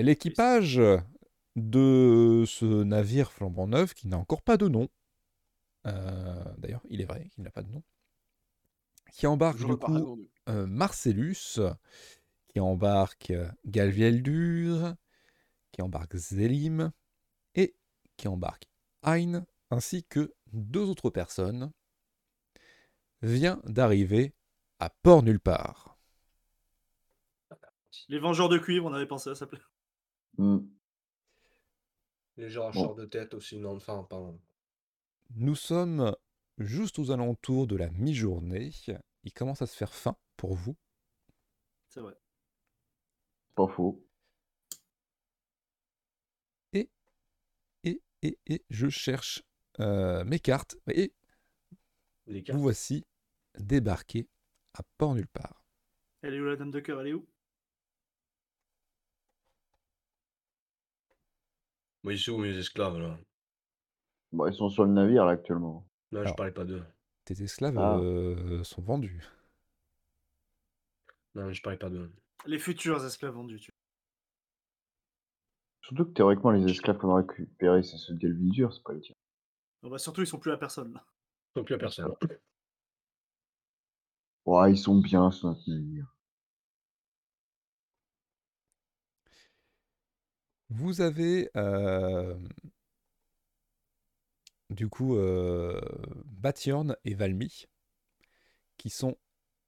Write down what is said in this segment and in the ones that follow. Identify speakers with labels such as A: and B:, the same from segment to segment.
A: L'équipage de ce navire flambant neuf qui n'a encore pas de nom, euh, d'ailleurs il est vrai qu'il n'a pas de nom, qui embarque
B: Je
A: du
B: repars à
A: coup
B: Gourdou.
A: euh, Marcellus, qui embarque euh, Galvieldur, qui embarque Zélim, et qui embarque Hein, ainsi que deux autres personnes, vient d'arriver à Port Nulle Part.
C: Les Vengeurs de Cuivre, on avait pensé à ça. s'appeler.
D: Hmm.
E: Les gens en
D: Bon.
E: short de tête aussi, non, enfin, pardon.
A: Nous sommes juste aux alentours de la mi-journée. Il commence à se faire faim pour vous.
C: C'est vrai.
D: Pas faux.
A: Et, et, et je cherche euh, mes cartes. Et
E: Les gars.
A: vous voici débarqué à Port Nulle Part.
C: Elle est où la dame de cœur Elle est où
E: Mais ils sont où mes esclaves là
D: Bon, ils sont sur le navire là actuellement.
E: Non, je
A: Alors.
E: parlais pas d'eux.
C: Bah,
A: Tes esclaves
D: Ah.
A: euh, sont vendus.
E: Non, je parlais pas d'eux.
C: Les futurs esclaves vendus. Tu...
D: Surtout que théoriquement, les esclaves qu'on a récupérés, c'est ceux de Galvildur, c'est pas le tien.
C: Oh, bah, surtout, ils sont plus à personne. Là.
E: Donc plus à personne.
D: Ouais, ils sont bien sur notre navire.
A: Vous avez euh, du coup euh, Batiorn et Valmy qui sont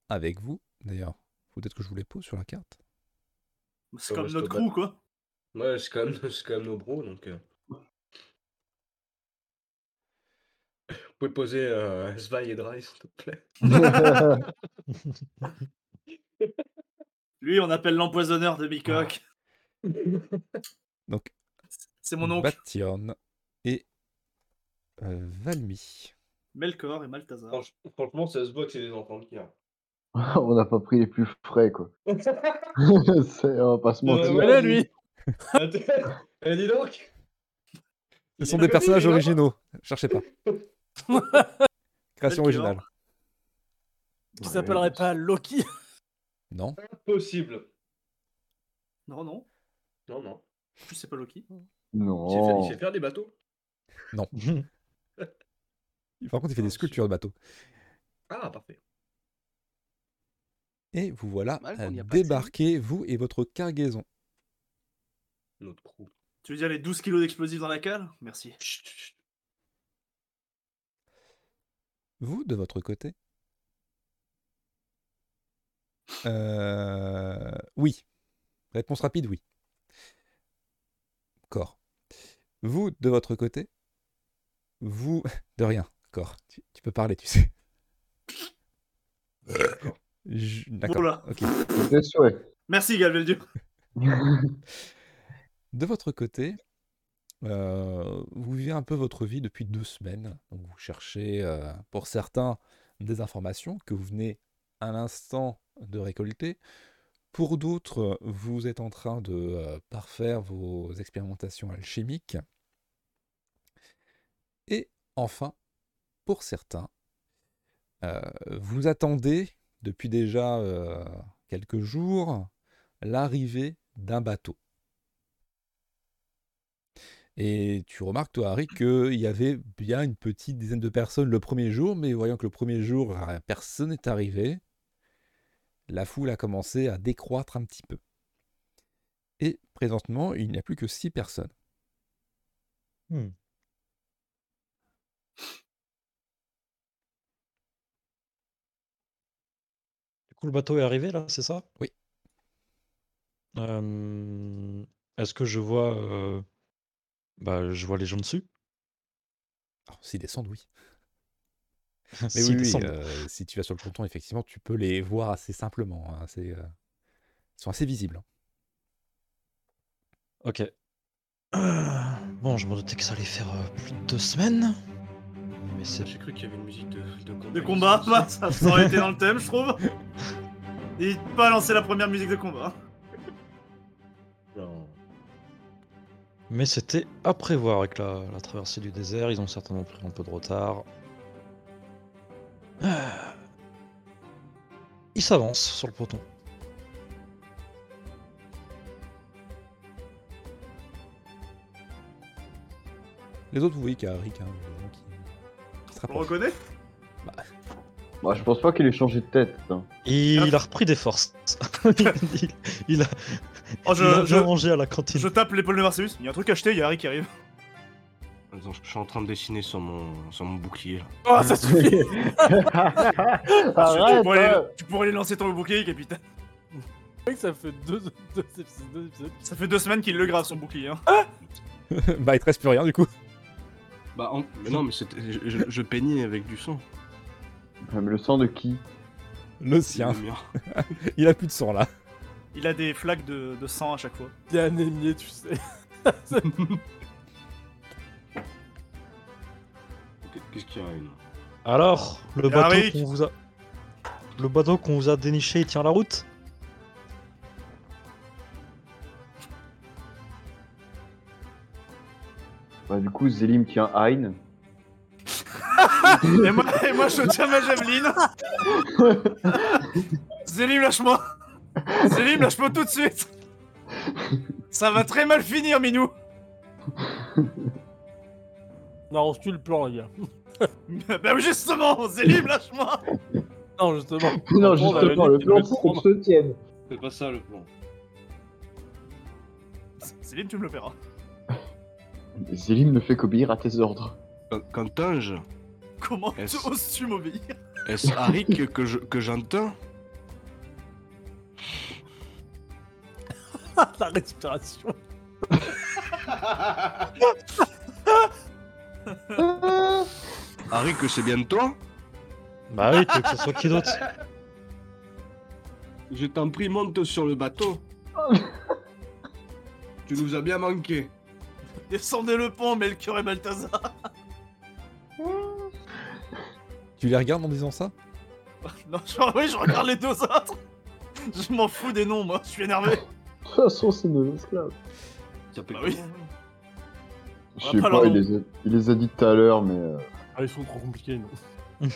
A: avec vous. D'ailleurs, faut peut-être que je vous les pose sur la carte.
C: C'est
E: Ouais,
C: comme
E: c'est
C: notre
E: au
C: crew, quoi.
E: Ouais, c'est quand, même- c'est quand même nos bros, donc. euh. Vous pouvez poser euh, Svay et Dry, s'il te plaît.
F: Ah.
C: Lui, on appelle l'empoisonneur de Bicoque.
F: Hmm.
A: Donc
C: C'est mon oncle.
A: Batiorn et euh, Valmy.
C: Melkor et Malthazar.
E: Franch- Franchement, ça se voit que c'est des enfants qui a.
D: On n'a pas pris les plus frais, quoi. C'est- on va pas
C: Euh,
D: se mentir.
E: voilà, Euh, lui. Eh, dis donc
A: Ce
E: Il
A: sont
E: est
A: des
E: connu,
A: personnages
E: il est là.
A: originaux. Cherchez pas. Création
C: Melchior.
A: originale.
D: Ouais,
G: Qui s'appellerait
D: bon,
G: pas Loki
A: Euh, Non.
E: Possible.
C: Non, non.
E: Non, non.
C: En plus, c'est pas Loki.
E: Il sait faire- il
D: Non.
E: sait faire des bateaux.
A: Par contre, il fait des
E: Ah, si.
A: sculptures de bateaux.
E: Ah, parfait.
A: Et vous voilà
B: Mal
A: à
B: qu'on y a pas accès.
A: débarquer, vous et votre cargaison.
E: Notre crew.
C: Tu veux dire les 12 kilos d'explosifs dans la cale Merci.
E: Chut, chut.
A: Vous, de votre côté Euh, Oui. Réponse rapide, oui. Corps. Vous, de votre côté Vous... De rien, corps. Tu, tu peux parler, tu sais. Je- D'accord.
C: Voilà.
A: ok.
D: Bien sûr, ouais.
C: Merci, Galveldur.
D: Bah,
A: De votre côté, euh, vous vivez un peu votre vie depuis deux semaines. Donc vous cherchez, euh, pour certains, des informations que vous venez à l'instant de récolter. Pour d'autres, vous êtes en train de euh, parfaire vos expérimentations alchimiques. Et enfin, pour certains, euh, vous attendez depuis déjà euh, quelques jours l'arrivée d'un bateau. Et tu remarques, toi, Harry, qu'il y avait bien une petite dizaine de personnes le premier jour, mais voyant que le premier jour, euh, personne n'est arrivé, la foule a commencé à décroître un petit peu. Et présentement, il n'y a plus que six personnes.
F: Hmm. Du coup, le bateau est arrivé là, c'est ça
A: Oui.
F: Euh, Est-ce que je vois, euh, bah, je vois les gens dessus
A: Alors, Ah, s'ils descendent, oui. Mais
F: S'ils
A: oui, oui,
F: descendent.
A: euh, si tu vas sur le ponton, effectivement, tu peux les voir assez simplement. hein, c'est, euh, Ils sont assez visibles. hein.
F: Ok. Ah. Bon, je me doutais que ça allait faire euh, plus de deux semaines. Mais c'est
E: J'ai cru qu'il y avait une musique de, de combat.
C: De combat, bah, ça, ça aurait été dans le thème, je trouve. N'hésite pas à lancer la première musique de combat. hein.
E: Non.
F: Mais c'était à prévoir avec la, la traversée du désert, ils ont certainement pris un peu de retard. Ah. Ils s'avancent sur le poton.
A: Les autres, vous voyez qu'il y a Rick, hein, évidemment, qui- qui se
C: On le
A: rapproche.
C: reconnaît
D: Bah, je pense pas qu'il ait changé de tête. hein.
F: Il a repris des forces. il, il a,
C: Oh,
F: il a
C: je,
F: bien
C: je,
F: mangé à la cantine.
C: je tape l'épaule de Marcellus. Il y a un truc acheté, il y a Harry qui arrive.
E: Attends, je je suis en train de dessiner sur mon, sur mon bouclier. Là.
C: Oh, ça suffit tu,
D: Arrête
C: pourrais,
D: hein.
C: tu pourrais les lancer ton bouclier, capitaine.
B: que ça fait deux, deux épisodes, deux épisodes. Ah
C: Ça fait deux semaines qu'il le grave, son bouclier. Hein.
A: bah, il te reste plus rien du coup.
E: Bah, en- mais non, mais c'était- je, je- je peignais avec du sang.
D: Ah, Mais le sang de qui
A: Le sien.
E: Le mien.
A: Il a plus de sang là.
C: Il a des flaques de, de sang à chaque fois.
B: T'es anémié, tu sais.
E: Qu'est-ce qu'il y a là
F: Alors, le
C: Et
F: bateau
C: Harry
F: qu'on vous a. Le bateau qu'on vous a déniché, il tient la route
D: Bah, du coup, Zélim tient Hein.
C: Et moi, et moi, je tiens ma javeline. Zélim, lâche-moi. Zélim, lâche-moi tout de suite. Ça va très mal finir, Minou.
B: On arrange tu le plan, les gars.
C: bah oui, justement, Zélim, lâche-moi.
B: Non, justement.
D: Non,
B: Après, on
D: justement,
B: a
D: le
B: limite de
D: plan,
B: le
D: c'est qu'on
B: prendre.
D: se tienne.
E: C'est pas ça le plan.
C: Zélim, tu me le paieras.
D: Zélim ne fait qu'obéir à tes ordres.
E: Qu'entends-je
C: Comment
E: Yes.
C: oses-tu m'obéir
E: Est-ce Harry que, que je- que j'entends
B: Ah, La respiration.
E: Harry que c'est bien toi
F: Bah oui, tu veux que ce soit qui d'autre
E: Je t'en prie, monte sur le bateau. tu nous as bien manqué.
C: Descendez le pont, Melchior et Balthazar.
A: Tu les regardes en disant ça
C: Non, genre, oui, je regarde les deux autres. Je m'en fous des noms, moi. Je suis énervé.
D: De toute façon, c'est nos esclaves.
E: Ça fait
C: Bah oui.
D: Je
C: On a
D: sais
C: pas
D: pas,
C: leur
D: il
C: nom.
D: les, a, il les a dit tout à l'heure, mais. euh,
B: Ah, ils sont trop compliqués, non.
E: Non,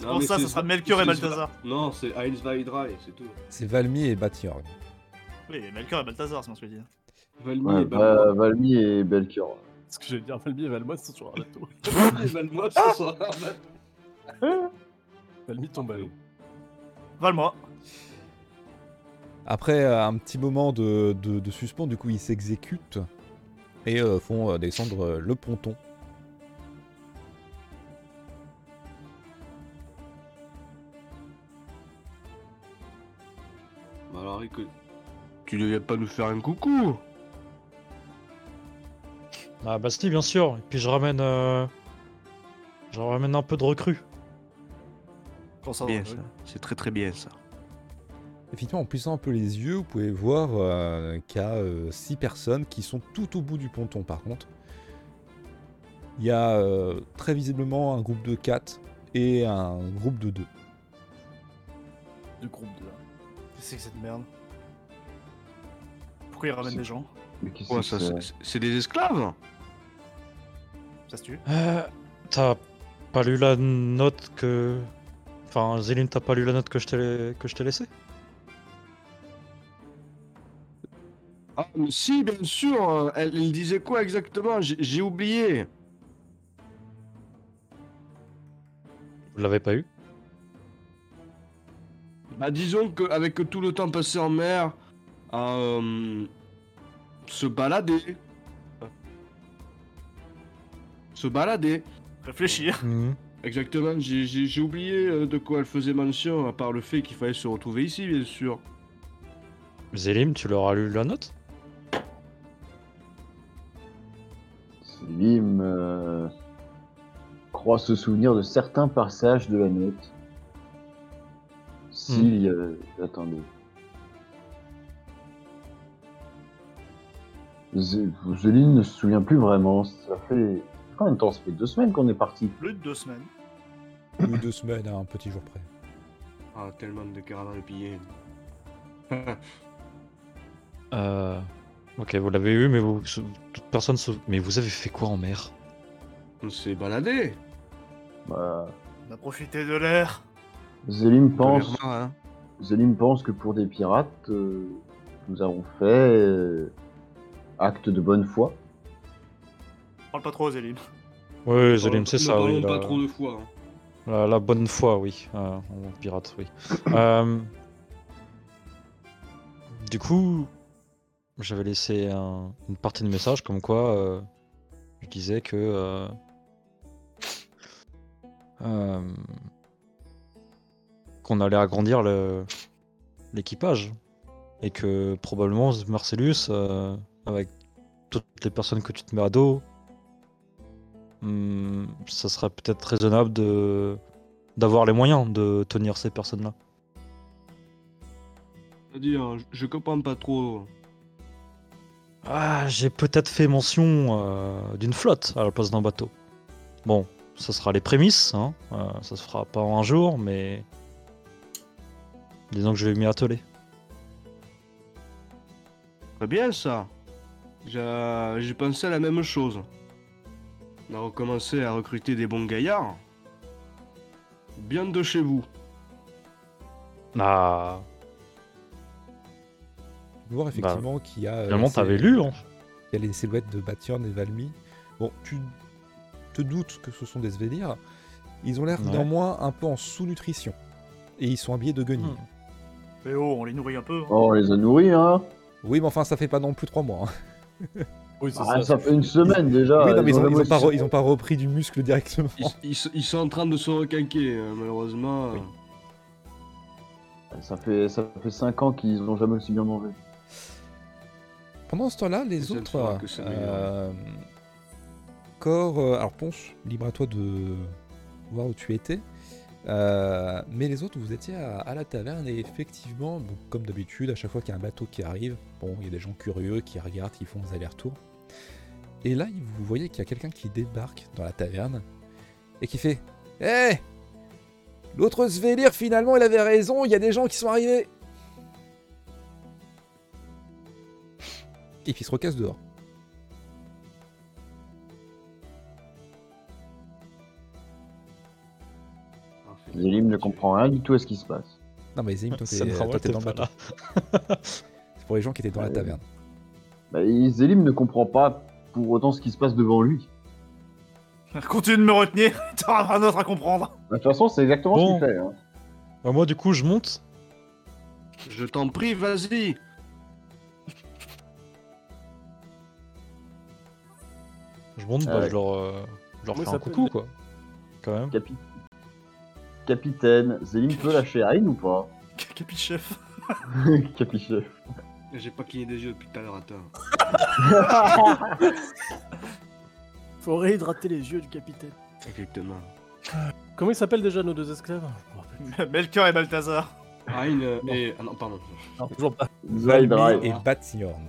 C: Pour
E: mais
C: ça,
E: c'est-
C: ça sera Melchior et
E: c'est-
C: Balthazar.
E: Non, c'est Heinz Weidrei, c'est tout.
A: C'est Valmy et Batiorg.
C: Oui, Melchior et Balthazar, c'est mon souvenir.
E: Valmy
D: Ouais,
E: et
D: Va-
E: Balmois.
D: Valmy et Belchior.
B: Ce que j'allais dire, Valmy et Valmois sont sur un bateau.
E: Valmy et Balmois, ce soir.
B: Valmy tombe à l'eau.
C: Valmois.
A: Après euh, un petit moment de, de- de suspens, du coup, ils s'exécutent et euh, font euh, descendre euh, le ponton.
E: Bah alors, Harry, que... tu devais pas nous faire un coucou
F: Ah bah si, bien sûr. Et puis je ramène... euh, Je ramène un peu de recrues.
E: Bien ça, c'est très très bien ça.
A: Effectivement, en plissant un peu les yeux, vous pouvez voir euh, qu'il y a euh, six personnes qui sont tout au bout du ponton, par contre. Il y a euh, très visiblement un groupe de 4 et un groupe de 2.
B: Du groupe de là.
C: Qu'est-ce que c'est que cette merde Pourquoi ils ramènent
D: C'est-
C: des gens
D: Mais qu'est-ce
E: Ouais,
D: que
E: ça,
D: c'est
E: c'est- c'est des esclaves
C: Ça se tue
F: Euh, t'as pas lu la note que... Enfin, Zéline, t'as pas lu la note que je t'ai, que je t'ai laissée
E: Ah, mais si, bien sûr euh, Elle, elle disait quoi exactement J'ai- J'ai oublié
F: Vous l'avez pas eu
E: Bah disons qu'avec tout le temps passé en mer, à euh, se balader. Se balader.
C: Réfléchir
E: Exactement, j'ai- j'ai j'ai oublié euh, de quoi elle faisait mention, à part le fait qu'il fallait se retrouver ici, bien sûr.
F: Zélim, tu leur as lu la note
D: Slim euh, croit se souvenir de certains passages de la note. S'il y a- Attendez. Zé- Zéline ne se souvient plus vraiment. Ça fait. Combien de temps Ça fait deux semaines qu'on est parti.
C: Plus de deux semaines.
A: Ou deux semaines à un petit jour près.
E: Ah, tellement de caravanes pillées.
F: Euh... Ok, vous l'avez eu, mais vous... toute personne... se- Mais vous avez fait quoi en mer
E: On s'est baladé.
D: Bah,
C: On a profité de l'air.
D: Zélim pense.
E: clairement, hein.
D: Zélim pense que pour des pirates, euh, nous avons fait euh, acte de bonne foi.
C: Parle pas trop aux élites.
F: Oui, Zélim, c'est
E: Ne
F: ça.
E: parlons
F: oui,
E: pas
F: la-
E: trop de fois. hein.
F: La, la bonne foi, oui. Euh, on pirate, oui. Euh, du coup, j'avais laissé un- une partie de message comme quoi euh, je disais que. euh, euh, qu'on allait agrandir le- l'équipage. Et que probablement Marcellus, euh, avec toutes les personnes que tu te mets à dos, hum, ça serait peut-être raisonnable de d'avoir les moyens de tenir ces personnes-là.
E: C'est-à-dire, je- je comprends pas trop.
F: Ah, j'ai peut-être fait mention euh, d'une flotte à la place d'un bateau. Bon, ça sera les prémices, hein. euh, ça se fera pas en un jour, mais disons que je vais m'y atteler.
E: Très bien ça. J'a- J'ai pensé à la même chose. On a recommencé à recruter des bons gaillards. Bien de chez vous.
F: Ah,
A: Voir effectivement qu'il y a. euh,
F: Bah, finalement
A: ces-
F: t'avais lu, hein.
A: Il y a les silhouettes de Batian et Valmy. Bon, tu te doutes que ce sont des Svelirs. Ils ont l'air
F: Ouais.
A: néanmoins un peu en sous-nutrition. Et ils sont habillés de guenilles.
F: Hmm.
C: Mais oh, on les nourrit un peu. hein.
D: Oh, on les a nourris, hein
A: Oui, mais enfin, ça fait pas non plus trois mois. hein.
B: Oui, c'est
D: Ah,
B: ça.
D: ça fait une semaine déjà.
A: oui, non, mais ils ont, ils
D: vraiment-
A: ont pas, re- ils ont pas repris du muscle directement.
E: Ils, ils s- ils sont en train de se requinquer, euh, malheureusement.
A: Oui.
D: Ça fait, ça fait 5 ans qu'ils n'ont jamais aussi bien mangé.
A: Pendant ce temps-là, les
E: Peut-être
A: autres.
E: faudra que ça
A: euh, corps. euh, alors, Ponche, libre à toi de voir où tu étais. Euh, mais les autres, vous étiez à, à la taverne et effectivement, bon, comme d'habitude, à chaque fois qu'il y a un bateau qui arrive, bon, il y a des gens curieux qui regardent, qui font des allers-retours. Et là, vous voyez qu'il y a quelqu'un qui débarque dans la taverne et qui fait Eh, Hé L'autre Svelir, finalement, il avait raison, il y a des gens qui sont arrivés Et puis il se recasse dehors.
D: Zélim ne comprend rien du tout à ce qui se passe.
A: Non, mais Zim, toi, t'es
F: C'est normal,
A: toi, t'es
F: t'es
A: dans le
F: pas
A: bateau. C'est pour les gens qui étaient dans la
D: Ouais.
A: taverne.
D: Bah, et Zélim ne comprend pas pour autant ce qui se passe devant lui.
C: hein. Continue de me retenir, t'auras rien d'autre à comprendre.
D: Bah, De toute façon, c'est exactement
F: Bon.
D: ce qu'il fait. hein.
F: Bah, moi, du coup, je monte.
E: Je t'en prie, vas-y.
F: Je monte, bah,
D: Ah ouais.
F: je leur, euh, je leur
B: Moi,
F: fais
B: ça
F: un
B: peut-
F: coucou, quoi. Quand même.
D: Capi- Capitaine, Zélim peut lâcher Aïn ou pas
C: Capi chef.
D: Capichef.
E: J'ai pas cligné des yeux depuis tout à l'heure, attends.
B: Faut réhydrater les yeux du capitaine.
E: Exactement.
B: Comment ils s'appellent déjà nos deux esclaves Je me rappelle.
C: Melchior et Balthazar.
E: Aïn euh, et. Ah non, pardon.
B: Non, toujours pas.
A: Valmy et
D: Zaidrai.
A: Batsiorn.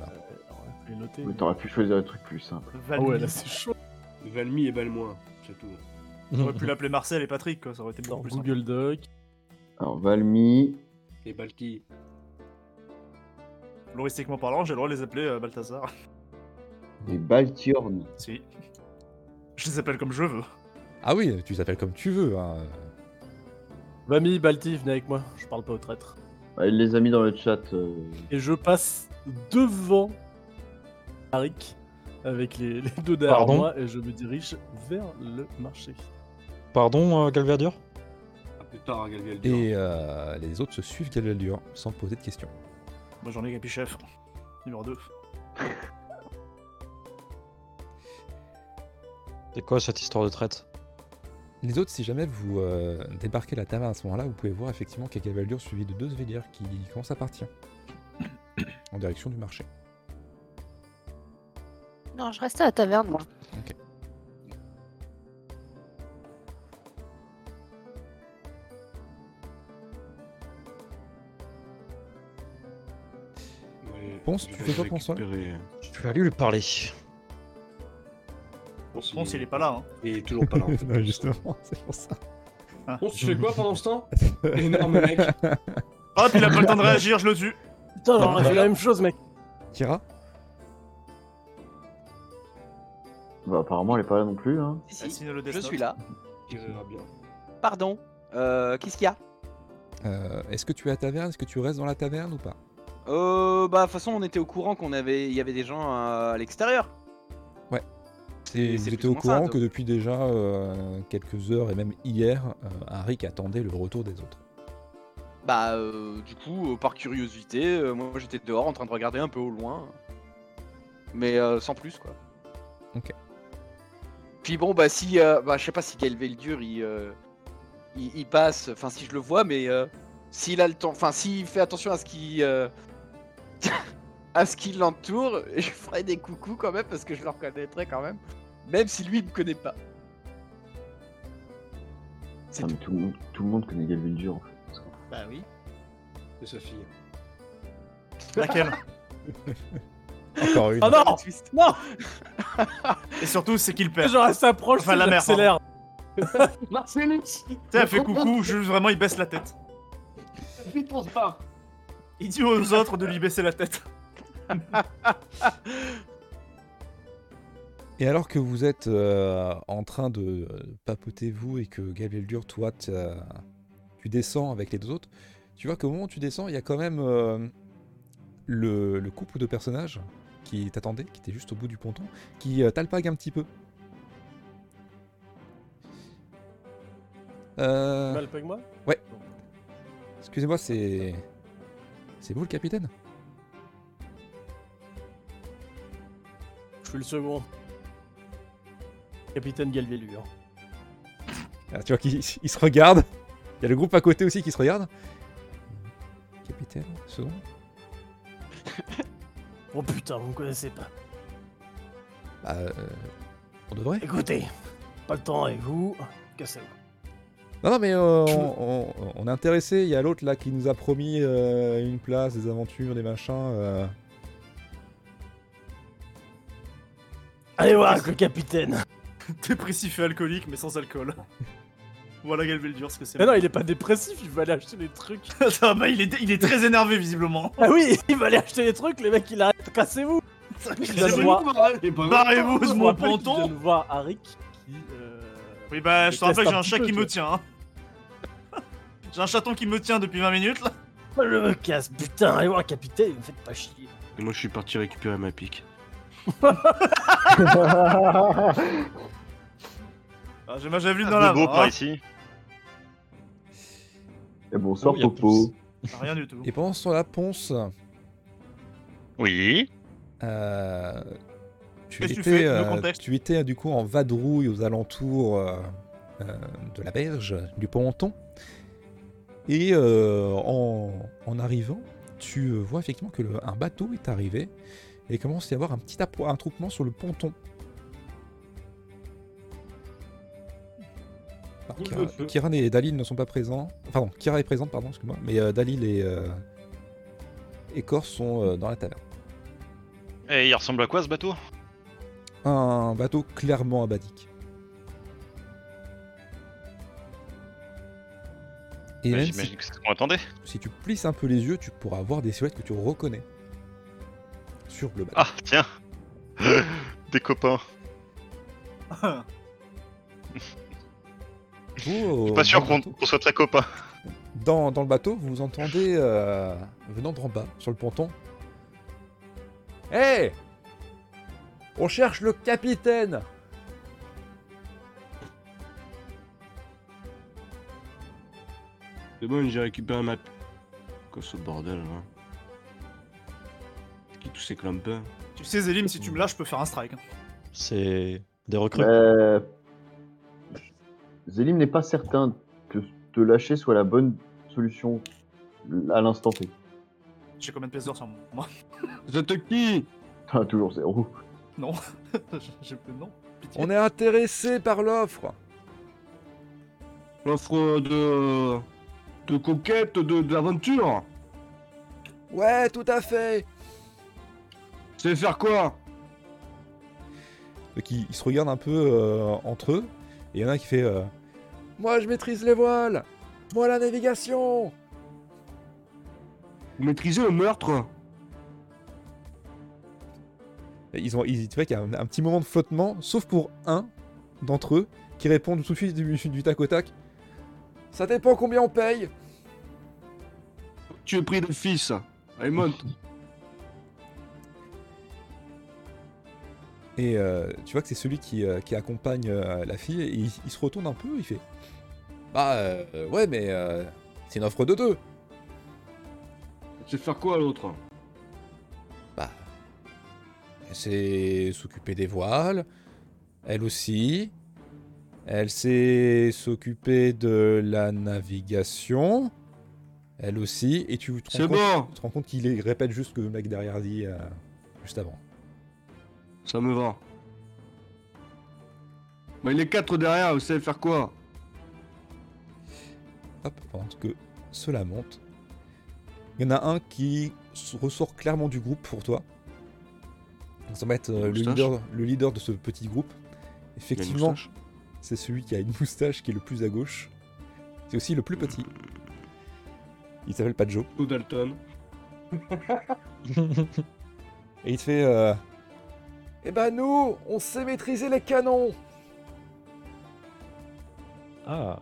B: Je vais noter.
D: Mais t'aurais pu choisir un truc plus simple.
B: Ah
C: Valmy.
B: ouais, là c'est chaud.
E: Valmy et Balmoin, c'est tout.
C: J'aurais pu l'appeler Marcel et Patrick, quoi. ça aurait été
B: Dans
C: beaucoup plus simple.
B: Google Doc.
D: Alors, Valmy.
E: Et Balki.
C: Loristiquement parlant, j'ai le droit de les appeler euh, Balthazar.
D: Et Baltiorn.
C: Si. Je les appelle comme je veux.
A: Ah oui, tu t'appelles comme tu veux. hein.
B: Mamie, Balti, venez avec moi. Je parle pas aux traîtres.
D: Ah, il les a mis dans le chat. euh.
B: Et je passe devant Arik avec les, les deux derrière
F: Pardon
B: moi et je me dirige vers le marché.
F: Pardon, euh, Galverdur
E: À plus tard, Galviel.
A: Et euh, les autres se suivent Galvaldur sans poser de questions.
C: Moi j'en ai Capi chef. Numéro 2.
F: C'est quoi cette histoire de traite
A: Les autres, si jamais vous euh, débarquez la taverne à ce moment-là, vous pouvez voir effectivement qu'il y a Galvaldur suivi de deux Svelir qui commencent à partir en direction du marché.
G: Non, je reste à la taverne, moi.
A: Ponce, tu fais quoi, Ponce, toi
F: Je vais euh, aller lui parler.
E: Ponce,
C: Ponce il est pas là, hein.
E: Il est toujours pas là. en fait.
A: Non, justement, c'est pour ça.
C: Ah.
E: Ponce, tu fais quoi pendant ce temps Énorme mec.
C: Hop, il a pas le temps de réagir, je le tue.
B: Putain, j'aurais fait la même chose, mec.
A: Kira
D: Bah, apparemment, elle est pas là non plus. Hein.
H: Si, si,
C: Signe Ah, le Death
H: je
C: Note.
H: suis là.
E: Il verra bien.
H: Pardon. Euh, Qu'est-ce qu'il y a
A: euh, Est-ce que tu es à la taverne Est-ce que tu restes dans la taverne ou pas
H: Euh, bah, de toute façon, on était au courant qu'on avait, il y avait des gens euh, à l'extérieur.
A: Ouais. Et
H: C'est
A: vous
H: c'est
A: étiez
H: plus
A: au
H: ou moins ça,
A: courant
H: donc.
A: que depuis déjà euh, quelques heures et même hier, euh, Arik attendait le retour des autres.
H: Bah, euh, du coup, euh, par curiosité, euh, moi j'étais dehors en train de regarder un peu au loin. Mais euh, sans plus, quoi.
A: Ok.
H: Puis bon, bah, si. euh, bah, je sais pas si Gaël Veldur il, euh, il, il passe. Enfin, si je le vois, mais euh, s'il a le temps. Enfin, s'il fait attention à ce qui. euh, à ce qui l'entoure, je ferai des coucous quand même, parce que je le reconnaîtrai quand même. Même si lui, il me connaît pas. C'est
D: Ah, mais
H: tout.
D: tout, le monde- tout le monde connaît Galvildur. en fait.
H: Bah oui.
E: C'est sa fille.
C: Laquelle
A: Encore
C: Oh
A: une.
B: Ah non
H: Twist.
B: Non
C: Et surtout, c'est qu'il perd.
B: Genre, elle s'approche,
C: Enfin, la
B: elle
C: mère,
B: accélère.
E: Marcellus
C: Tu sais, elle fait coucou, juste vraiment, il baisse la tête.
E: Vite pour ça
C: Il dit aux autres de lui baisser la tête.
A: Et alors que vous êtes euh, en train de euh, papoter vous et que Gabriel Dur, toi, t'as- tu descends avec les deux autres, tu vois qu'au moment où tu descends, il y a quand même euh, le, le couple de personnages qui t'attendait, qui était juste au bout du ponton, qui euh, t'alpague un petit peu. Euh,
B: Mal pas que moi
A: Excusez-moi, c'est. C'est vous le capitaine
B: Je suis le second. Capitaine Galvelure.
A: Ah, Tu vois qu'ils ils se regardent. Il y a le groupe à côté aussi qui se regarde. Capitaine, second
B: Oh putain, vous me connaissez pas.
A: Bah, euh, on devrait.
B: Écoutez, pas le temps avec vous. Cassez-vous.
A: Non, non, mais euh, on, on- on est intéressé. Il y a l'autre là qui nous a promis euh, une place, des aventures, des machins. euh.
B: Allez voir avec le capitaine.
C: Dépressif et alcoolique, mais sans alcool. Voilà Galveldur, ce que c'est.
B: Mais non, il est pas dépressif, il va aller acheter des trucs.
C: Attends, bah, il, est, il est très énervé, visiblement.
B: Ah oui, il va aller acheter des trucs, les mecs, il arrête. Cassez-vous. Il vient de voir.
C: Barrez-vous de
B: Je vous
C: mon
B: rappelle qu'il vient
C: ponton
B: de voir Arik qui. euh,
C: Oui, bah, je te rappelle que j'ai un
B: Déteste
C: chat
B: un petit
C: qui
B: peu,
C: me
B: toi.
C: tient. hein. J'ai un chaton qui me tient depuis 20 minutes, là.
B: Oh, Je me casse, putain, allez voir le capitaine, me faites pas chier.
E: Et moi je suis parti récupérer ma pique.
C: Ah, j'ai ma javeline dans la
I: Bobo
C: main.
I: par
C: hein.
I: ici.
D: Et bonsoir,
F: Oh, y a
D: Popo.
C: Ah, Rien du tout.
A: Et pendant ce temps-là, Ponce,
I: Oui.
A: euh, tu,
C: Qu'est-ce
A: étais,
C: que tu fais Le
A: euh,
C: contexte
A: tu étais du coup en vadrouille aux alentours euh, euh, de la berge, du ponton. Et euh, en, en arrivant, tu euh, vois effectivement que le- un bateau est arrivé et commence à y avoir un petit appro- attroupement sur le ponton. Alors,
E: Boule
A: Kira-
E: de feu.
A: Kiran et Dalil ne sont pas présents. Pardon, Kira est présente, pardon, excuse-moi. Mais euh, Dalil et, euh, et Cor sont euh, dans la taverne.
I: Et Eh, il ressemble à quoi ce bateau
A: Un bateau clairement abadique. Et
I: Bah,
A: même si,
I: J'imagine que c'est ce qu'on attendait.
A: si tu plisses un peu les yeux, tu pourras voir des silhouettes que tu reconnais sur le bateau.
I: Ah, tiens Des copains.
A: Vous,
I: Je suis
A: au-
I: pas sûr
A: dans le
I: qu'on
A: bateau-
I: qu'on soit très copains.
A: Dans, dans le bateau, vous entendez euh, venant d'en bas, sur le ponton. Hé On cherche le capitaine
E: C'est bon, j'ai récupéré ma pique. Quoi ce bordel là Qui tous ces clampins
C: Tu sais, Zélim, si tu me lâches, je peux faire un strike. hein.
F: C'est des recrues.
D: Euh, Zélim n'est pas certain que te lâcher soit la bonne solution à l'instant T.
C: J'ai combien de pièces d'or sur moi
E: Zatoki qui
D: Ah, toujours zéro.
C: Non. j'ai plus de nom. Pitié.
A: On est intéressé par l'offre
E: L'offre de. de conquête, de d'aventure
A: Ouais, tout à fait
E: C'est faire quoi
A: Donc ils, ils se regardent un peu euh, entre eux. Et il y en a un qui fait euh, Moi je maîtrise les voiles Moi la navigation
E: Vous maîtrisez le meurtre
A: Et Ils ont, ils, tu vois qu'il y a un, un petit moment de flottement, sauf pour un d'entre eux qui répond tout de suite du, du tac au tac Ça dépend combien on paye
E: Tu es pris de fils Allez monte
A: Et euh, tu vois que c'est celui qui, euh, qui accompagne euh, la fille, et il, il se retourne un peu, il fait Bah euh, ouais, mais euh, c'est une offre de deux.
E: Tu veux faire quoi à l'autre
A: Bah. Elle sait s'occuper des voiles. Elle aussi. Elle sait s'occuper de la navigation. Elle aussi. Et tu te
E: C'est
A: rends compte,
E: bon
A: tu te rends compte qu'il est- répète juste ce que le mec derrière dit euh, juste avant.
E: Ça me va. Mais les quatre derrière, vous savez faire quoi
A: Hop, pendant que cela monte. Il y en a un qui s- ressort clairement du groupe pour toi. Donc Ça va être euh, le,
E: Moustache.
A: leader, le leader de ce petit groupe.
E: Il a une
A: Effectivement,
E: moustache
A: c'est celui qui a une moustache qui est le plus à gauche. C'est aussi le plus petit. Il s'appelle pas Joe.
E: Ou Dalton.
A: Et il te fait... euh, Eh ben nous, on sait maîtriser les canons
F: Ah,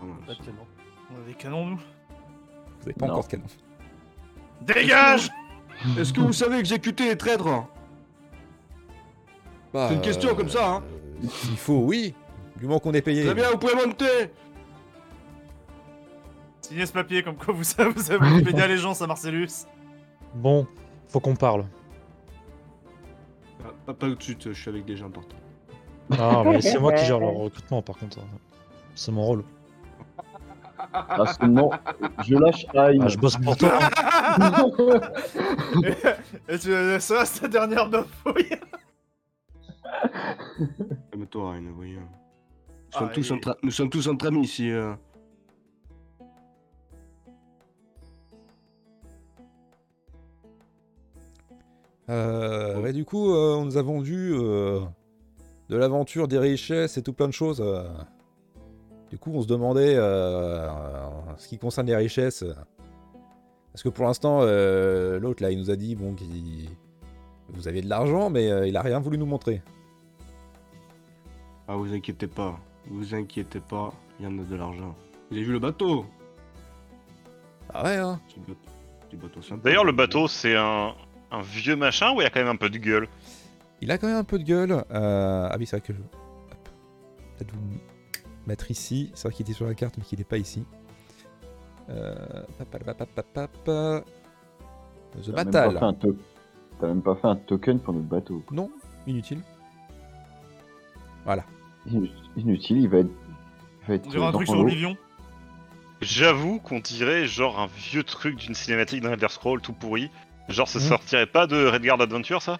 E: Ah, mince.
B: On a des canons, nous
A: Vous n'avez pas
D: Non.
A: encore de canon.
C: Dégage
E: Est-ce que vous savez exécuter les traîtres
A: Bah,
E: C'est une question comme ça, hein.
A: euh, S'il faut, oui. Du moment qu'on est payé.
E: Très bien, vous pouvez monter
C: Signez ce papier comme quoi vous savez, vous savez vous payez allégeance à Marcellus.
F: bon, faut qu'on parle.
E: Ah, pas, pas tout de suite, je suis avec des gens importants.
F: Ah, mais c'est moi qui gère leur recrutement par contre. C'est mon rôle.
D: Ah, c'est- non, je lâche Aïe.
F: Ah, je bosse pour toi.
C: Et tu ça, c'est ta dernière bafouille.
E: Calme-toi, Ryan, voyons. Nous
C: Ah,
E: sommes, tous
C: et-
E: entre... Nous sommes tous entre amis ici. euh.
A: Euh, ouais, du coup, euh, on nous a vendu euh, de l'aventure, des richesses et tout plein de choses. euh. Du coup, on se demandait, euh, en ce qui concerne les richesses, euh, parce que pour l'instant, euh, l'autre là, il nous a dit bon, qu'il- vous aviez de l'argent, mais euh, il a rien voulu nous montrer.
E: Ah, vous inquiétez pas. Vous inquiétez pas, il y en a de l'argent. Vous avez vu le bateau
A: Ah ouais, hein
E: Petit bateau, petit bateau sympa.
I: D'ailleurs, le bateau, c'est un... un vieux machin ou il y a quand même un peu de gueule
A: Il a quand même un peu de gueule. euh, Ah oui, c'est vrai que je. hop, Peut-être vous mettre ici. C'est vrai qu'il était sur la carte, mais qu'il n'est pas ici. Euh... papalapapapapa. The
D: T'as même pas
A: Battle.
D: fait un to- T'as même pas fait un token pour notre bateau.
A: Non, inutile.
D: Inu- Inutile, il va être. il va être
C: On dirait un
D: dans
C: truc sur
D: l'eau.
C: Oblivion.
I: J'avoue qu'on dirait genre un vieux truc d'une cinématique d'un Elder Scroll tout pourri. Genre, ça
F: Mhm.
I: sortirait pas de Redguard Adventure, ça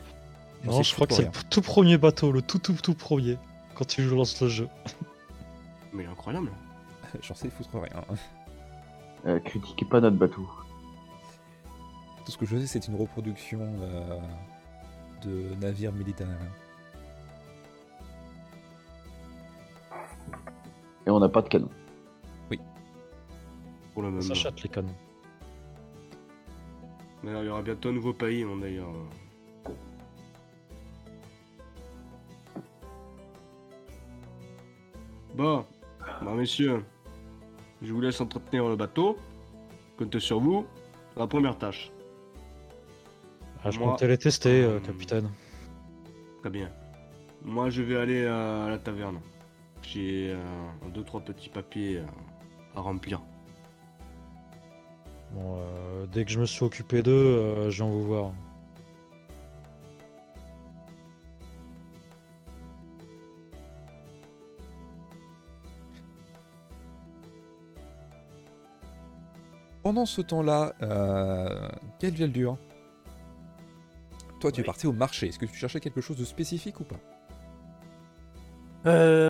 F: Non, je crois que c'est le tout premier bateau, le tout tout tout premier, quand tu lances le jeu.
E: Mais il est incroyable.
A: J'en sais foutre rien.
D: Euh, critiquez pas notre bateau.
A: Tout ce que je sais, c'est une reproduction euh, de navire méditerranéen.
D: Et on n'a pas de canon.
E: Pour le même.
F: Ça chatte les canons.
E: D'ailleurs, il y aura bientôt un nouveau pays, hein, d'ailleurs. Bon, bon, messieurs, je vous laisse entretenir le bateau. Comptez sur vous. La première tâche.
F: Ah, je
E: Moi-
F: comptais les tester, euh,
E: Euh,
F: capitaine.
E: Très bien. Moi, je vais aller euh, à la taverne. J'ai euh, deux, trois petits papiers euh, à remplir.
F: Bon, euh, dès que je me suis occupé d'eux, euh, je viens vous voir.
A: Pendant ce temps-là, euh, quelle ville dure Toi, tu es
B: Oui.
A: parti au marché. Est-ce que tu cherchais quelque chose de spécifique ou pas
B: Euh.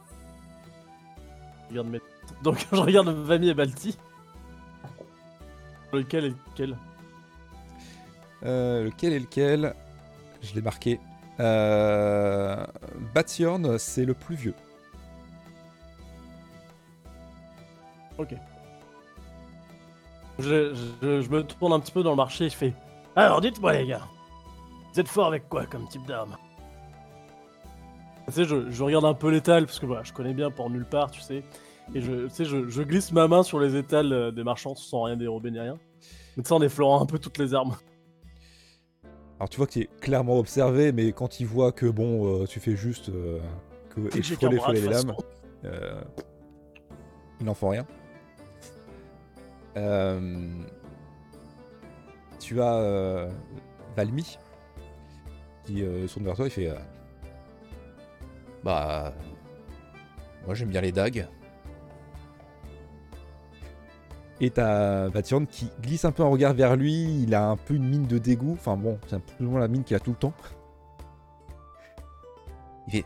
B: Je regarde mes- Donc je regarde Vami et Balti. Lequel est lequel
A: Euh, lequel est lequel Je l'ai marqué. Euh, Batiorn, c'est le plus vieux.
B: je, je- je me tourne un petit peu dans le marché et je fais Alors dites-moi les gars, vous êtes forts avec quoi comme type d'arme Tu sais, je, je regarde un peu l'étal parce que voilà, je connais bien pour nulle part, tu sais. Et je, tu sais, je, je glisse ma main sur les étals euh, des marchands sans rien dérober ni rien. Mais tu sais, en effleurant un peu toutes les armes.
A: Alors tu vois qu'il est clairement observé, mais quand il voit que bon, euh, tu fais juste euh, que
B: J'ai
A: effroler,
B: qu'un bras, de
A: effroler les
B: toute
A: lames,
B: façon.
A: euh, il n'en faut rien. Euh, tu as euh, Valmy qui euh, se tourne vers toi il fait euh, Bah, moi j'aime bien les dagues. Et t'as Vatian qui glisse un peu un regard vers lui, il a un peu une mine de dégoût, enfin bon, c'est un peu plus ou moins la mine qu'il a tout le temps. Il fait.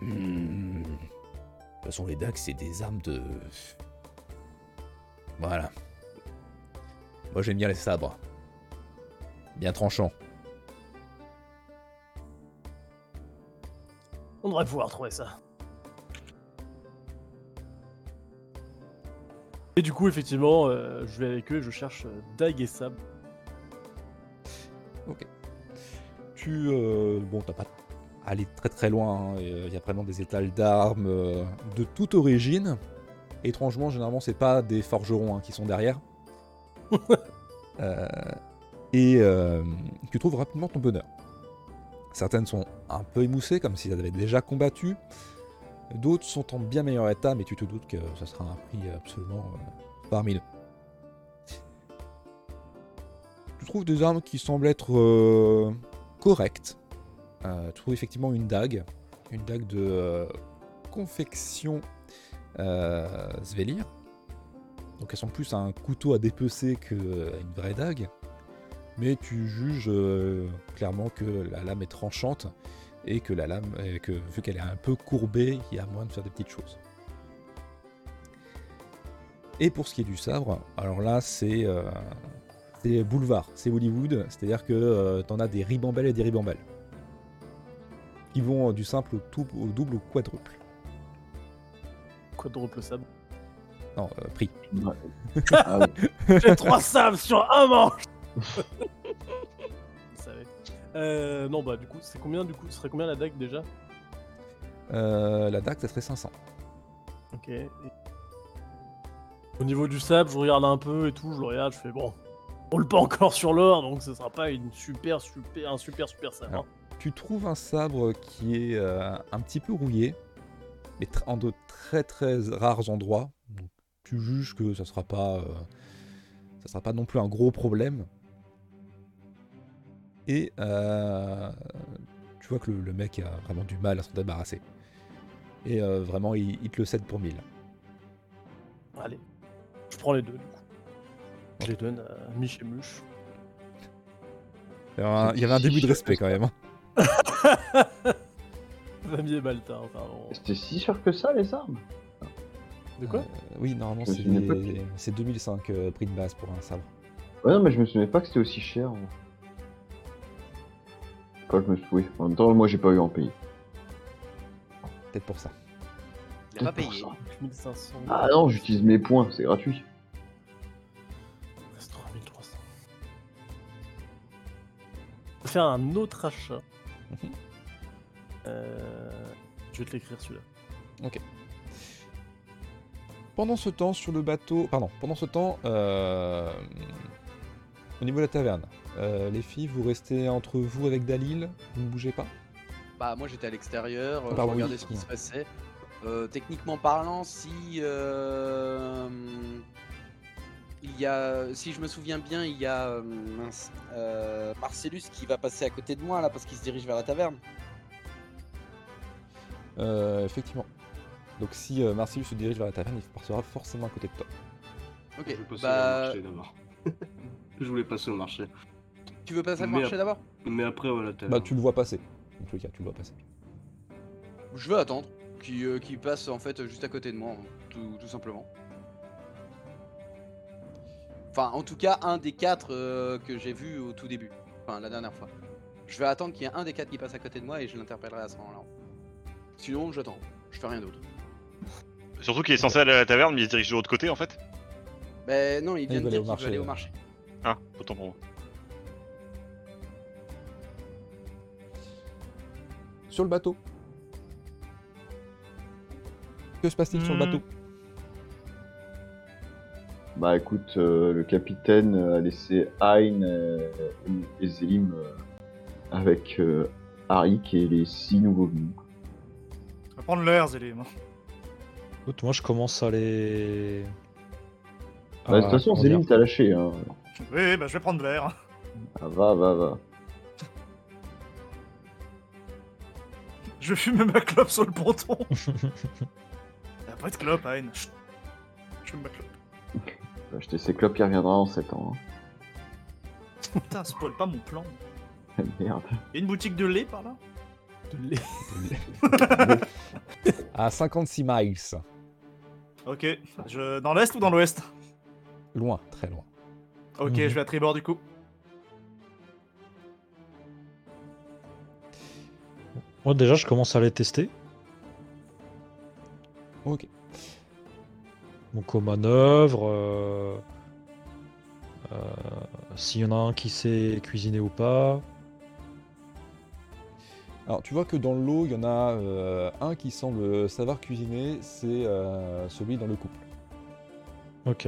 A: Hmm. De toute façon, les dagues, c'est des armes de. Voilà. Moi, j'aime bien les sabres. Bien tranchants.
B: On devrait pouvoir trouver ça. Et du coup, effectivement, euh, je vais avec eux, je cherche euh, dague et sable.
A: Tu. euh, bon, t'as pas à aller très très loin. hein, euh, Il y a vraiment des étals d'armes euh, de toute origine. Étrangement, généralement, c'est pas des forgerons hein, qui sont derrière. Euh, et euh, tu trouves rapidement ton bonheur. Certaines sont un peu émoussées, comme si elles avaient déjà combattu. D'autres sont en bien meilleur état, mais tu te doutes que ça sera un prix absolument euh, parmi Tu trouves des armes qui semblent être euh, correctes. Euh, tu trouves effectivement une dague, une dague de euh, confection euh, Svelir. Donc elles sont plus un couteau à dépecer qu'une vraie dague. Mais tu juges euh, clairement que la lame est tranchante et que la lame, et que, vu qu'elle est un peu courbée, il y a moyen de faire des petites choses. Et pour ce qui est du sabre, alors là c'est euh, c'est boulevard, c'est Hollywood, c'est-à-dire que euh, t'en as des ribambelles et des ribambelles qui vont euh, du simple au, tout- au double ou quadruple.
B: Quadruple sable.
A: Non, euh, prix.
D: Ah oui.
B: J'ai trois sables sur un manche Vous savez. Euh, non, bah du coup, c'est combien du coup Ce serait combien la dague déjà
A: Euh, la DAC, ça serait 500.
B: Ok. et- Au niveau du sable, je regarde un peu et tout, je le regarde, je fais bon. On roule pas encore sur l'or, donc ce sera pas une super, super, un super, super sable. hein.
A: Tu trouves un sabre qui est euh, un petit peu rouillé, mais tr- en de très très rares endroits. Donc, tu juges que ça sera pas, euh, ça sera pas non plus un gros problème. Et euh, tu vois que le, le mec a vraiment du mal à s'en débarrasser. Et euh, vraiment, il, il te le cède pour 1000.
B: Allez. Je prends les deux, du coup. Je les donne à Mich et Muche.
A: Il y avait un- il y avait un début de respect quand même. hein.
B: Vami et Baltar, pardon.
D: C'était si sûr que ça, les armes
B: De quoi
A: Euh, Oui, normalement,
D: Je me
A: c'est
D: souvenais pas
A: des- c'est 2005 euh, prix de base pour un sabre.
D: Ouais, non, mais je me souvenais pas que c'était aussi cher. moi. Pas que je me souviens. En même temps, moi, j'ai pas eu en pays.
A: Peut-être pour ça.
H: Il a pas payé.
B: 1500.
D: Ah non, j'utilise mes points, c'est gratuit.
B: Reste 3300. Je vais faire un autre achat.
A: Mhm.
B: Euh, Je vais te l'écrire celui-là.
A: Pendant ce temps, sur le bateau, pardon, pendant ce temps, euh, au niveau de la taverne, euh, les filles, vous restez entre vous avec Dalil, vous ne bougez pas.
H: Bah moi j'étais à l'extérieur, euh, je
A: Bah oui.
H: regardais ce qui se passait. Euh, techniquement parlant, si euh, il y a, si je me souviens bien, il y a euh, mince, euh, Marcellus qui va passer à côté de moi là parce qu'il se dirige vers la taverne.
A: Euh, effectivement. Donc si euh, Marcellus se dirige vers la taverne, il passera forcément à côté de toi.
H: Ok.
E: Je vais passer au
H: Bah
E: marché d'abord. je voulais passer au marché.
H: tu veux passer à
E: Mais
H: marché d'abord
E: Mais après, voilà, t'as.
A: Bah tu le vois passer. En tout cas, tu le vois passer.
H: Je veux attendre qu'il euh, qu'il passe en fait juste à côté de moi, hein, tout, tout simplement. Enfin, en tout cas, un des quatre euh, que j'ai vu au tout début, enfin la dernière fois. Je vais attendre qu'il y ait un des quatre qui passe à côté de moi et je l'interpellerai à ce moment-là. Sinon, j'attends. Je fais rien d'autre.
I: Surtout qu'il est censé aller à la taverne, mais il se dirige de l'autre côté en fait.
H: Ben non, il vient
A: il
H: de
A: va aller
H: dire
A: au
H: qu'il veut aller au
A: marché,
H: marché.
I: Ah, autant pour moi.
A: Sur le bateau. Que se passe-t-il sur le
C: Hmm.
A: bateau
D: Bah écoute, euh, le capitaine a laissé Hein euh, et Zélim euh, avec euh, Arik et les six nouveaux venus.
C: On va prendre l'heure, Zélim.
F: Écoute, moi je commence à les.
A: Ah,
D: Bah, de toute
F: à-
D: façon,
F: comment dire
D: Zélim t'a lâché. Hein.
C: Oui, oui, bah je vais prendre l'heure.
D: Ah, va, va, va.
C: Je fume ma clope sur le ponton. Y'a pas de clope, Hein. Chut. Je fume ma clope.
D: Bah, Je acheter ces clopes qui reviendra en 7 ans. hein.
C: Putain, spoil pas mon plan.
D: hein. Merde.
C: Y'a une boutique de lait par là
B: De lait.
A: À 56 miles.
C: Ok. Je... Dans l'est ou dans l'ouest
A: Loin, très loin.
C: Ok,
F: Mhm.
C: je vais à tribord du coup.
F: Moi déjà je commence à les tester.
A: Ok.
F: Donc aux manœuvres. euh, euh, S'il y en a un qui sait cuisiner ou pas.
A: Alors, tu vois que dans l'eau, il y en a euh, un qui semble savoir cuisiner, c'est euh, celui dans le couple.
F: Ok.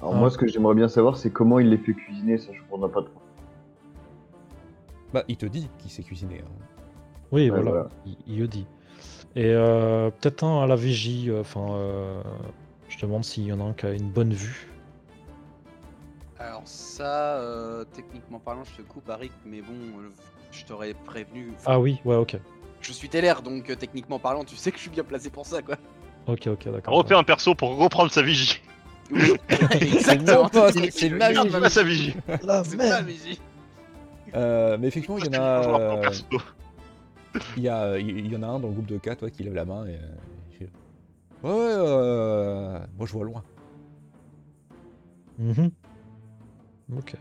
D: Alors,
F: Ah.
D: moi, ce que j'aimerais bien savoir, c'est comment il les fait cuisiner, ça, je comprends pas trop.
A: Bah, il te dit qu'il sait cuisiner. hein.
F: Oui,
D: Ouais,
F: voilà,
D: voilà.
F: Il, il le dit. Et euh, peut-être un à la vigie. euh, Enfin, euh, je demande s'il y en a un qui a une bonne vue.
H: Alors ça, euh, techniquement parlant, je te coupe, Arik, mais bon, euh, je t'aurais prévenu. Enfin,
F: Ah oui, ouais, ok.
H: Je suis TLR, donc euh, techniquement parlant, tu sais que je suis bien placé pour ça, quoi.
F: Ok, ok, d'accord.
I: Refais un perso pour reprendre sa vigie.
H: Oui, exactement.
A: mon poste, c'est ma
H: le
A: vigie.
H: garde,
I: Pas sa vigie.
F: La
H: C'est ma
F: merde
H: vigie.
A: Euh, mais effectivement, il y en
I: Je reprends
A: a, euh,
I: perso.
A: il y, a- euh, il y en a un dans le groupe de 4 qui lève la main et. euh, il fait, Ouais, ouais, euh, moi je vois loin.
F: Mhm. Ok.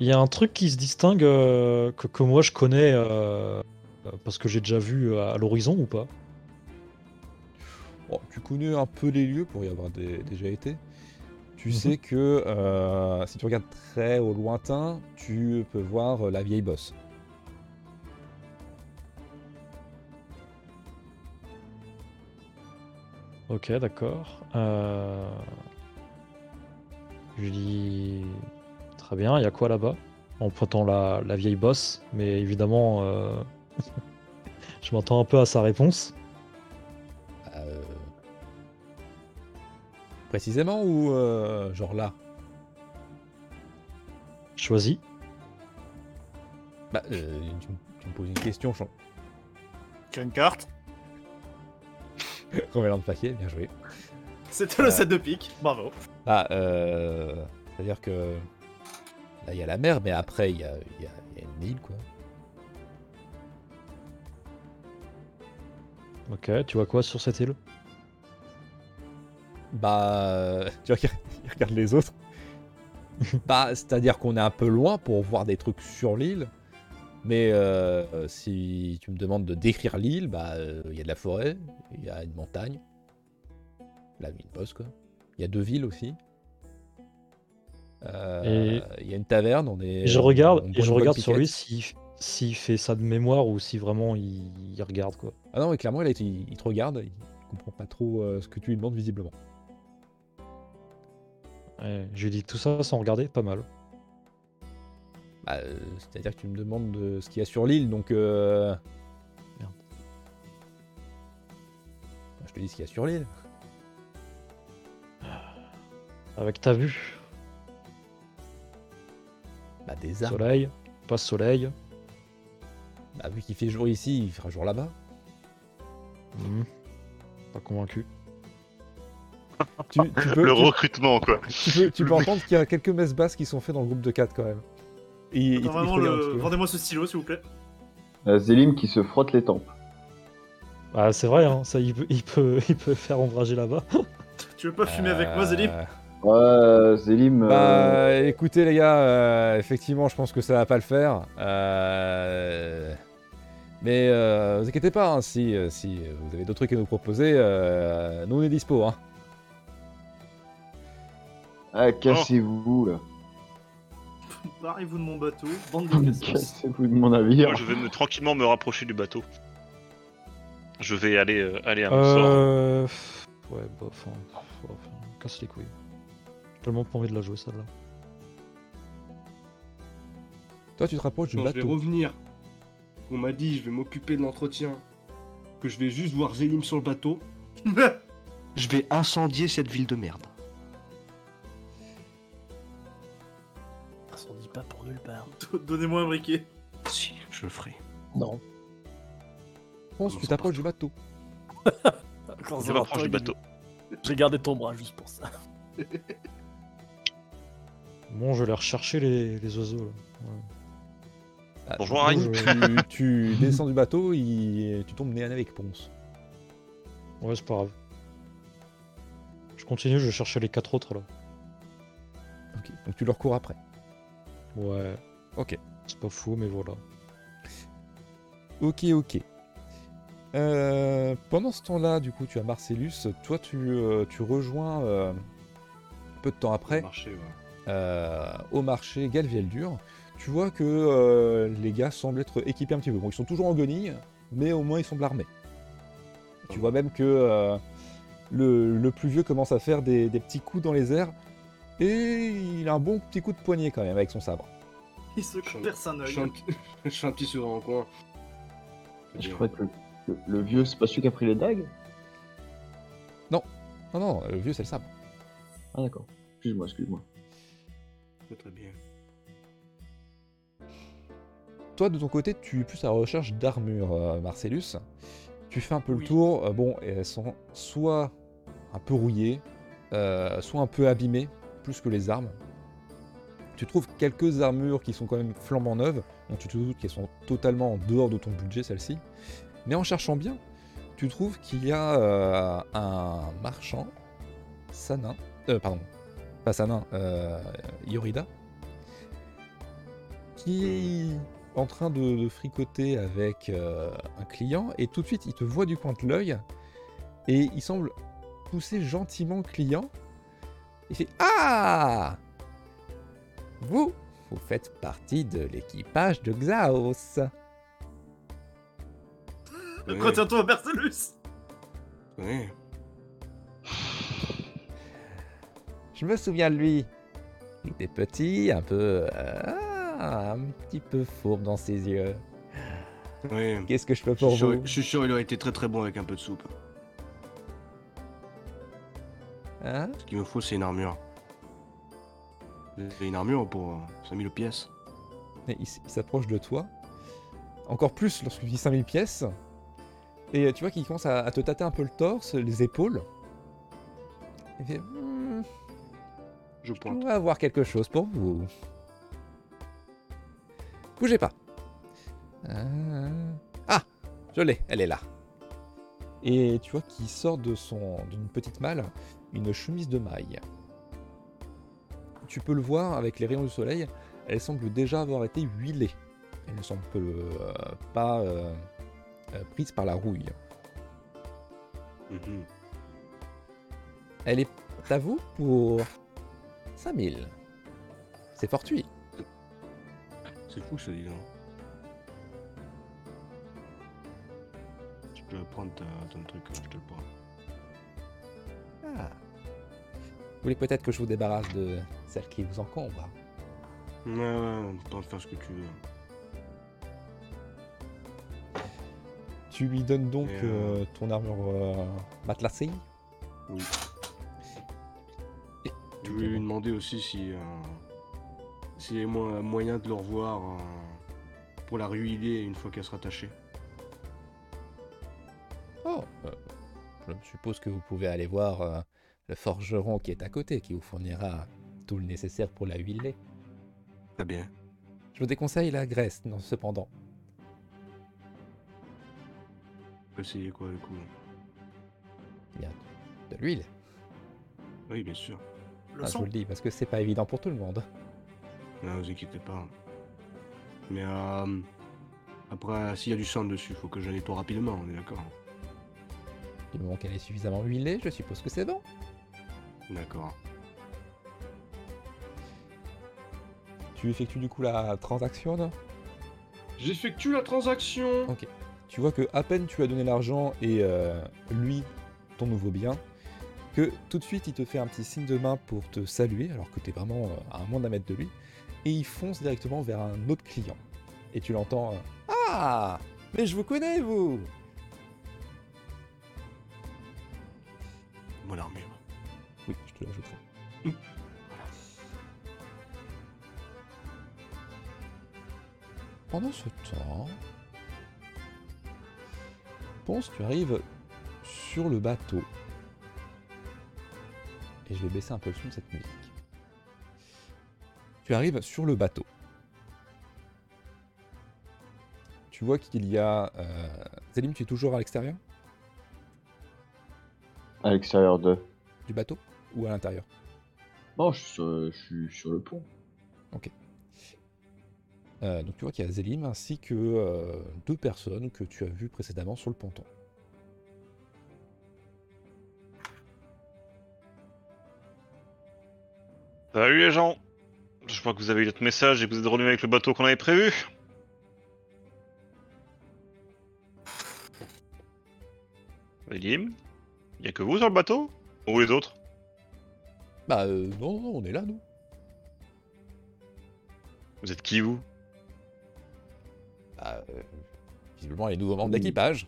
F: Il y a un truc qui se distingue euh, que, que moi je connais euh, euh, parce que j'ai déjà vu euh, à, à l'horizon ou pas
A: Bon, tu connais un peu les lieux pour y avoir dé- déjà été. Tu sais que euh, si tu regardes très au lointain, tu peux voir euh, la vieille bosse.
F: Ok, d'accord. Euh, Je lui dis très bien, il y a quoi là-bas En pointant la, la vieille bosse, mais évidemment, euh, je m'attends un peu à sa réponse.
A: Euh, Précisément ou euh, genre là
F: Choisis.
A: Bah, euh, tu, m- tu me poses une question, je
C: Tu as une carte
A: remets dans le paquet, bien joué.
C: C'était le
A: Euh.
C: set de pique. Bravo.
A: Ah, euh, c'est-à-dire que là, il y a la mer, mais après, il y a, il y a- il y a une île, quoi.
F: Ok, tu vois quoi sur cette île
A: Bah, euh, tu regardes, il regarde les autres. bah, c'est-à-dire qu'on est un peu loin pour voir des trucs sur l'île. Mais euh, si tu me demandes de décrire l'île, bah, euh, il y a de la forêt, il y a une montagne, la mine poste, quoi. Il y a deux villes aussi. Euh, Il y a une taverne, on est.
F: Et je
A: on-
F: regarde,
A: euh, on boit
F: et je
A: une bonne
F: regarde sur lui
A: piquette.
F: s'il s'il fait ça de mémoire ou si vraiment il, il regarde quoi.
A: Ah non, mais clairement, il, a été- il te regarde, il comprend pas trop euh, ce que tu lui demandes visiblement.
F: Ouais, je lui dis tout ça sans regarder, pas mal.
A: Bah, euh, c'est-à-dire que tu me demandes de ce qu'il y a sur l'île, donc. euh,
F: Merde.
A: Bah, Je te dis ce qu'il y a sur l'île.
F: Ah. Avec ta vue,
A: Bah, des arbres.
F: soleil, pas soleil.
A: Bah, vu qu'il fait jour ici, il fera jour là-bas.
F: Mhm. Pas convaincu.
A: Tu, tu peux,
I: Le
A: tu,
I: recrutement, quoi.
A: tu peux, tu peux entendre qu'il y a quelques messes basses qui sont faites dans le groupe de 4 quand même. Et il- il-
C: Attends,
A: il te
C: vraiment,
A: regarde,
C: le...
A: tu vois.
C: vendez-moi ce stylo, s'il vous plaît.
D: Euh, Zélim qui se frotte les tempes.
F: Ah, c'est vrai, hein, ça, il, peut, il, peut, il peut faire ombrager là-bas.
C: Tu veux pas fumer avec moi, Zélim
A: Euh,
D: Ouais, euh, Zélim. euh,
A: Bah, écoutez les gars, euh, effectivement, je pense que ça va pas le faire. Euh, Mais euh, vous inquiétez pas, hein, si, euh, si vous avez d'autres trucs à nous proposer, euh, nous on est dispo. Hein.
D: Ah, cassez-vous, là.
C: Barrez-vous de mon bateau, bande de cassos.
D: Cassez-vous de mon navire.
I: Moi, je vais me- tranquillement me rapprocher du bateau. Je vais aller, euh, aller à mon sort.
F: Euh, Ouais, bof. hein. Pff, ouais, enfin, casse les couilles. J'ai tellement pas envie de la jouer celle-là.
A: Toi, tu te rapproches du
E: Quand je vais
A: bateau.
E: revenir, on m'a dit je vais m'occuper de l'entretien, que je vais juste voir Zélim sur le bateau, je vais incendier cette ville de merde.
B: On s'en dit pas pour nulle part.
C: Donnez-moi un briquet.
E: Si, je le ferai.
B: Non.
A: Ponce, tu t'approches du bateau.
B: Quand
I: Je m'approche du bateau.
B: J'ai gardé ton bras juste pour ça.
F: Bon, je vais aller rechercher les, les oiseaux là. Ouais.
A: Ah,
I: Bonjour,
A: du coup, Tu, tu
F: Mhm.
A: descends du bateau et tu tombes nez à nez avec Ponce.
F: Ouais, c'est pas grave. Je continue, je vais chercher les quatre autres là.
A: Ok. Donc tu leur cours après.
F: Ouais.
A: Ok.
F: C'est pas fou, mais voilà.
A: Ok, ok. Euh, pendant ce temps-là, du coup, tu as Marcellus. Toi, tu, euh, tu rejoins euh, peu de temps après
E: Marché, ouais.
A: euh, au marché Galviel-Dur. Tu vois que euh, les gars semblent être équipés un petit peu. Bon, ils sont toujours en guenilles, mais au moins ils semblent armés. Tu vois même que euh, le, le plus vieux commence à faire des, des petits coups dans les airs. Et il a un bon petit coup de poignet quand même avec son sabre.
C: Il se perce un
E: Je
C: œil.
E: fais un, petit- je fais un petit sourire en coin.
D: Je crois que le, le- le vieux, c'est pas celui qui a pris les dagues
A: Non, non, le vieux c'est le sabre.
D: Ah d'accord. Excuse-moi, excuse-moi.
E: Très bien.
A: Toi, de ton côté, tu es plus à la recherche d'armures, euh, Marcellus. Tu fais un peu le
C: Oui.
A: tour. euh, bon, elles sont soit un peu rouillées, euh, soit un peu abîmées, plus que les armes. Tu trouves quelques armures qui sont quand même flambant neuves, donc tu te doutes qu'elles sont totalement en dehors de ton budget, celles-ci. Mais en cherchant bien, tu trouves qu'il y a euh, un marchand, Sanin, euh, pardon, pas Sanin, euh, Yorida, qui est en train de, de fricoter avec euh, un client et tout de suite il te voit du coin de l'œil et il semble pousser gentiment le client. Il fait Ah Vous, vous faites partie de l'équipage de Xaos.
E: Ouais,
C: Retiens-toi, Marcellus
E: ouais.
A: Je me souviens de lui. Il était petit, un peu. ah, un petit peu fourbe dans ses yeux.
E: Ouais.
A: Qu'est-ce que je peux
E: Je suis
A: pour
E: sûr-
A: vous
E: je suis sûr, il aurait été très très bon avec un peu de soupe.
A: Hein
E: Ce qu'il me faut, c'est une armure. Vous avez une armure pour euh, 5000 pièces
A: Et il s- il s'approche de toi. Encore plus lorsqu'il dit 5000 pièces. Et euh, tu vois qu'il commence à, à te tâter un peu le torse, les épaules. Il fait, Hmm,
E: Je
A: on
E: pointe.
A: va avoir quelque chose pour vous. Bougez pas. Euh, Ah, je l'ai, elle est là. Et tu vois qu'il sort de son d'une petite malle une chemise de maille. Tu peux le voir avec les rayons du soleil, elle semble déjà avoir été huilée. Elle ne semble euh, pas euh, euh, prise par la rouille.
E: Mhm.
A: Elle est à vous pour 5000. C'est fortuit.
E: C'est fou, ça, dis donc. Tu peux prendre ta- ton truc, je te le prends.
A: Ah. Vous voulez peut-être que je vous débarrasse de celle qui vous encombre
E: Ouais, ouais, t'en faire ce que tu veux.
A: Tu lui donnes donc
E: Et, euh,
A: euh, ton armure euh, matelassée
E: Oui.
A: Et
E: Je
A: tout
E: voulais
A: est
E: lui
A: bon.
E: demander aussi si. euh, s'il y a mo- moyen de le revoir euh, pour la ruiler une fois qu'elle sera tachée.
A: Oh, euh, je suppose que vous pouvez aller voir euh, le forgeron qui est à côté, qui vous fournira tout le nécessaire pour la huiler.
E: Très bien.
A: Je vous déconseille la graisse, non, cependant.
E: On peut essayer quoi, du coup
A: De l'huile,
E: Oui, bien sûr.
C: Le
A: hein, je
C: sang.
A: vous le dis, parce que c'est pas évident pour tout le monde.
E: Ne vous inquiétez pas. Mais euh, après, s'il y a du sang dessus, faut que je nettoie rapidement, on est d'accord
A: Du moment qu'elle est suffisamment huilée, je suppose que c'est bon.
E: D'accord.
A: Tu effectues du coup la transaction non
E: J'effectue la transaction
A: Tu vois que à peine tu as donné l'argent et euh, lui ton nouveau bien, que tout de suite il te fait un petit signe de main pour te saluer alors que t'es vraiment euh, à un moins d'un mètre de lui et il fonce directement vers un autre client. Et tu l'entends euh, Ah Mais je vous connais vous
E: Mon armure.
A: Oui, je te l'ajoute. Pendant ce temps, Ponce, tu arrives sur le bateau. Et je vais baisser un peu le son de cette musique. Tu arrives sur le bateau. Tu vois qu'il y a... euh, Zélim, tu es toujours à l'extérieur
D: À l'extérieur de.
A: du bateau Ou à l'intérieur
D: Non, je suis sur, je suis sur le pont.
A: Euh, donc tu vois qu'il y a Zélim ainsi que euh, deux personnes que tu as vues précédemment sur le ponton.
I: Salut les gens Je crois que vous avez eu notre message et que vous êtes revenus avec le bateau qu'on avait prévu. Elim Il y a que vous sur le bateau Ou les autres
A: Bah euh, non, non, on est là, nous.
I: Vous êtes qui vous
A: Bah, euh, visiblement les nouveaux membres d'équipage.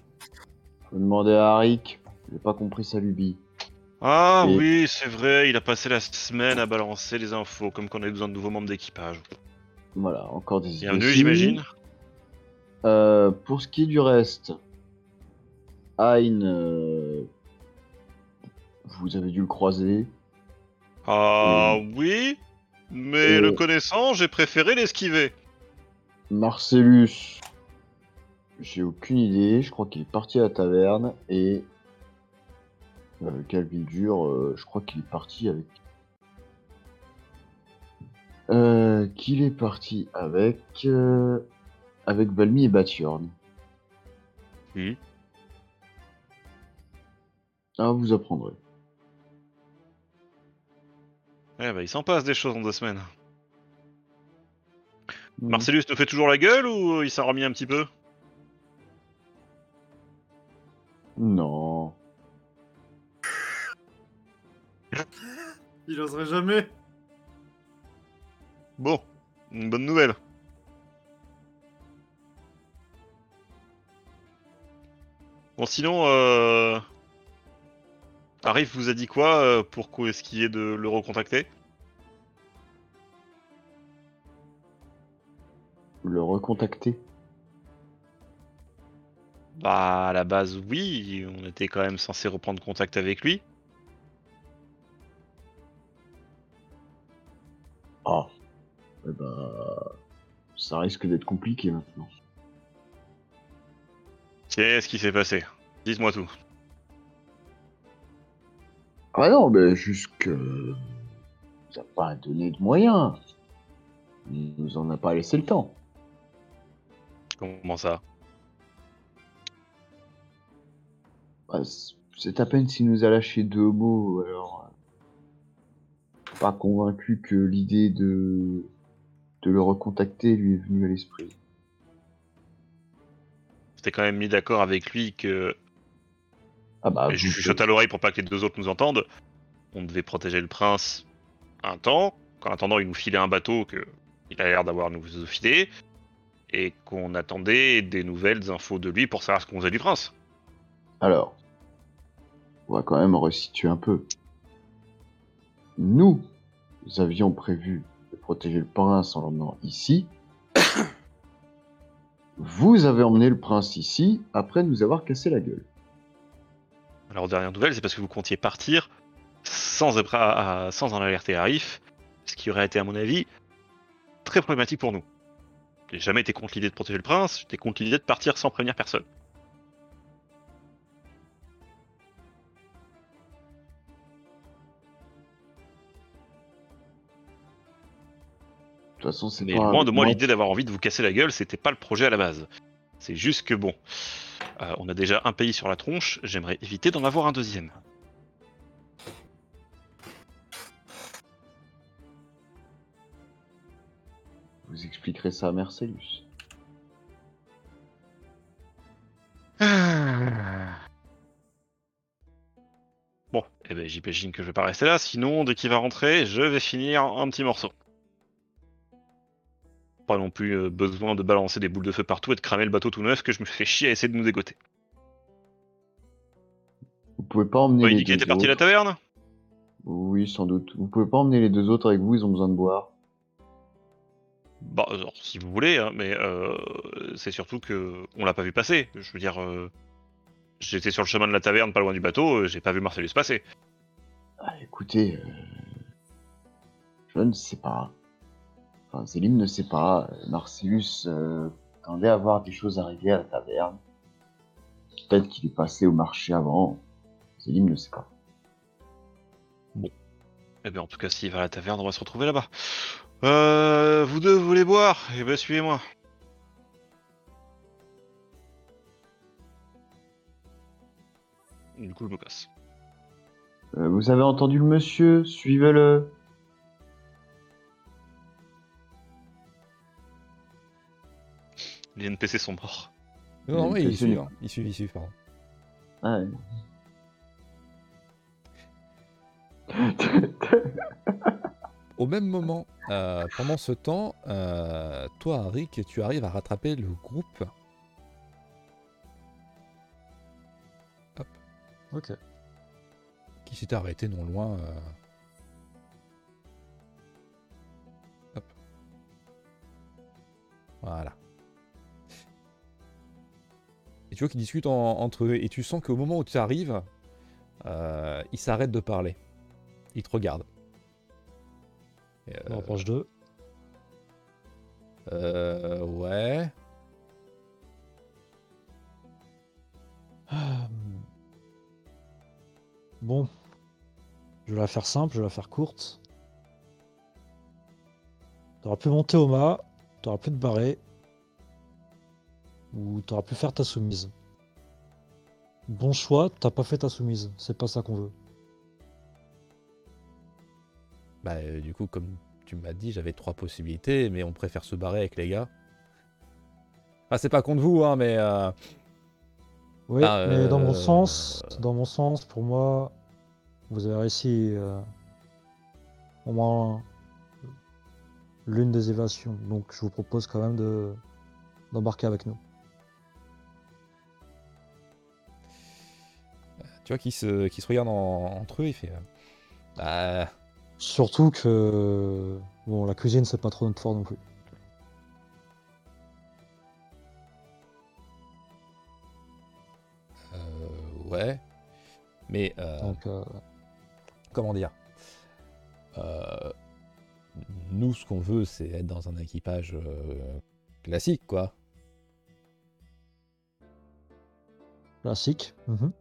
D: Je vais demander à Arik. J'ai pas compris sa lubie.
I: Ah
D: Et-
I: oui, c'est vrai, il a passé la semaine à balancer les infos, comme qu'on avait besoin de nouveaux membres d'équipage.
D: Voilà, encore des
I: Bienvenue,
D: idioties.
I: j'imagine.
D: Euh, pour ce qui est du reste, Hein, euh, vous avez dû le croiser. Euh,
I: Ah oui, mais
D: Et-
I: le connaissant, j'ai préféré l'esquiver.
D: Marcellus, j'ai aucune idée. Je crois qu'il est parti à la taverne et euh, Calvildur, euh, je crois qu'il est parti avec. Euh, qu'il est parti avec euh, avec Balmy et Batiorn.
I: Hmm.
D: Ah, vous apprendrez.
I: Eh bah, il s'en passe des choses en deux semaines. Marcellus te fait toujours la gueule ou euh, il s'en remis un petit peu
D: Non.
C: Il oserait jamais.
I: Bon, une bonne nouvelle. Bon, sinon, euh... Arif vous a dit quoi euh, pour qu'on- ce qui est de le recontacter
D: Le recontacter.
I: Bah, à la base, oui, on était quand même censé reprendre contact avec lui.
D: Ah. Eh bah, ça risque d'être compliqué maintenant.
I: Qu'est-ce qui s'est passé Dites-moi tout.
D: Ah non, mais jusque. euh, Ça n'a pas donné de moyens. Il nous en a pas laissé le temps.
I: Comment ça
D: Bah, c- C'est à peine s'il nous a lâché deux mots, alors. euh, je suis Pas convaincu que l'idée de. de le recontacter lui est venue à l'esprit.
I: T'es quand même mis d'accord avec lui que
D: Ah bah.
I: Et je
D: vous-
I: chuchote à l'oreille pour pas que les deux autres nous entendent. On devait protéger le prince un temps, qu'en attendant il nous filait un bateau que il a l'air d'avoir nous filé, et qu'on attendait des nouvelles infos de lui pour savoir ce qu'on faisait du prince.
D: Alors, on va quand même resituer un peu. Nous avions prévu de protéger le prince en l'emmenant ici. Vous avez emmené le prince ici après nous avoir cassé la gueule.
I: Alors dernière nouvelle, c'est parce que vous comptiez partir sans, appra- à- à- sans en alerter Arif, ce qui aurait été à mon avis très problématique pour nous. J'ai jamais été contre l'idée de protéger le prince, j'étais contre l'idée de partir sans prévenir personne.
D: De toute façon, c'est
I: Mais
D: pas un
I: loin de moi
D: argument.
I: l'idée d'avoir envie de vous casser la gueule, c'était pas le projet à la base. C'est juste que bon, euh, on a déjà un pays sur la tronche, j'aimerais éviter d'en avoir un deuxième.
D: Vous expliquerez ça à Marcellus.
I: Ah. bon, eh ben, j'imagine que je vais pas rester là, sinon dès qu'il va rentrer, je vais finir un petit morceau. Pas non plus euh, besoin de balancer des boules de feu partout et de cramer le bateau tout neuf que je me fais chier à essayer de nous dégoter.
D: Vous pouvez pas emmener
I: Ouais, il
D: les
I: dit qu'il
D: deux
I: était parti de la
D: autres.
I: taverne
D: Oui, sans doute. Vous pouvez pas emmener les deux autres avec vous, ils ont besoin de boire.
I: Bah, alors, si vous voulez, hein, mais euh, c'est surtout que on l'a pas vu passer. Je veux dire, euh, j'étais sur le chemin de la taverne, pas loin du bateau, euh, j'ai pas vu Marcellus passer.
D: Ah, écoutez, euh, je ne sais pas. Enfin, Zélim ne sait pas. Marcellus euh, attendait à voir des choses arriver à la taverne. Peut-être qu'il est passé au marché avant. Zélim ne sait pas.
I: Eh bien, en tout cas, s'il va à la taverne, on va se retrouver là-bas. Euh, vous deux, vous voulez boire Eh ben, suivez-moi. Du coup, je me casse.
D: Euh, vous avez entendu le monsieur Suivez-le.
I: Les NPC sont morts.
A: Non, non,
D: Il
A: oui,
D: fait
A: ils
D: signe.
A: suivent, hein. ils suivent, ils suivent, pardon.
D: Ah, ouais.
A: Au même moment, euh, pendant ce temps, euh, toi, Rick, tu arrives à rattraper le groupe. Hop.
F: Ok.
A: Qui s'était arrêté non loin. euh. Hop. Voilà. Et tu vois qu'ils discutent en- entre eux. Et tu sens qu'au moment où tu arrives, euh, ils s'arrêtent de parler. Ils te regardent. Et,
F: On
A: euh,
F: rapproche d'eux.
A: euh, ouais.
F: Ah, hmm. Bon. Je vais la faire simple, je vais la faire courte. T'auras pu monter au mât, t'auras pu te barrer, ou t'auras pu faire ta soumise. Bon choix, t'as pas fait ta soumise, c'est pas ça qu'on veut.
A: Bah, euh, du coup, comme tu m'as dit, j'avais trois possibilités, mais on préfère se barrer avec les gars. Ah, c'est pas contre vous, hein, mais. euh,
F: Oui,
A: Ah,
F: mais dans mon
A: euh,
F: sens, dans mon sens, pour moi, vous avez réussi euh, au moins l'une des évasions. Donc, je vous propose quand même de d'embarquer avec nous.
A: tu vois, qui se, qui se regardent en- entre eux, il fait. euh, bah,
F: Surtout que bon, la cuisine c'est pas trop notre fort non plus.
A: euh, ouais. Mais, euh,
F: Donc, euh,
A: comment dire Euh, Nous, ce qu'on veut, c'est être dans un équipage euh, classique, quoi.
F: classique. Mhm.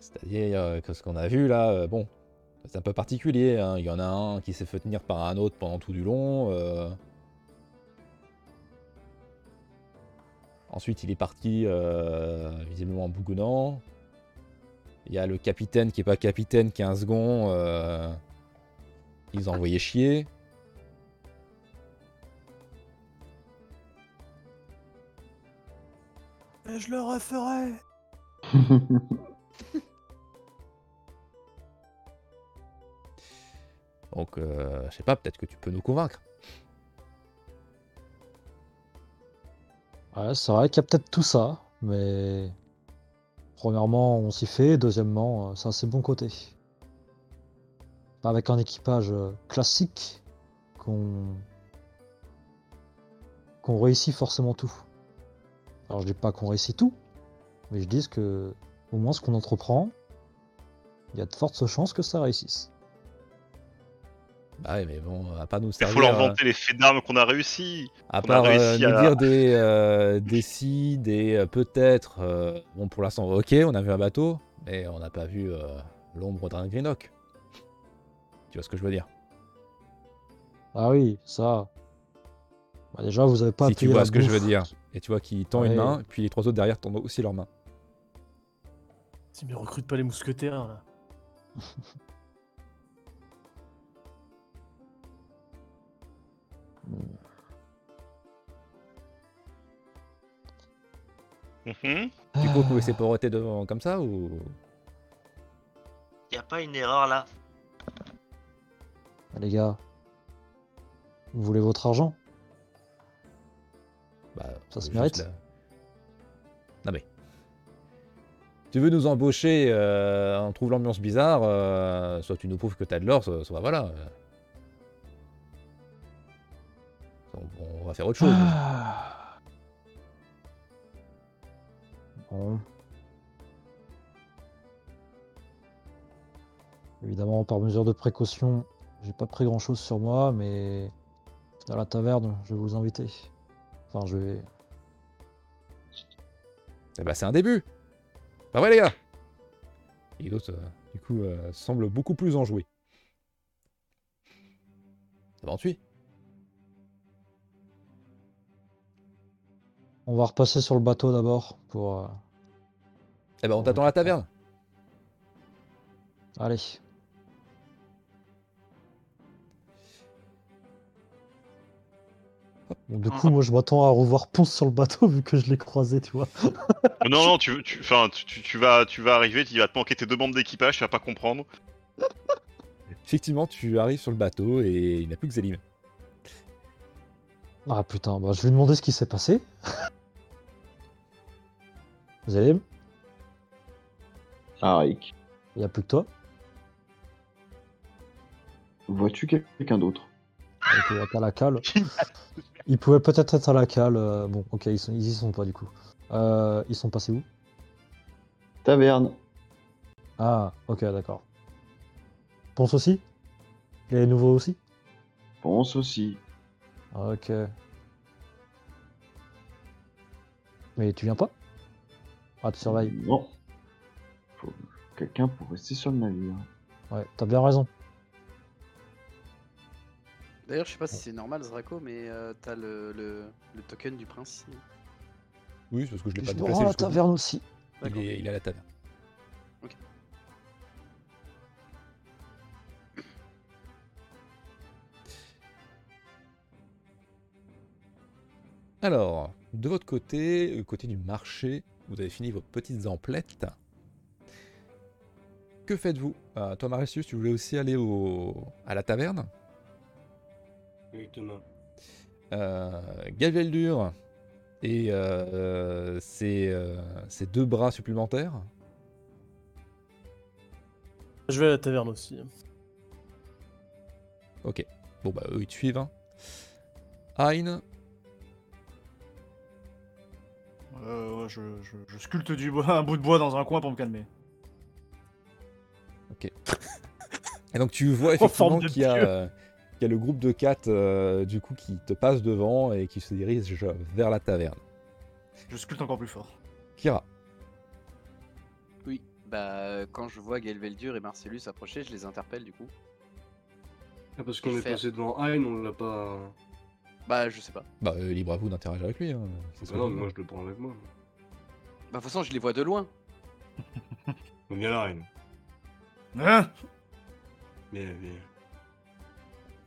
A: C'est-à-dire euh, que ce qu'on a vu là, euh, bon, c'est un peu particulier. hein. Il y en a un qui s'est fait tenir par un autre pendant tout du long. euh. Ensuite, il est parti euh, visiblement en bougonnant. Il y a le capitaine qui est pas capitaine, qui est un second. euh, Ils ont envoyé chier.
B: Et je le referai.
A: Donc, euh, je sais pas, peut-être que tu peux nous convaincre.
F: Ouais, c'est vrai qu'il y a peut-être tout ça, mais premièrement, on s'y fait. Deuxièmement, euh, c'est un assez bon côté. Pas Avec un équipage euh, classique, qu'on qu'on réussit forcément tout. Alors, je dis pas qu'on réussit tout, mais je dis que au moins ce qu'on entreprend, il y a de fortes chances que ça réussisse.
A: Bah ouais, mais bon, à pas nous
I: Il
A: servir.
I: faut leur
A: euh,
I: vanter les faits d'armes qu'on a réussi.
A: À
I: On a
A: part euh,
I: réussi
A: nous
I: à-
A: dire des, euh, des si, des euh, peut-être. euh, bon, pour l'instant, ok, on a vu un bateau, mais on n'a pas vu euh, l'ombre d'un Greenock. Tu vois ce que je veux dire
F: Ah oui, ça. Bah, déjà, vous avez pas
A: Si tu
F: appuyé
A: vois
F: la
A: ce que je veux
F: bouffe.
A: dire. Et tu vois qu'il tend une
F: Ouais.
A: main, puis les trois autres derrière tendent aussi leur main.
B: Si, mais recrute pas les mousquetaires là.
I: Mhm.
A: Du coup, vous
F: Ah.
I: Mhm.
F: Ah.
A: pouvez s'épaureter devant comme ça ou
J: pas une erreur là
F: Ah, Les gars, vous voulez votre argent
A: Bah,
F: Ça se
A: juste
F: mérite.
A: Non mais. Tu veux nous embaucher, euh, on trouve l'ambiance bizarre, euh, soit tu nous prouves que t'as de l'or, soit, soit voilà. euh. On, on va faire autre chose.
F: Ah. Bon. Évidemment, par mesure de précaution, j'ai pas pris grand chose sur moi, mais dans la taverne, je vais vous inviter. Enfin, je vais.
A: Eh bah c'est un début. Pas vrai les gars Et l'autre, euh, du coup, euh, semble beaucoup plus enjoué. Ça va ensuite
F: On va repasser sur le bateau d'abord pour. euh,
A: Eh bah on t'attend à la taverne.
F: Allez. Bon, du coup, moi, je m'attends à revoir Ponce sur le bateau vu que je l'ai croisé, tu vois.
I: Non, non, tu, tu, enfin, tu- tu, tu vas, tu vas arriver, tu vas te manquer tes deux membres d'équipage, tu vas pas comprendre.
A: Effectivement, tu arrives sur le bateau et il n'y a plus que Zélim.
F: Ah putain, bah, je lui ai demandé ce qui s'est passé. Vous allez
D: Ah, Rick.
F: Il n'y a plus que toi.
D: Vois-tu quelqu'un d'autre
F: Ah, Il pouvait être à la cale. Ils pouvaient peut-être être à la cale. euh, Bon, ok, ils, sont, ils y sont pas du coup. Euh, ils sont passés où
D: Taverne.
F: Ah, ok, d'accord. Ponce aussi Les nouveaux aussi
D: Pense aussi.
F: Ok. Mais tu viens pas Ah, tu surveilles.
D: Non. Faut quelqu'un pour rester sur le navire.
F: Ouais, t'as bien raison.
H: D'ailleurs, je sais pas si c'est normal, Zrako, mais euh, t'as le, le, le token du prince.
A: Oui, c'est parce que je l'ai pas
F: Je me
A: déplacé.
F: rends à la
A: jusqu'au bout.
F: taverne aussi.
A: Il est, il est à la taverne.
H: Ok.
A: Alors, de votre côté, euh, côté du marché, vous avez fini vos petites emplettes. Que faites-vous Euh, Toi, Marius, tu voulais aussi aller au... à la taverne
E: Exactement.
A: euh, Gaveldur et euh, euh, ses, euh, ses deux bras supplémentaires.
B: Je vais à la taverne aussi.
A: Ok. Bon, bah, eux, ils te suivent. hein. Hein,
C: Euh, ouais, je, je- je sculpte du bois, un bout de bois dans un coin pour me calmer.
A: Et donc, tu vois
B: En
A: effectivement
B: forme de
A: qu'il y, a,
B: pieu.
A: euh, qu'il y a le groupe de 4 du coup, qui te passe devant et qui se dirige vers la taverne.
C: Je sculpte encore plus fort.
A: Kira,
H: Oui. Bah, euh, quand je vois Gaelveldur et Marcellus approcher, je les interpelle du coup.
E: Ah, parce qu'on est
H: Faire.
E: passé devant Hein, on l'a pas.
H: Bah, je sais pas.
A: bah, euh, libre à vous d'interagir avec lui. hein. C'est ce
E: Bah
A: que
E: non,
A: je
E: mais
A: dis.
E: moi je le prends avec moi.
H: Bah, de toute façon, je les vois de loin.
E: On vient la reine.
C: Hein
E: Mais, mais-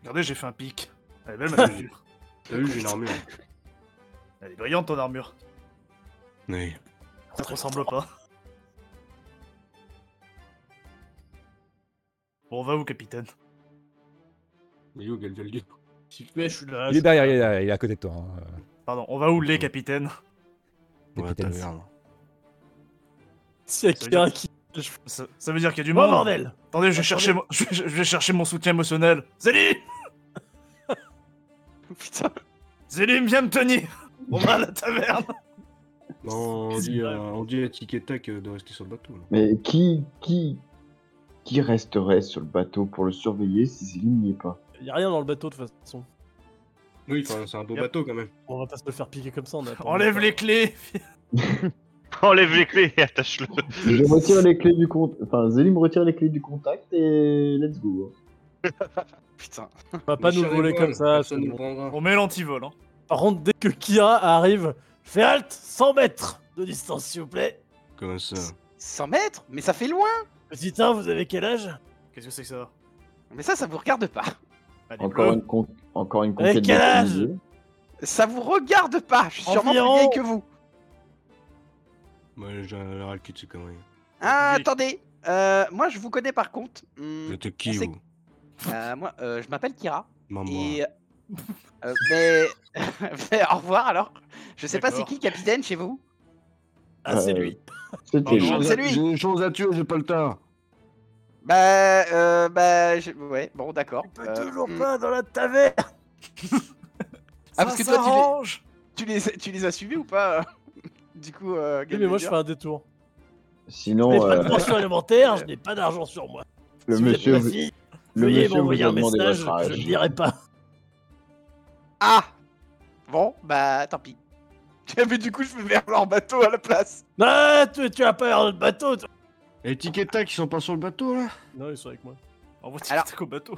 C: Regardez, j'ai fait un pic. Elle est belle ma armure.
E: T'as vu, j'ai une armure.
C: Elle est brillante ton armure.
E: Oui.
C: Ça te ressemble pas. Bon, on va où, capitaine
E: Mais yo, Galvaldi.
B: Si tu fais, je suis là.
A: Il est derrière, il est, derrière, il est à côté de toi. hein, euh,
C: Pardon, on va où, les capitaines
E: Ouais,
A: capitaine.
E: taverne.
B: S'il y a quelqu'un qui. Je...
C: ça, ça veut dire qu'il y a du
B: Oh
C: monde hein.
B: bordel
C: Attendez, je vais,
B: Attendez.
C: chercher mon, je, vais, je vais chercher mon soutien émotionnel. Zélie
H: Putain.
C: Zélie, viens me tenir On va à la taverne
E: Non, on
B: C'est
E: dit,
B: vrai.
E: euh, on dit à Tic et Tac euh, de rester sur le bateau. là.
D: Mais qui, qui, qui resterait sur le bateau pour le surveiller si Zélim n'y est pas
B: Il y a rien dans le bateau de toute façon.
E: Oui, enfin, c'est un beau
B: Yep.
E: bateau quand même.
B: On va pas se le faire piquer comme ça. On a pas-
C: Enlève les clés
I: Enlève les clés et attache-le.
D: Je retire les clés du compte. Enfin, Zélim retire les clés du contact et let's go.
H: Putain.
B: On va pas
E: Mais
B: nous
E: sur les
B: voler
E: voiles,
B: comme ça.
E: personne
B: c'est
E: nous
B: bon.
E: prendra.
C: On met l'antivol, hein.
B: Par contre, dès que Kira arrive, fais halte 100 mètres de distance, s'il vous plaît.
E: Comment ça
H: 100 mètres Mais ça fait loin
B: Putain, vous avez quel âge
C: Qu'est-ce que c'est que ça
H: Mais ça, ça vous regarde pas.
C: Ah, des
D: Encore
C: bleus.
D: une, con- encore une
B: Avec
D: conquête.
B: quel
D: de
B: âge
D: Zélim.
H: Ça vous regarde pas Je suis sûrement
B: Environ.
H: plus vieille que vous.
E: Moi, j'ai un ras le cul de ces conneries.
H: Ah,
C: Oui.
H: attendez Euh, moi, je vous connais par contre. Hum,
E: Vous êtes qui,
H: on sait-
E: vous
H: euh, moi, euh, je m'appelle Kira.
E: Maman.
H: Et. euh, mais... mais Au revoir alors. Je sais pas c'est
C: D'accord.
H: qui capitaine chez vous.
B: Ah, c'est
D: Euh,
B: lui.
D: C'était
H: non,
D: lui.
H: c'est lui.
E: J'ai une chose à tuer, j'ai pas le temps.
H: Bah, euh, bah, je- ouais, bon, d'accord. Euh, hum.
B: dans la taverne
H: Ah,
C: Ça
H: parce que toi, tu les-
C: s'arrange
H: tu les, tu les as suivis ou pas euh, Du coup, euh,
B: Oui, mais moi je
H: Gabriel
B: fais un détour. Je n'ai
D: Sinon,
B: pas
D: euh,
B: de pension alimentaire, je n'ai pas d'argent sur moi.
D: le
B: si vous êtes
D: monsieur,
B: ma
D: vous-
B: fille,
D: le
B: veuillez
D: monsieur vous
B: m'envoyer
D: a
B: un
D: demandé
B: message,
D: votre
B: je ne
D: âge.
B: dirai pas.
H: Ah Bon, bah, tant pis. Eh, Mais du coup, je vais vers leur bateau à la place.
B: Ah, tu, tu as peur de bateau toi.
E: Et Tiketa qui sont pas sur le bateau, là
B: Non, ils sont avec moi.
C: Envoie
H: Alors-
C: tic au bateau.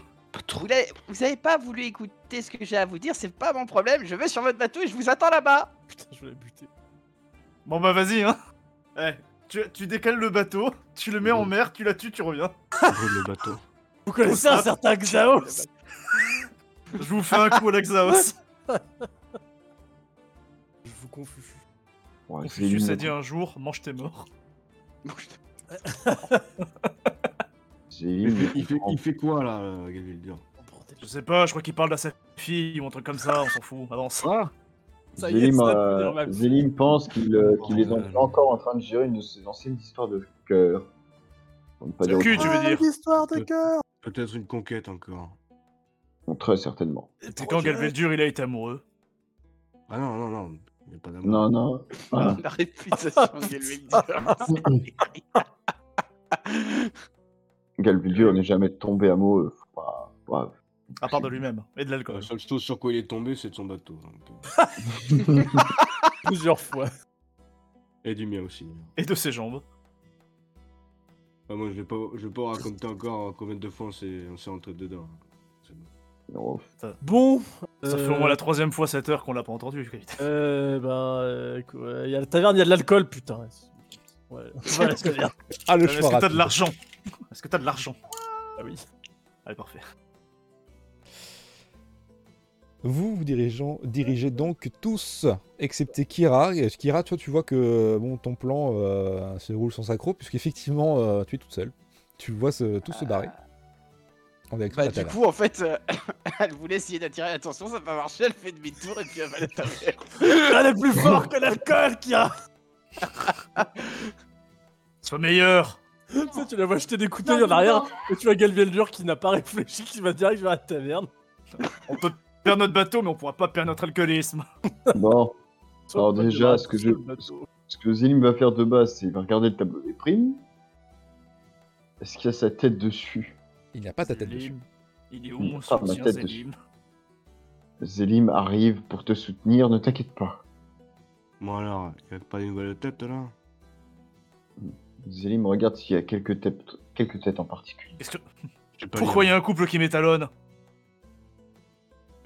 H: Vous avez, vous avez pas voulu écouter ce que j'ai à vous dire, c'est pas mon problème. Je vais sur votre bateau et je vous attends là-bas.
B: Putain, je vais la buter.
C: Bon bah vas-y, hein. Eh, tu, tu décales le bateau, tu le mets en
E: Mhm.
C: mer, tu la tues, tu reviens.
E: Brûle le bateau.
B: Vous connaissez un certain Xaos
C: Je vous fais un coup à l'Axaos.
B: Je vous confus.
D: Ouais, c'est lui,
C: Confucius a
D: notre-
C: dit un jour, mange tes morts.
D: c'est
E: Il
D: lui,
E: fait,
D: notre
E: il fait-
D: grand-
E: il fait quoi, là, euh, Galvildur
C: Je sais pas, je crois qu'il parle de sa fille ou un truc comme ça, on s'en fout, avance.
E: Ah
B: Ça y est,
D: Zélim,
B: ça
D: euh,
B: devient normal.
D: Zélim pense qu'il euh,
E: Oh,
D: qu'il est en-
E: bordel.
D: encore en train de gérer une de ses anciennes histoires de cœur. Pour ne pas
C: De
D: dire
C: cul,
D: autre
C: tu veux dire
B: Ah, L'histoire
E: de
B: cœur
E: Peut-être une conquête encore.
D: chose. Très certainement.
C: C'est
B: Oh,
C: quand Galveldur il a été amoureux.
E: Ah non, non, non. Il n'y a pas d'amour.
D: Non, non. Ah.
H: La réputation de
D: Galvildur n'est jamais tombé amoureux. Faut pas- faut pas-
C: À part de lui-même, et de
E: La
C: l'alcool.
E: seule chose sur quoi il est tombé, c'est de son bateau. donc, euh,
B: Plusieurs fois.
E: Et du mien aussi.
C: Et de ses jambes.
E: Ah, moi, je vais pas, je vais pas raconter encore combien de fois on s'est on s'est rentré dedans. C'est bon.
D: non,
B: Bon.
C: Ça fait au moins la troisième fois cette heure qu'on l'a pas entendu.
B: Euh, ben, euh, quoi, il y a la taverne, il y a de l'alcool, putain. Ouais, voilà ce que je veux dire.
A: Ah, le
C: Euh, Est-ce
A: choix
C: que t'as de
A: rapide.
C: l'argent Est-ce que t'as de l'argent
B: Ah oui.
C: Allez, parfait.
A: Vous vous dirigeant- dirigez donc tous, excepté Kira. Et euh, Kira, toi, tu vois que bon, ton plan euh, se roule sans accroc, puisqu'effectivement, euh, tu es toute seule. Tu le vois se, tous se barrer.
D: Ah.
A: On est avec
H: Bah,
A: la
H: du
A: taverne.
H: coup, en fait, euh, elle voulait essayer d'attirer l'attention, ça n'a pas marché, elle fait demi-tour et puis elle va à la taverne.
B: Elle est plus fort que l'alcool, Kira
C: Sois meilleur
B: Tu sais, tu la vois jeter des couteaux en arrière, et tu vois Galvieldur qui n'a pas réfléchi, qui va direct vers la taverne.
C: On peut perdre notre bateau, mais on pourra pas perdre notre alcoolisme.
D: Bon,
B: Sauf
D: Alors
B: que
D: déjà,
B: tu vas
D: ce que
B: sur
D: je-
B: le bateau.
D: ce que Zélim va faire de base, c'est il va regarder le tableau des primes. Est-ce qu'il y a sa tête dessus
A: Il n'y a pas ta tête dessus.
C: Zélim, Il est où
D: Il
C: mon
D: frappe ma
C: soutien,
D: tête dessus.
C: Zélim
D: Zélim arrive pour te soutenir, ne t'inquiète pas.
E: Bon, alors, il a pas des nouvelles têtes là
D: Zélim regarde s'il y a quelques têtes, quelques têtes en particulier.
C: Qu'est-ce que-
E: J'ai pas
C: Pourquoi il
E: lire.
C: y a un couple qui m'étalonne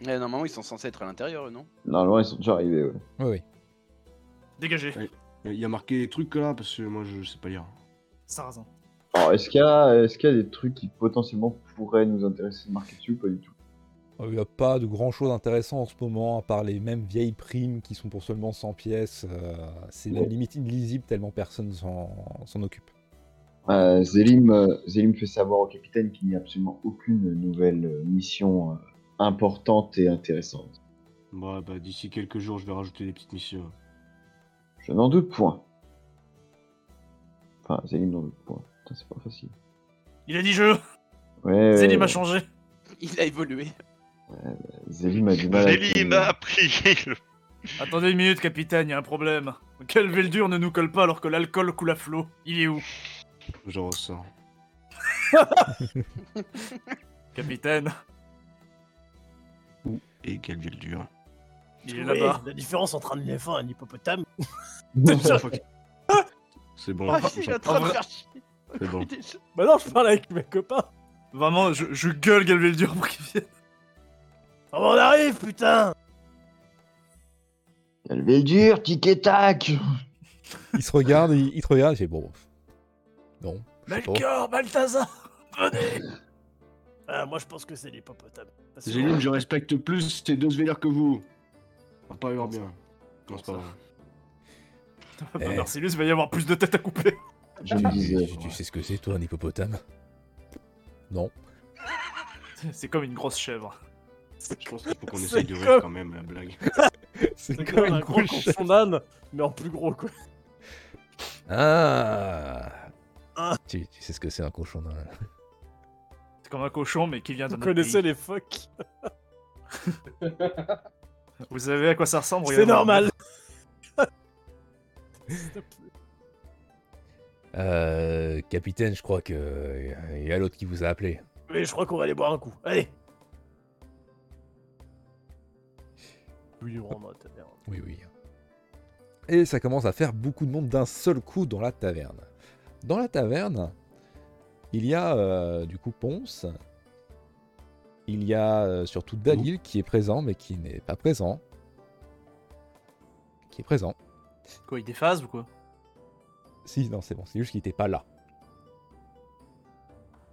H: Eh, normalement, ils sont censés être à l'intérieur, eux, non
D: Normalement, ils sont déjà arrivés. ouais.
A: Oui, oui.
C: Dégagez,
E: Il y a marqué des trucs là parce que moi je sais pas lire.
C: Sarrazin.
D: Alors, est-ce qu'il y, a- est-ce qu'il y a des trucs qui potentiellement pourraient nous intéresser de marquer dessus ou Pas du tout.
A: Il n'y Euh, a pas de grand chose d'intéressant en ce moment, à part les mêmes vieilles primes qui sont pour seulement 100 pièces. euh, c'est la limite illisible tellement personne s'en s'en occupe.
D: Euh, Zélim, euh, Zélim fait savoir au capitaine qu'il n'y a absolument aucune nouvelle euh, mission euh, importante et intéressante.
E: Bon, bah d'ici quelques jours, je vais rajouter des petites missions.
D: Je n'en doute point. Enfin, Zélim n'en doute point. Putain, c'est pas facile.
C: Il a dit je
D: Ouais,
C: Zélim a
D: ouais,
C: changé
H: Il a évolué.
D: Euh, Zélim a du mal à...
I: Zélim a appris le
C: Attendez une minute, capitaine, il y a un problème. Quel Veldur ne nous colle pas alors que l'alcool coule à flot Il est où
E: Je ressors.
C: Capitaine,
E: Et quelle ville dure.
C: il est
B: Oui,
C: là-bas.
B: La différence entre un éléphant et un hippopotame.
E: C'est bon,
H: Ah, il est en train de
C: vrai-
H: faire chier.
E: c'est bon.
H: Déjà.
B: Bah non, je parle avec mes copains.
C: Vraiment, je, je gueule Galveldur pour qu'il vienne.
B: Ah, bah, on arrive, putain
D: le dur, tic et tac
A: Il se regarde, il, il te regarde, il fait bon. Non. je sais pas.
C: Melchior, Balthazar
B: Ah, Moi, je pense que c'est l'hippopotame. Parce que-
E: Zélim, je respecte plus tes deux vélières que vous. On va pas avoir bien. Non, c'est pas vrai.
A: Eh.
C: Bah, Marcellus va y avoir plus de têtes à couper.
D: Je me disais.
A: tu, tu sais ce que c'est, toi, un hippopotame Non.
C: C'est comme une grosse chèvre.
E: Je pense qu'il faut qu'on essaye
B: C'est
E: de
B: comme-
E: rire quand même, la blague.
A: C'est
B: C'est comme un gros cochon d'âne, mais en plus gros, quoi.
A: Ah
B: Ah.
A: tu, tu sais ce que c'est un cochon d'Inde
C: C'est comme un cochon, mais qui vient
B: Vous
C: d'un autre pays.
B: connaissez les phoques
C: Vous savez à quoi ça ressemble
B: C'est
C: regardez.
B: normal
A: Euh, capitaine, je crois que euh, il y a l'autre qui vous a appelé.
B: Mais je crois qu'on va aller boire un coup. Allez Oui, vraiment, ta mère.
A: Oui, oui. Et ça commence à faire beaucoup de monde d'un seul coup dans la taverne. Dans la taverne, il y a euh, du coup Ponce, il y a euh, surtout Dalil qui est présent mais qui n'est pas présent. Qui est présent.
C: Quoi, il déphase ou quoi
A: Si, non, c'est bon, c'est juste qu'il n'était pas là.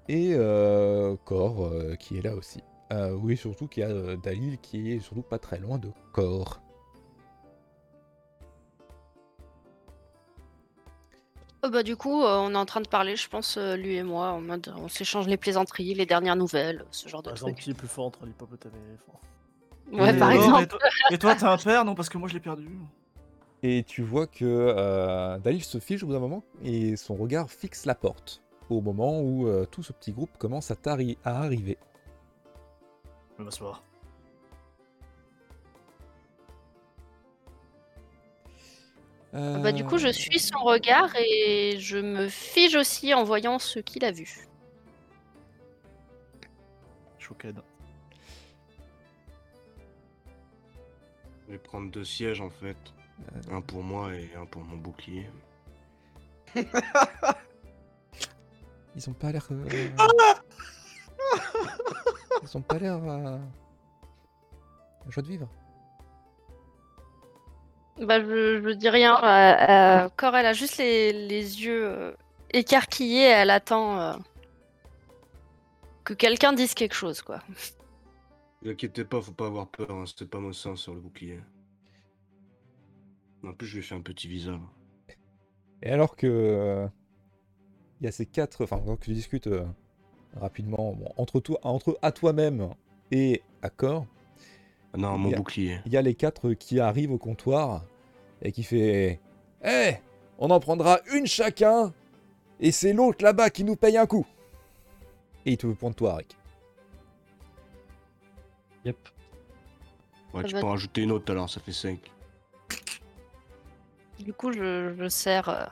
A: Et euh, Cor euh, qui est là aussi. Euh, oui, surtout qu'il y a euh, Dalil qui est surtout pas très loin de Cor.
G: Euh, bah, du coup, euh, on est en train de parler, je pense, euh, lui et moi, en mode on s'échange les plaisanteries, les dernières nouvelles, ce genre de
B: Par exemple,
G: trucs.
B: qui est plus fort entre l'hippopotame et l'éléphant
G: Ouais,
C: Et-
G: par
C: oh,
G: exemple.
C: mais toi- Et toi, t'as un père Non, parce que moi, je l'ai perdu.
A: Et tu vois que euh, Dalil se fiche au bout d'un moment et son regard fixe la porte au moment où euh, tout ce petit groupe commence à, tarri- à arriver.
C: Je vais m'asseoir.
G: Euh, Bah, du coup, je
A: Euh,
G: suis son regard et je me fige aussi en voyant ce qu'il a vu.
C: Choqué.
E: Je vais prendre deux sièges en fait.
B: Euh.
E: Un pour moi et un pour mon bouclier.
A: Ils ont pas l'air. euh, Ils ont pas l'air. euh, Joie de vivre.
G: Bah, je, je dis rien. euh, euh, Cor, elle a juste les, les yeux euh, écarquillés et elle attend euh, que quelqu'un dise quelque chose, quoi.
E: Ne vous inquiétez pas, faut pas avoir peur, hein, c'est pas mon sang sur le bouclier. En plus, je lui ai fait un petit visa. hein. là.
A: Et alors que euh, il y a ces quatre, enfin quand tu discutes euh, rapidement bon, entre toi, entre à toi-même et à corps,
E: Ah non, mon
A: Il y a-
E: bouclier.
A: il y a les quatre qui arrivent au comptoir et qui fait, hé, on en prendra une chacun et c'est l'autre là-bas qui nous paye un coup. Et il te veut prendre toi, Rick.
F: Yep.
E: Ouais,
G: Ça
E: tu
G: va-
E: peux en rajouter une autre alors, ça fait 5.
G: Du coup, je, je sers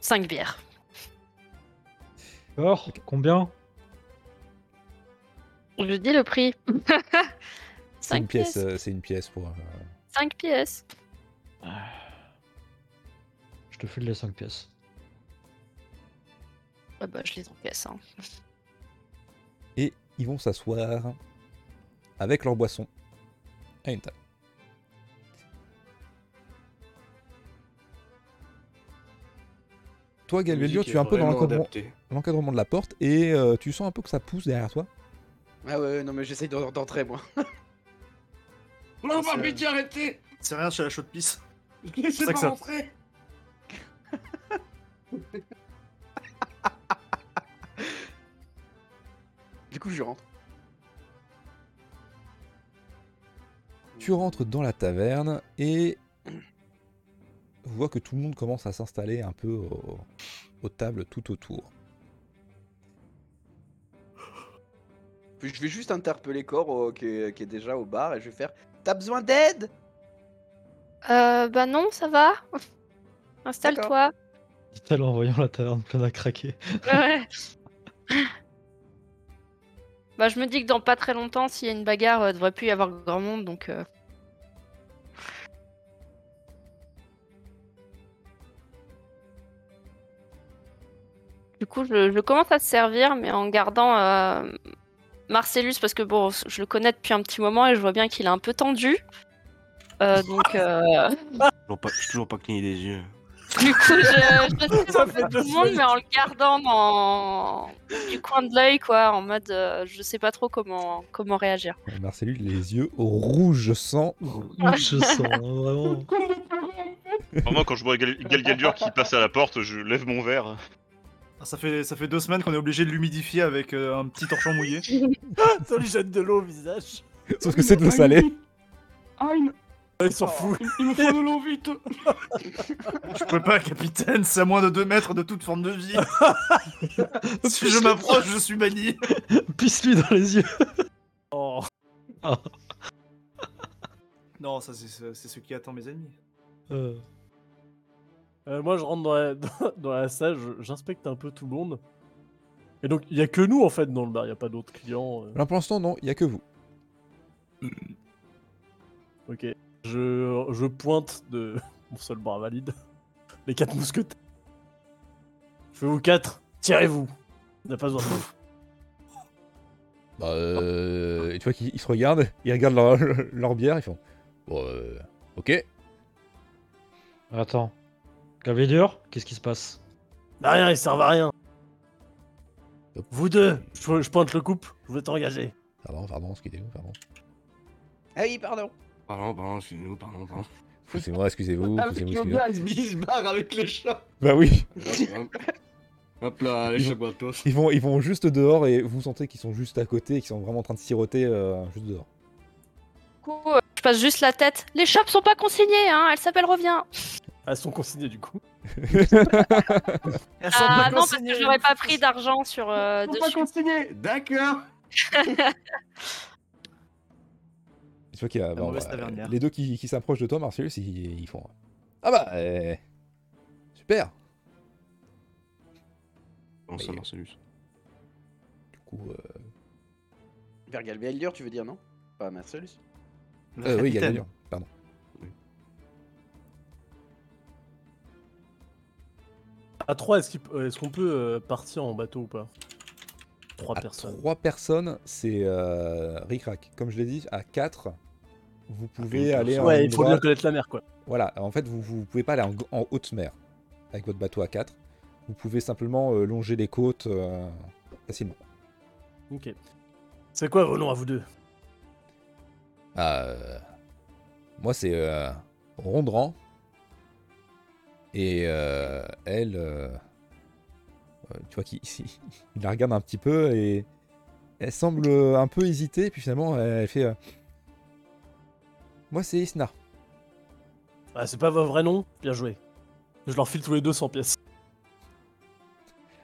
G: 5 bières.
F: Or, combien
G: Je dis le prix.
A: C'est
G: 5
A: une pièce,
G: pièces.
A: euh, c'est une pièce pour. euh,
G: 5 pièces.
F: Ah. Je te file les 5 pièces.
G: Ah bah, je les encaisse. Hein.
A: et ils vont s'asseoir avec leur boisson à une table. Toi, Galvelio,
E: Musique
A: tu es un
E: est
A: peu dans
E: vraiment
A: l'encadrement-
E: adaptée.
A: l'encadrement de la porte et euh, tu sens un peu que ça pousse derrière toi.
H: Ah ouais, ouais, non mais j'essaye d'en- d'entrer moi.
E: Non,
C: par C'est- pitié,
E: arrêtez
C: C'est rien, je suis à la chaude pisse.
E: Laissez
C: C'est que pas ça.
E: rentrer
H: Du coup, je rentre.
A: Tu rentres dans la taverne et vous vois que tout le monde commence à s'installer un peu au- aux tables tout autour.
H: Puis je vais juste interpeller Cor au- qui, est, qui est déjà au bar et je vais faire T'as besoin d'aide
G: Euh, bah non, ça va. Installe-toi.
F: Dit-elle en voyant la taverne pleine à craquer.
G: Ouais. bah, je me dis que dans pas très longtemps, s'il y a une bagarre, il devrait plus y avoir grand monde, donc... euh, Du coup, je, je commence à te servir, mais en gardant euh, Marcellus, parce que bon, je le connais depuis un petit moment et je vois bien qu'il est un peu tendu. Euh, donc, euh,
E: Toujours pas- J'ai toujours pas cligné des yeux.
G: du coup, je, je sais
B: Ça
G: pas
B: fait
G: pour
B: deux
G: tout le monde,
B: fois.
G: mais en le gardant dans du coin de l'œil, quoi, en mode, euh, je sais pas trop comment comment réagir.
A: Marcellus, les yeux rouges sang.
F: Je sens hein, vraiment.
I: Vraiment, quand je vois Gal- Galgaldur qui passe à la porte, je lève mon verre.
C: Ah, Ça fait, ça fait deux semaines qu'on est obligé de l'humidifier avec euh, un petit torchon mouillé.
B: Ça Ah, lui jette de l'eau au visage.
A: Sauf que c'est de l'eau salée.
E: Aïn,
B: Ah, Il s'en fout.
E: il me faut de l'eau vite
C: Je peux pas, capitaine, c'est à moins de 2 mètres de toute forme de vie. si je m'approche, je suis banni.
J: Pisse-lui dans les yeux.
B: Oh.
A: Ah.
C: Non, ça c'est c'est- c'est ce qui attend mes ennemis.
J: Euh,
B: Euh, moi, je rentre dans la, dans, dans la salle, je- j'inspecte un peu tout le monde. Et donc, il y a que nous en fait dans le bar, il n'y a pas d'autres clients. euh,
A: Là, pour l'instant, non, il n'y a que vous.
B: ok. Je, je pointe de mon seul bras valide les quatre mousquetaires. Je fais vous quatre, tirez-vous. On n'a pas besoin de vous.
A: Bah, euh, et tu vois qu'ils ils se regardent, ils regardent leur, leur bière, ils font. Bon, euh, ok.
J: Attends. Galvedur, qu'est-ce qui se passe
B: Bah, rien, ils servent à rien. Vous deux, je, je pointe le couple, je veux t'engager.
A: Pardon, pardon, excusez-vous, pardon.
H: Ah oui, pardon.
E: Pardon, pardon, excusez-nous, pardon, pardon.
A: Excusez-moi, excusez-vous,
E: Avec
A: excusez-moi,
E: le
A: excusez-moi.
H: Ah,
E: gars, il se il se barre avec les chats
A: Bah oui,
E: Hop là, les chats gratos.
A: ils vont, ils vont juste dehors et vous sentez qu'ils sont juste à côté et qu'ils sont vraiment en train de siroter euh, juste dehors.
G: Du coup, euh, je passe juste la tête. Les shops sont pas consignés, hein. Elles s'appellent Reviens.
B: Elles sont consignées du coup.
C: Elles sont
G: Ah
C: pas
G: non, parce
C: consignées.
G: que j'aurais pas pris d'argent sur. euh,
E: Faut pas
G: dessus.
E: continuer D'accord
A: Tu vois qu'il y a bon,
C: mauvaise
A: bah,
C: tavernière.
A: les deux qui, qui s'approchent de toi, Marcellus, ils, ils font. Ah bah, euh, super.
E: Bon, ça,
A: Mais-
E: Marcellus.
A: Du coup, euh,
H: Vers Galveldur, tu veux dire, non Pas Marcellus
C: Le
A: euh, oui, il y a
C: capitaine.
A: des lions, Pardon.
B: À trois, est-ce qu'il- euh, est-ce qu'on peut euh, partir en bateau ou pas Trois
A: À
B: personnes.
A: Trois personnes, c'est euh, Ricrac. Comme je l'ai dit, à quatre, vous pouvez
E: une
A: aller en
B: Ah, Ouais,
A: ligne
B: il faut bien
A: droite.
B: connaître la mer quoi.
A: Voilà, en fait, vous vous pouvez pas aller en, en haute mer avec votre bateau à 4. Vous pouvez simplement euh, longer les côtes euh, facilement.
B: Ok. C'est quoi vos noms à vous deux
A: Ah, euh, moi, c'est euh, Rondran. Et euh, elle, euh, euh, tu vois qu'il il la regarde un petit peu et elle semble euh, un peu hésiter. Puis finalement, elle fait euh, Moi, c'est Isna.
B: Ah, c'est pas vos vrais noms Bien joué. Je leur file tous les deux 100 pièces.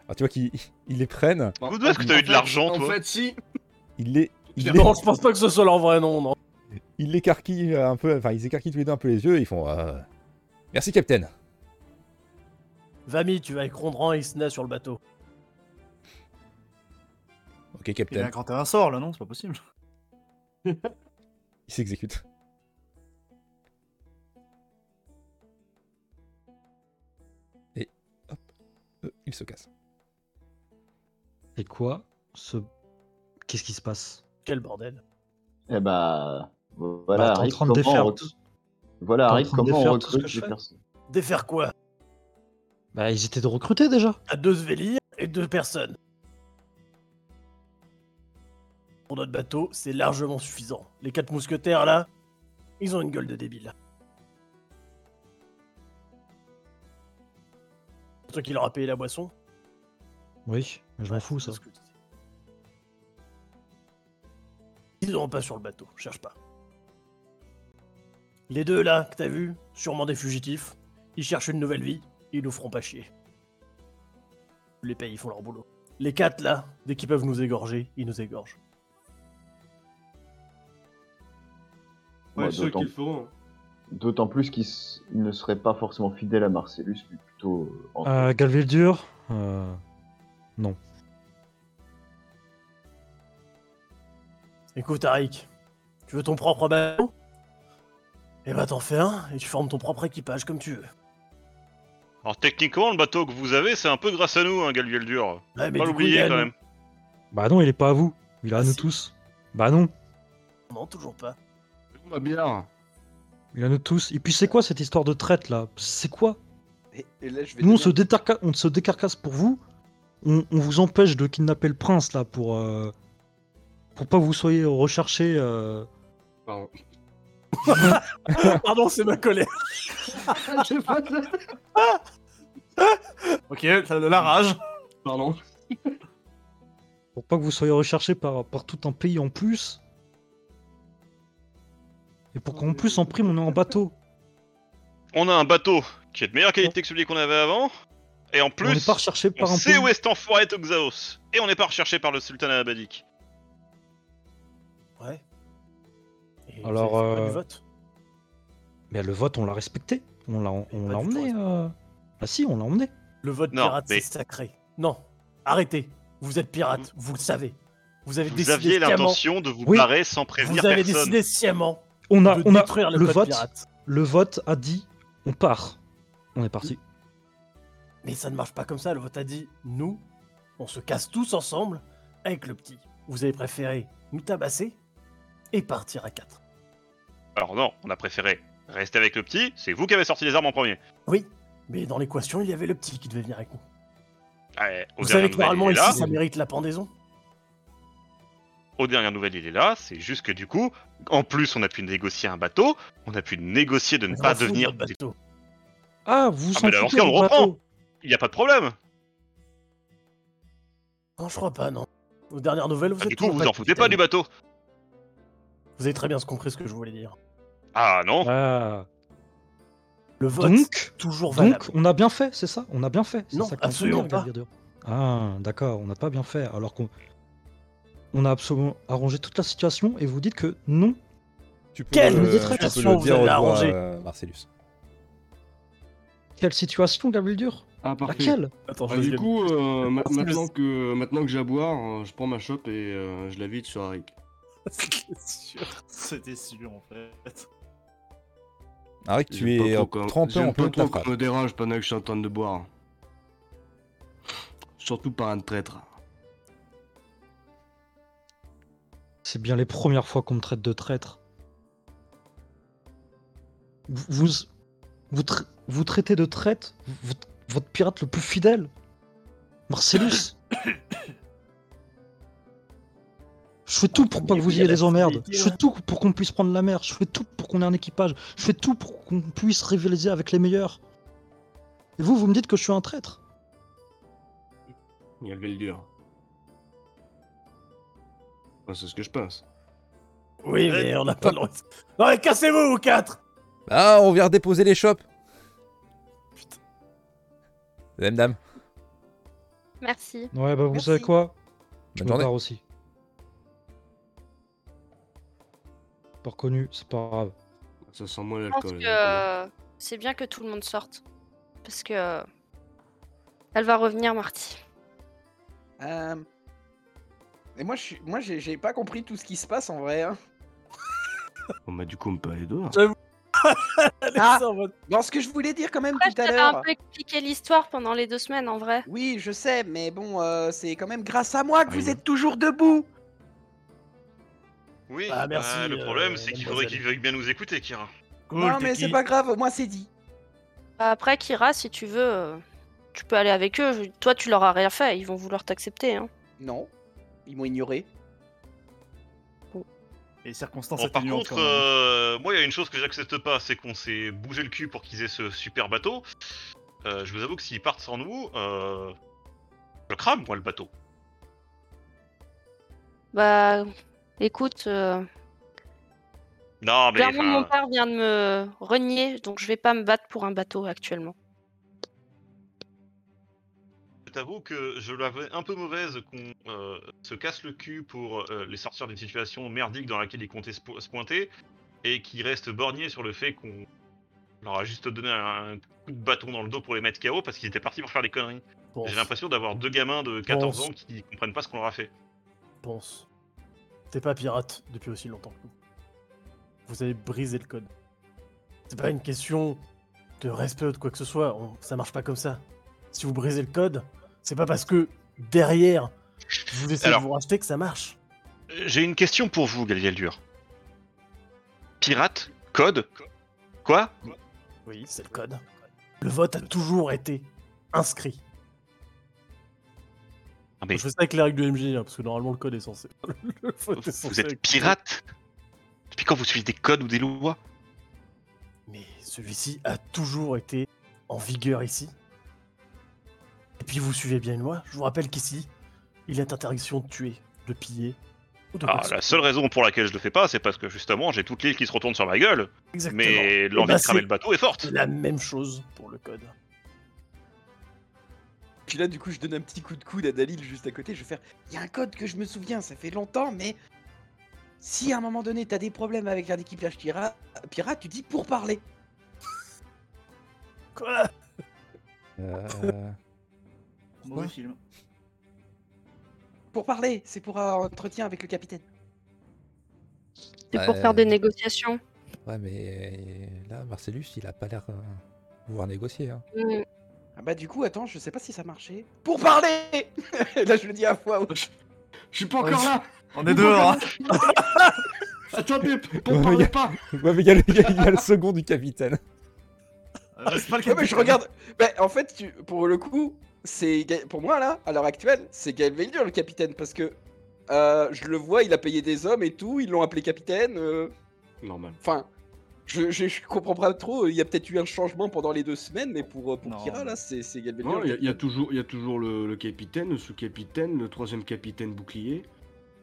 A: Alors, tu vois qu'ils ils les prennent.
E: Bon,
I: D'où est-ce que t'as eu de
E: en fait-
I: l'argent,
E: En
I: toi
E: fait, si
A: Ils les, ils les-
B: Non, je pense pas que ce soit leur vrai nom, non.
A: ils l'écarquillent un peu, enfin ils écarquillent tous les deux un peu les yeux et ils font euh, Merci Capitaine.
B: Vami, tu vas avec Rondran et Isna sur le bateau.
A: Ok
C: Il a
A: Capitaine.
C: inventé un sort là, non C'est pas possible.
A: Il s'exécute. Et hop, euh, il se casse.
J: C'est quoi ce. Qu'est-ce qui se passe
B: Quel bordel.
D: Eh bah, voilà,
J: Bah, t'es en
D: Rick,
J: train de
D: comment
J: défaire
D: on
J: tout-
D: recrute, voilà,
J: t'es en
D: Rick,
J: train de
D: comment on
J: défaire tout ce que
D: recrute
J: je
D: les
J: fais.
D: personnes.
B: Défaire quoi
J: Bah, ils étaient de recruter déjà.
B: À deux Svelir et deux personnes. Pour notre bateau, c'est largement suffisant. Les quatre mousquetaires là, ils ont une gueule de débile. C'est toi qui leur a payé la boisson
J: Oui, mais je m'en fous ça.
B: C'est ce que tu dis. Ils n'iront pas sur le bateau, cherche pas. Les deux là que t'as vu, sûrement des fugitifs, ils cherchent une nouvelle vie, ils nous feront pas chier. Les pays font leur boulot. Les quatre là, dès qu'ils peuvent nous égorger, ils nous égorgent.
D: Moi,
E: Ouais, ceux
D: d'autant-
E: qui le
B: hein.
E: feront.
D: D'autant plus qu'ils s- ils ne seraient pas forcément fidèles à Marcellus, mais plutôt euh, entre
J: Euh, Galvildur, euh,
B: Écoute Arik, tu veux ton propre bateau Eh ben t'en fais un et tu formes ton propre équipage comme tu veux.
I: Alors techniquement, le bateau que vous avez, c'est un peu grâce à nous, hein, Galvieldur. Pas
B: Ouais, mais du coup,
I: l'oublier
B: Yann,
I: quand même.
J: Bah non, il est pas à vous. Il est à
B: Ah,
J: nous
B: si.
J: tous. Bah non,
B: Non, toujours pas.
E: Ma bière
J: il est à nous tous. Et puis c'est quoi cette histoire de traite là C'est quoi
H: et, et là, je vais
J: Nous on
H: donner
J: se, détarca- on se décarcasse pour vous. On, on vous empêche de kidnapper le prince là pour euh, pour pas vous soyez recherchés. euh.
E: Pardon.
B: Pardon, c'est ma colère.
E: J'ai pas de-
C: Ok, ça- la rage.
E: Pardon.
F: Pour pas que vous soyez recherché par, par tout un pays en plus. Et pour qu'en plus, en prime, on est en bateau.
I: On a un bateau qui est de meilleure qualité que celui qu'on avait avant. Et en
F: on n'est
I: plus,
F: pas recherché
I: on
F: par un
I: sait
F: pays.
I: où est cet enfoiré Toxaos. Et on n'est pas recherché par le sultan Abadik.
B: Ouais. Et
F: Alors,
B: vous avez fait quoi
F: euh,
B: du vote
F: Mais le vote, on l'a respecté. On l'a on
B: Pas
F: l'a
B: du tout
F: emmené.
B: respecté.
F: euh. Ah si, on l'a emmené.
B: Le vote
I: Non,
B: pirate,
I: mais-
B: c'est sacré. Non, arrêtez. Vous êtes pirate, vous le savez. Vous avez
I: Vous
B: décidé
I: aviez
B: sciemment-
I: l'intention de vous
F: Oui.
I: barrer sans prévenir
B: Vous avez
I: personne.
B: décidé sciemment
F: On a,
B: de
F: on a
B: détruire le,
F: le
B: code
F: vote.
B: pirate.
F: Le vote a dit on part. On est parti.
B: Mais ça ne marche pas comme ça. Le vote a dit nous, on se casse tous ensemble avec le petit. Vous avez préféré nous tabasser et partir à quatre.
I: Alors non, on a préféré rester avec le petit. C'est vous qui avez sorti les armes en premier.
B: Oui, mais dans l'équation, il y avait le petit qui devait venir avec nous.
I: Allez, aux
B: Vous
I: dernières
B: savez que normalement,
I: nouvelles, il est
B: ici,
I: là.
B: ça mérite la pendaison.
I: Aux dernières nouvelles, il est là. C'est juste que du coup, en plus, on a pu négocier un bateau. On a pu négocier de ne
B: On
I: pas
B: s'en fout de
I: devenir.
B: notre bateau.
F: Ah, vous
I: Ah,
F: sentez
I: mais alors, on reprend. Il n'y a pas de problème.
B: Non, je crois pas, non. Aux dernières nouvelles, vous
I: Ah,
B: êtes
I: du coup,
B: toujours
I: vous en foutez pas du
B: capitaine.
I: bateau.
B: Vous avez très bien compris ce que je voulais dire.
I: Ah non.
F: Ah.
B: Le vote,
F: Donc,
B: toujours valable.
F: donc, on a bien fait, c'est ça On a bien fait. c'est
B: Non,
F: ça qu'on peut
B: absolument
F: dire,
B: pas.
F: Galviadur. Ah, d'accord, on n'a pas bien fait. Alors qu'on on a absolument arrangé toute la situation et vous dites que non.
A: Tu peux,
B: Quelle
A: le-
B: situation
A: tu peux le
B: vous
A: dire
B: avez
A: au doigt,
B: arrangée.
A: euh, Marcellus.
F: Quelle situation, Gabriel
E: Ah, parfait.
F: Laquelle
B: Attends,
E: Ah, du coup, euh, ma-
B: Parce que je-
E: maintenant que, maintenant que j'ai à boire, euh, je prends ma chope et euh, je la vide sur Arik.
C: C'était sûr. C'était sûr, en fait.
A: Arik, tu es euh, trempé en
E: J'aime pas
A: plein de ta
E: trop qu'on
A: frappe.
E: me dérange pendant que je suis en train de boire. Surtout par un traître.
F: C'est bien les premières fois qu'on me traite de traître. Vous vous, vous tra- vous traitez de traître v- votre pirate le plus fidèle, Marcellus. Je fais tout pour pas que vous
B: Il y a
F: ayez
B: la
F: des emmerdes.
B: fidélité,
F: Je fais
B: ouais.
F: tout pour qu'on puisse prendre la mer. Je fais tout pour qu'on ait un équipage. Je fais tout pour qu'on puisse rivaliser avec les meilleurs. Et vous, vous me dites que je suis un traître.
E: Il y a le dur. c'est ce que je pense.
B: Oui, mais on n'a pas le droit. Non, mais cassez-vous, vous quatre
A: Ah, on vient redéposer les chopes. Madame, dame,
G: Merci.
F: Ouais, bah vous
G: Merci.
F: savez quoi Je
A: bonne
F: me
A: journée.
F: barre aussi. Pas reconnu, c'est pas grave.
E: Ça sent moins
G: Je pense
E: l'alcool. hein.
G: que euh, c'est bien que tout le monde sorte. Parce que. euh, Elle va revenir, Marty.
H: Euh, Et moi, je suis- moi, j'ai j'ai pas compris tout ce qui se passe en vrai. hein.
E: On m'a bah, du coup on peut aller dehors.
H: Ah.
B: Alexandre, votre-
H: Non, ce que je voulais dire quand même
G: Ouais,
H: tout à
G: t'avais un
H: l'heure.
G: peu expliqué l'histoire pendant les deux semaines, en vrai.
H: Oui, je sais, mais bon, euh, c'est quand même grâce à
C: Ah,
H: moi que vous
E: Arrivé.
H: êtes toujours debout.
I: Oui.
B: Ah, merci,
I: bah, le
B: euh,
I: problème, c'est qu'il faudrait
B: mademoiselle.
I: qu'il veuille bien nous écouter, Kira.
C: Cool,
H: non,
C: t'es
H: mais
C: qui
H: c'est pas grave, au moins c'est dit.
G: Après, Kira, si tu veux, euh, tu peux aller avec eux. Je- Toi, tu leur as rien fait. Ils vont vouloir t'accepter. Hein.
H: Non, ils m'ont ignoré.
C: Oh. Les
H: Oh,
C: circonstances
I: Bon, par
C: atténuantes,
I: contre,
C: quand même.
I: euh, moi, il y a une chose que j'accepte pas, c'est qu'on s'est bougé le cul pour qu'ils aient ce super bateau. Euh, je vous avoue que s'ils partent sans nous, euh, je crame, moi, le bateau.
G: Bah, écoute, euh,
I: Non, Ah, mais.
G: clairement, mon
I: enfin,
G: père vient de me renier, donc je vais pas me battre pour un bateau actuellement.
I: Je t'avoue que je l'avais un peu mauvaise qu'on euh, se casse le cul pour euh, les sortir d'une situation merdique dans laquelle ils comptaient se, po- se pointer et qui restent borgnés sur le fait qu'on leur a juste donné un, coup de bâton dans le dos pour les mettre KO parce qu'ils étaient partis pour faire des conneries.
B: Pense,
I: J'ai l'impression d'avoir deux gamins de 14
B: Pense.
I: ans qui comprennent pas ce qu'on leur a fait.
B: pense. T'es pas pirate depuis aussi longtemps que nous. Vous avez brisé le code. C'est pas une question de respect ou de quoi que ce soit. on- Ça marche pas comme ça. Si vous brisez le code, c'est pas parce que derrière, vous essayez
I: Alors-
B: de vous racheter que ça marche.
I: Euh, J'ai une question pour vous, Galviel Dur. Pirate Code Quoi
B: Oui, c'est le code. Le vote a toujours été inscrit.
I: Non, Ah, mais
B: Je fais ça avec les règles du MJ, hein, parce que normalement le code est censé. le vote est
I: Vous
B: censé
I: êtes
B: être-
I: pirate Depuis quand vous suivez des codes ou des lois
B: mais celui-ci a toujours été en vigueur ici. Et puis vous suivez bien une loi. Je vous rappelle qu'ici, il est interdiction de tuer, de piller ou de
I: Ah,
B: persécuter.
I: la seule raison pour laquelle je le fais pas, c'est parce que justement j'ai toute l'île qui se retourne sur ma gueule,
B: Exactement.
I: mais
B: Eh
I: l'envie
B: ben,
I: de cramer
B: c'est
I: le bateau est forte.
B: La même chose pour le code.
H: Puis là, du coup, je donne un petit coup de
C: hein.
H: coude à euh, Dalil juste à côté. Je vais faire Il y a un code que je me souviens, ça fait longtemps, mais si à un moment donné t'as des problèmes avec un équipage pirate, pirate tu dis pour parler.
B: Quoi
A: Euh,
C: Mauvais film.
H: Pour parler, c'est pour un entretien avec le capitaine.
G: C'est pour
A: Euh,
G: faire des négociations.
A: ouais, mais euh, là, Marcellus, il a pas l'air euh, vouloir négocier. hein.
G: Mm.
H: Ah bah, du coup, attends, je sais pas si ça marchait. Pour parler Là, je le dis à voix haute.
E: Je suis pas encore là
C: On est dehors, hein.
E: Attends, Pip,
A: Ouais,
E: pour parler
A: y a-
E: pas
A: Ouais, mais il y, a le- il y a- il y a le second du capitaine.
C: Euh, c'est pas le
H: Ouais, mais je
C: capitaine.
H: regarde. Bah, en fait, tu- pour le coup, c'est Ga- pour moi là, à l'heure actuelle, c'est Gaël Veldur le capitaine parce que euh, je le vois, il a payé des hommes et tout, ils l'ont appelé capitaine. euh,
E: Normal.
H: Enfin, je, je, je comprends pas trop. Il y a peut-être eu un changement pendant les deux semaines, mais pour, euh, pour
C: Non.
H: Kira là, c'est c'est Gaël Veldur.
E: Oh. Non,
H: le
E: il y, a
H: capitaine.
E: toujours, y a toujours le, le capitaine, le sous-capitaine, le troisième capitaine bouclier.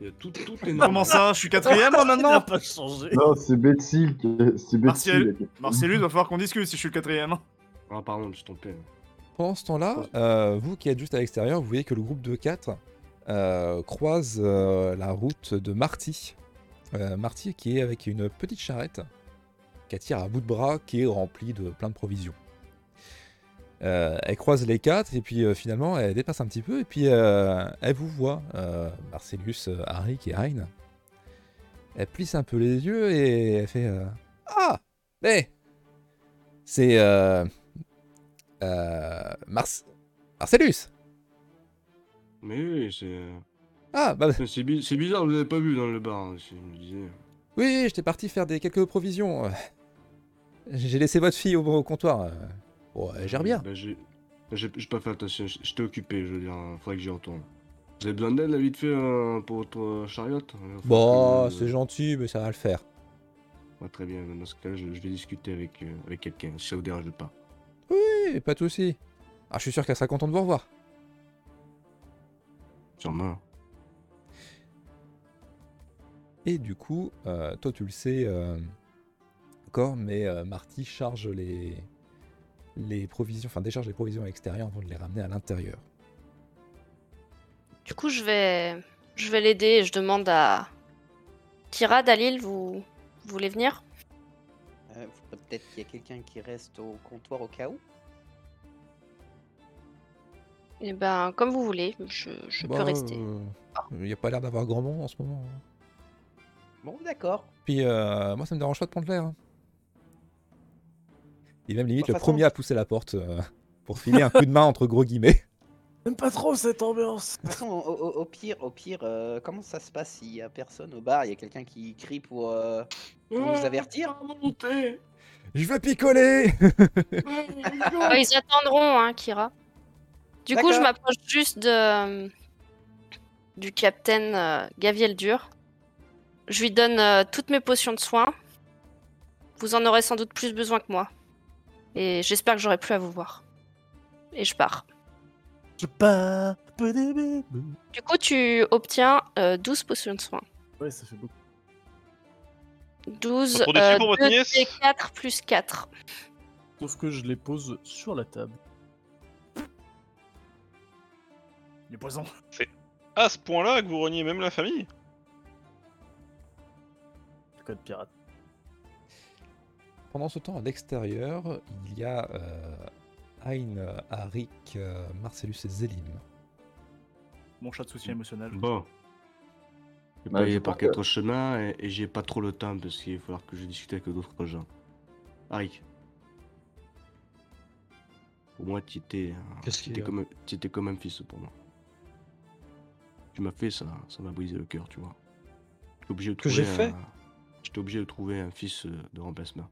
E: Il y a tout, toutes les normes.
C: Comment ça Je suis quatrième moi
B: Il n'a
C: maintenant
B: pas changé.
D: euh, Non, c'est Betsy. que- C'est Betsy.
C: Martial.
D: la capitaine.
C: Marcellus, va falloir qu'on discute si je suis le quatrième.
E: Ah, pardon, je suis trompé.
A: Pendant ce temps-là, euh, vous qui êtes juste à l'extérieur, vous voyez que le groupe de 4 euh, croise euh, la route de Marty. Euh, Marty qui est avec une petite charrette qu'attire à bout de bras qui est remplie de plein de provisions. Euh, elle croise les quatre et puis euh, finalement elle dépasse un petit peu et puis euh, elle vous voit, euh, Marcellus, euh, Harry et Hein. Elle plisse un peu les yeux et elle fait euh, Ah Hé C'est euh, euh, Marce- Marcellus
E: Mais oui, c'est. euh,
A: Ah, bah
E: c'est bi- C'est bizarre, vous avez pas vu dans le bar. hein, si je me disais.
A: oui, j'étais parti faire des quelques provisions. euh. J'ai laissé votre fille au, au comptoir. euh. Bon, elle gère bien.
E: Bah, j'ai j'ai- j'ai pas fait attention, j'- j'étais occupé, je veux dire, hein, faudrait que j'y retourne. Vous avez besoin d'aide là vite fait euh, pour votre euh, chariot Euh,
C: Bah,
E: faut
A: Bon,
E: que-
A: Bah, c'est gentil, mais ça va le faire.
E: euh, Ouais, très bien, dans ce cas-là, je, je vais discuter avec, euh, avec quelqu'un, si ça vous dérange pas.
A: Oui, pas de souci. Ah, je suis sûr qu'elle sera contente de vous revoir.
E: Sûrement.
A: Et du coup, euh, toi tu le sais euh, encore, mais euh, Marty charge les, les provisions, enfin décharge les provisions à l'extérieur avant de les ramener à l'intérieur.
G: Du coup, je vais, je vais l'aider et je demande à Kira, Dalil, vous, vous voulez venir
H: Euh, faudrait Peut-être qu'il y a quelqu'un qui reste au comptoir au cas où.
G: Eh ben, comme vous voulez, je, je peux
A: Bah,
G: rester.
A: euh, Il n'y a pas l'air d'avoir grand monde en ce moment. hein.
H: Bon, d'accord.
A: Puis euh, moi, ça me dérange pas de prendre l'air. hein. Et même limite,
H: Bah,
A: le
H: façon-
A: premier à pousser la porte euh, pour filer un coup de main entre gros guillemets.
B: J'aime pas trop cette ambiance.
H: De toute façon, au, au- au pire, au pire, euh, comment ça se passe s'il y a personne au bar Il y a quelqu'un qui crie pour, euh, pour nous avertir
A: Je veux picoler
G: Ouais, Bah, ils attendront, hein, Kira. Du coup, je
H: D'accord.
G: m'approche juste de, euh, du capitaine euh, Gaviel Dur. Je lui donne euh, toutes mes potions de soins. Vous en aurez sans doute plus besoin que moi. Et j'espère que j'aurai plus à vous voir. Et je pars.
B: Je pars. Badabé.
G: Du coup, tu obtiens euh, 12 potions de soins.
B: Ouais, ça fait beaucoup.
G: 12,
I: Retour dessus pour votre nièce
G: 4 plus 4.
B: Sauf que je les pose sur la table.
C: Les poisons.
I: À ce point-là que vous reniez même la famille
B: Le code pirate.
A: Pendant ce temps, à l'extérieur, il y a euh, Hein, euh, Arik, euh, Marcellus et Zélim.
C: Mon chat de soutien émotionnel.
E: Bon. Je
D: Bah,
E: vais
D: je
E: payer par
D: crois que-
E: quatre chemins et, et j'ai pas trop le temps parce qu'il va falloir que je discute avec d'autres gens. Harry. Pour moi, tu étais, un-
J: Qu'est-ce
E: tu
J: qu'il y
E: étais
J: a
E: comme, un- tu étais comme un fils pour moi. Tu m'as fait ça, ça m'a brisé le cœur, tu vois. J'étais obligé de
J: Que
E: trouver
J: j'ai
E: un-
J: fait
E: J'étais obligé de trouver un fils euh, de remplacement.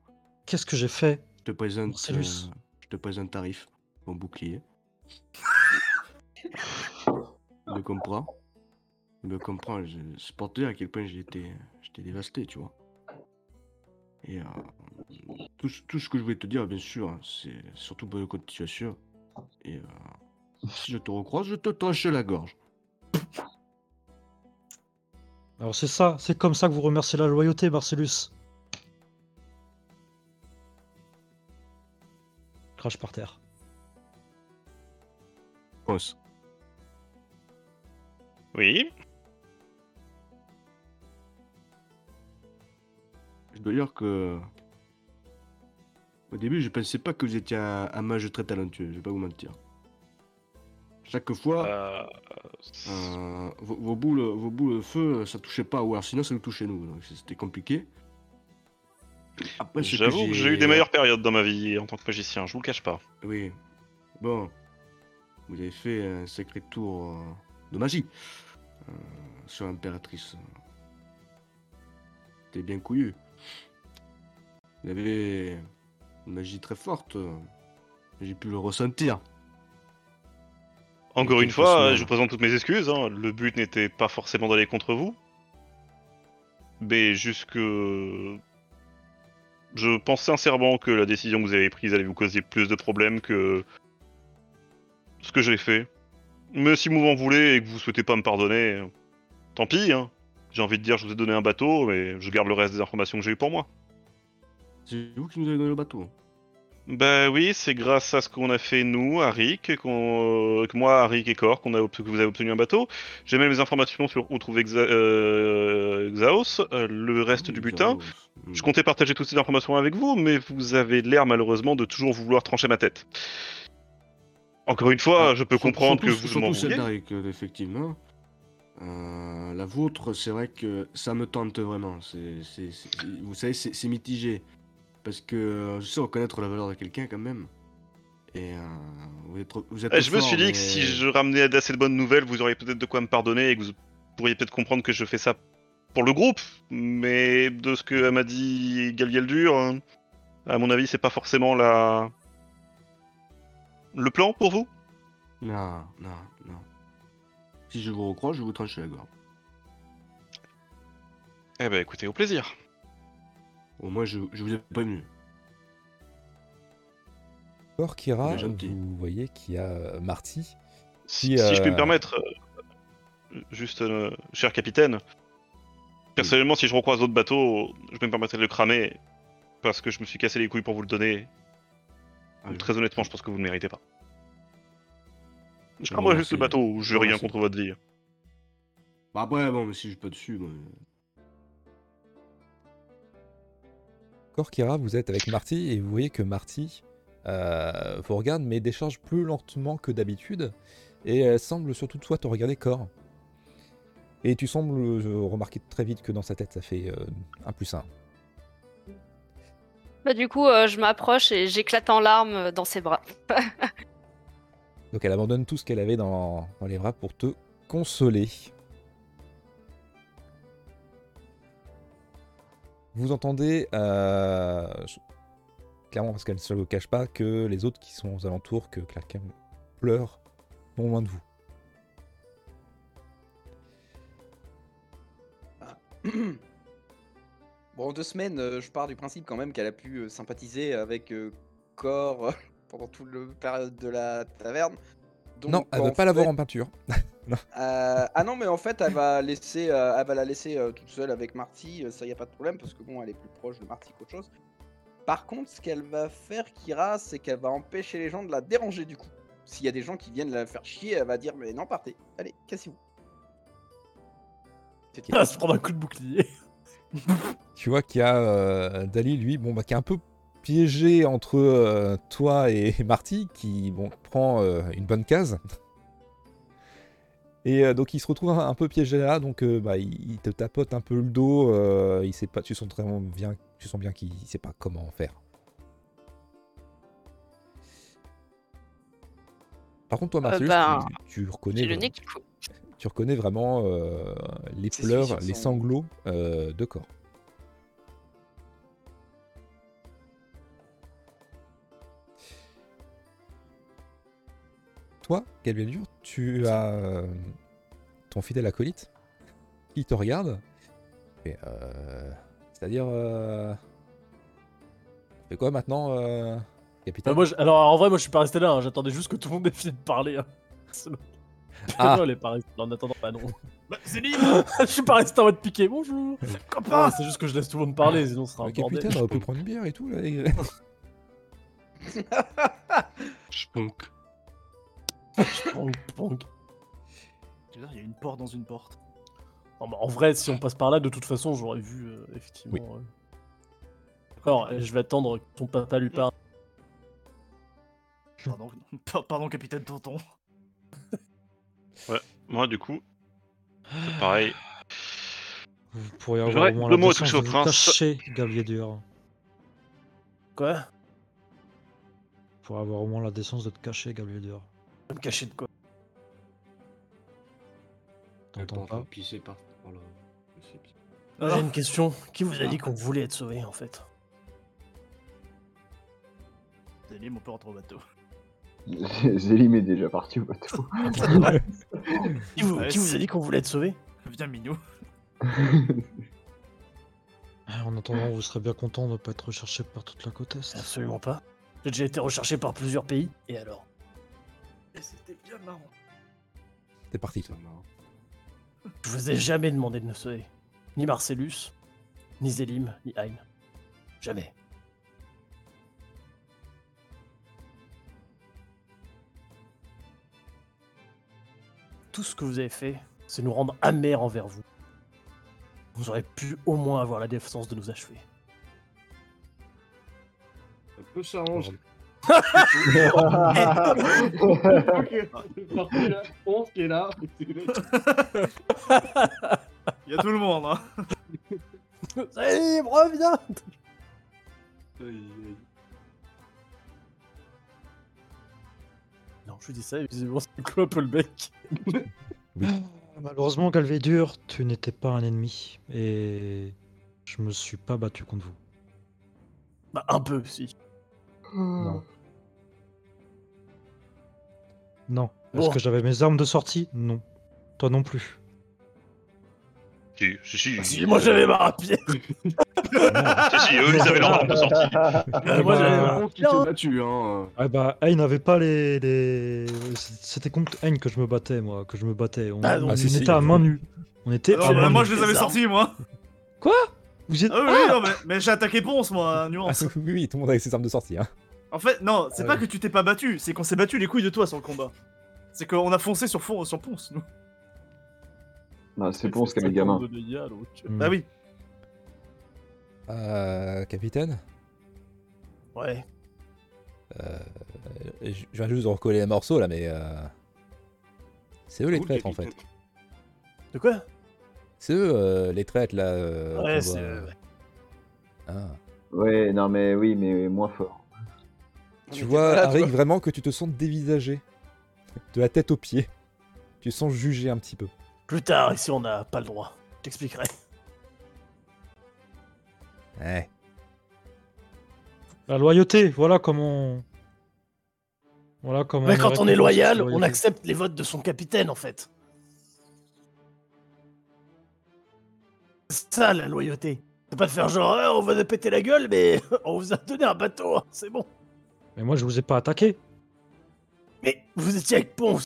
J: Qu'est-ce que j'ai fait
E: Je te présente,
J: Marcellus.
E: euh, je te présente tarif, mon bouclier. Tu me comprends Tu me comprends, je, c'est pour te dire à quel point j'étais, j'étais dévasté, tu vois. Et euh, tout, ce- tout ce que je voulais te dire, bien sûr, hein, c'est surtout bonne continuation. Et euh, si je te recroise, je te tranche la gorge.
J: Alors c'est ça, c'est comme ça que vous remerciez la loyauté, Marcellus. Crache par terre.
E: Os.
I: Oui.
E: Je dois dire que. Au début, je pensais pas que vous étiez un, un mage très talentueux, je vais pas vous mentir. Chaque fois,
I: Euh, euh,
E: Euh, vos, vos boules, vos boules de feu, ça touchait pas, ou alors sinon ça nous touchait nous, donc c'était compliqué. Après, c'est
I: J'avoue que j'ai eu des meilleures périodes dans ma vie en tant que magicien, je vous le cache pas.
E: Oui. Bon, vous avez fait un sacré tour euh, de magie euh, sur l'impératrice. T'es bien couillu. Vous avez une magie très forte. euh, J'ai pu le ressentir.
I: Encore
E: Et
I: une
E: quelques
I: fois,
E: semaines.
I: euh, je vous présente toutes mes excuses. hein. Le but n'était pas forcément d'aller contre vous. Mais jusque. Je pense sincèrement que la décision que vous avez prise allait vous causer plus de problèmes que. ce que j'ai fait. Mais si vous m'en voulez et que vous souhaitez pas me pardonner, euh, tant pis, hein. J'ai envie de dire, je vous ai donné un bateau, mais je garde le reste des informations que j'ai eues pour moi.
E: C'est vous qui nous avez donné le bateau.
I: Bah oui, c'est grâce à ce qu'on a fait nous, Arik, qu'on, euh, que moi, Arik et Cor, qu'on a, obtenu- que vous avez obtenu un bateau. J'ai même les informations sur où trouver Xa- euh, Xaos, euh, le reste du butin.
E: Mm.
I: Je comptais partager toutes ces informations avec vous, mais vous avez l'air malheureusement de toujours vouloir trancher ma tête. Encore une fois, je peux
E: Sur-
I: comprendre
E: surtout-
I: que vous m'en
E: surtout celle
I: vouliez.
E: d'Aric, euh, effectivement. Euh, la vôtre, c'est vrai que ça me tente vraiment. C'est, c'est- c'est- c'est- vous savez, c'est, c'est mitigé. Parce que euh, je sais reconnaître la valeur de quelqu'un quand même. Et euh, vous êtes, vous êtes
I: Eh, Je me
E: fort,
I: suis dit
E: mais-
I: que si je ramenais d'assez de bonnes nouvelles, vous auriez peut-être de quoi me pardonner et que vous pourriez peut-être comprendre que je fais ça pour le groupe. Mais de ce que m'a dit Galiel Dur, hein, à mon avis, c'est pas forcément la... le plan pour vous.
E: Non, non, non. Si je vous recrois, je vous tranche la gorge.
I: Eh ben, écoutez, au plaisir.
E: Au moins, je, je vous ai prévenu.
A: Or, Kira,
E: Il est gentil.
A: vous voyez qu'il y a euh, Marty.
I: Si,
A: Si,
I: si je
A: euh,
I: puis me permettre, euh, juste, euh, cher capitaine, personnellement, si je recroise d'autres bateaux, je me permettrai de le cramer parce que je me suis cassé les couilles pour vous le donner.
E: Ah, je-
I: Très honnêtement, je pense que vous ne le méritez pas. Je
E: Ah,
I: cramerai
E: bon,
I: juste le
E: c'est-
I: bateau, je
E: bon,
I: n'ai rien
E: c'est-
I: contre votre vie.
E: Bah après, bon, mais si je suis pas dessus, bon,
A: Encore, Kira, vous êtes avec Marty et vous voyez que Marty euh, vous regarde, mais décharge plus lentement que d'habitude. Et elle semble surtout, toi, te regarder corps. Et tu sembles euh, remarquer très vite que dans sa tête, ça fait euh, un plus un.
G: Bah, du coup, euh, je m'approche et j'éclate en larmes euh, dans ses bras.
A: Donc elle abandonne tout ce qu'elle avait dans, dans les bras pour te consoler. Vous entendez, euh, je- clairement parce qu'elle ne se le cache pas, que les autres qui sont aux alentours, que Clarkham pleure, non loin de vous.
H: Bon, en deux semaines, euh, je pars du principe quand même qu'elle a pu euh, sympathiser avec euh, Cor euh, pendant toute la période de la taverne. Donc,
A: non, elle ne veut pas
H: fait,
A: l'avoir en peinture.
H: euh, Ah non, mais en fait, elle va, laisser, euh, elle va la laisser euh, toute seule avec Marty, euh, ça y a pas de problème, parce que bon, elle est plus proche de Marty qu'autre chose. Par contre, ce qu'elle va faire, Kira, c'est qu'elle va empêcher les gens de la déranger du coup. S'il y a des gens qui viennent la faire chier, elle va dire Mais non, partez, allez, cassez-vous. C'est tout.
B: Ah, se prendre un coup de bouclier.
A: Tu vois qu'il y a euh, Dali, lui, bon, bah, qui est un peu piégé entre euh, toi et Marty, qui bon, prend euh, une bonne case. Et euh, donc il se retrouve un, un peu piégé là, donc euh, bah, il, il te tapote un peu le dos, euh, il sait pas, tu sens vraiment bien, tu sens bien qu'il sait pas comment faire. Par contre toi Marcellus,
G: ben,
A: tu, tu reconnais
G: J'ai le
A: vra-
G: nez qui coule.
A: tu reconnais vraiment euh, les
H: C'est celui
A: pleurs,
H: sur
A: les
H: son-
A: sanglots euh, de corps. Toi, Gabriel Dur, tu as euh, ton fidèle acolyte qui te regarde. Et, euh, C'est-à-dire. euh, Fais quoi maintenant, euh, capitaine
B: Bah, moi, je- Alors en vrai, moi je suis pas resté là, hein, j'attendais juste que tout le monde ait fini de parler. hein. C'est-
A: Ah.
B: Non, elle est pas restée là en attendant, bah non.
C: Bah, c'est libre
B: je suis pas resté en mode piqué, bonjour
C: Copain
B: Ah, C'est juste que je laisse tout le monde parler, sinon ce sera un
A: Le
B: bordel.
A: capitaine, on peut prendre une bière et tout là. les gars.
E: Spunk.
B: Ponk, ponk.
C: D'ailleurs, Il y a une porte dans une porte.
B: Non, bah, en vrai, si on passe par là, de toute façon, j'aurais vu, euh, effectivement. euh. D'accord, euh, je vais attendre que ton papa lui parle.
C: Pardon, pa- pardon capitaine Tonton.
I: Moi, du coup, c'est pareil.
F: Vous pourriez avoir
I: J'aurais
F: au moins
I: deux
F: la
I: mots à
F: décence
I: toucher
F: de
I: au
F: vous
I: prince.
F: cacher, Gavier dur.
B: Quoi
F: Pour avoir au moins la décence de te cacher, Gavier dur.
B: Me cacher de quoi
F: T'entends pas
E: pisser par. par là. Je sais pas.
B: J'ai une question. Qui vous a dit qu'on voulait être sauvé en fait
C: C'est libre, on peut rentrer au bateau.
D: Zélim est déjà parti au bateau.
B: Qui vous,
C: Ouais,
B: qui vous a
C: c'est-
B: dit qu'on voulait être sauvé
C: Viens, Minou.
F: Ah, En attendant, vous serez bien content de ne pas être recherché par toute la côte est.
B: Absolument pas. J'ai déjà été recherché par plusieurs pays. Et alors
C: Et c'était bien marrant.
A: T'es parti toi.
E: C'est marrant.
B: Je vous ai jamais demandé de me sauver. Ni Marcellus, ni Zélim, ni Hein. Jamais. Tout ce que vous avez fait, c'est nous rendre amers envers vous. Vous auriez pu au moins avoir la défense de nous achever.
E: Ça peut s'arranger. On qui est là.
C: Il y a tout le monde, hein.
B: Zélim, reviens Non, je dis ça, et visiblement, c'est un peu le bec. Hmm.
F: Malheureusement, Galvédur, tu n'étais pas un ennemi et je me suis pas battu contre vous.
B: Bah, un peu, si.
F: Non. Non. Est-ce
B: Bon.
F: que j'avais mes armes de sortie Non. Toi non plus.
I: Si, si, si.
B: Si, moi j'avais ma rapière Ah,
I: Si, si, eux, ils avaient leur arme de sortie.
B: Euh,
F: bah,
B: Moi j'avais ma
F: Ah,
E: On qui s'est battu, hein.
F: Ah bah, Ayn n'avait pas les. les- C'était contre Ayn que je me battais, moi, que je me battais. On,
B: Ah non,
F: on
A: ah, si, si.
F: était à main nue. On était
C: Alors,
F: à
C: bah,
F: main
C: moi,
F: nue.
C: je les avais
B: Les
C: sortis, moi.
F: Vous êtes...
C: Ah oui, oui, non, mais, mais j'ai attaqué Ponce, moi, hein,
A: Ah,
C: nuance.
A: oui, oui, tout le monde avec ses armes de sortie. Hein.
C: En fait, non, c'est
A: Ah
C: pas
A: oui.
C: que tu t'es pas battu, c'est qu'on s'est battu les couilles de toi sur le combat. C'est qu'on a foncé sur, fond, sur Ponce, nous.
D: Non, c'est pour ce qu'avait le gamin.
F: Hmm.
C: Bah oui.
A: Euh, capitaine,
B: Ouais.
A: euh, je je viens juste de recoller les morceaux là, mais euh, c'est eux les
E: Cool,
A: traîtres en fait.
E: capitaine.
B: De quoi
A: C'est eux euh, les traîtres là. euh,
B: Ouais,
A: qu'on voit.
B: c'est eux, ouais.
A: Ah.
D: Ouais, non, mais oui, mais moins fort.
H: On
A: Tu
H: était
A: vois,
H: pas là,
A: Arik, vraiment que tu te sens dévisagé. De la tête aux pieds. Tu te sens jugé un petit peu.
B: Plus tard, ici on n'a pas le droit. Je t'expliquerai.
A: Ouais.
F: La loyauté, voilà comment. Voilà comment.
B: Mais quand on est
F: récompense
B: loyal,
F: la
B: on
F: loyauté.
B: accepte les votes de son capitaine en fait. C'est ça la loyauté. C'est pas de faire genre Ah, on va nous péter la gueule, mais on vous a donné un bateau, hein, c'est bon.
F: Mais moi, je vous ai pas attaqué.
B: Mais vous étiez avec Ponce.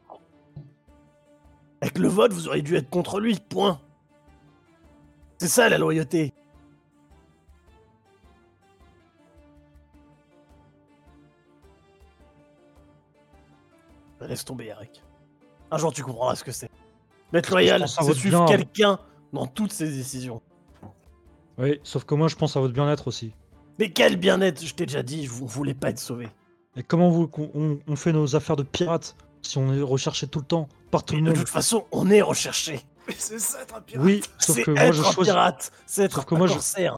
B: Avec le vote, vous auriez dû être contre lui, point. C'est ça la loyauté. Bah, Laisse tomber, Eric. Un jour, tu comprendras ce que c'est. D'être
F: Je
B: loyal,
F: pense à
B: c'est
F: votre bien.
B: suivre
F: hein.
B: quelqu'un dans toutes ses décisions.
F: Oui, sauf que moi, je pense à votre bien-être aussi.
B: Mais quel bien-être, je t'ai déjà dit, je vous- voulais pas être sauvé.
F: Et comment vous, qu'on- on, on fait nos affaires de pirates si on est recherché tout le temps par tout le
B: De
F: monde
B: toute façon, on est recherché.
C: Mais c'est ça, être un pirate.
F: Oui, sauf
B: C'est
F: que
B: être
F: moi, je
B: un
F: choisis.
B: pirate, c'est être
F: Sauf que
B: un
F: moi, je-
B: corsaire.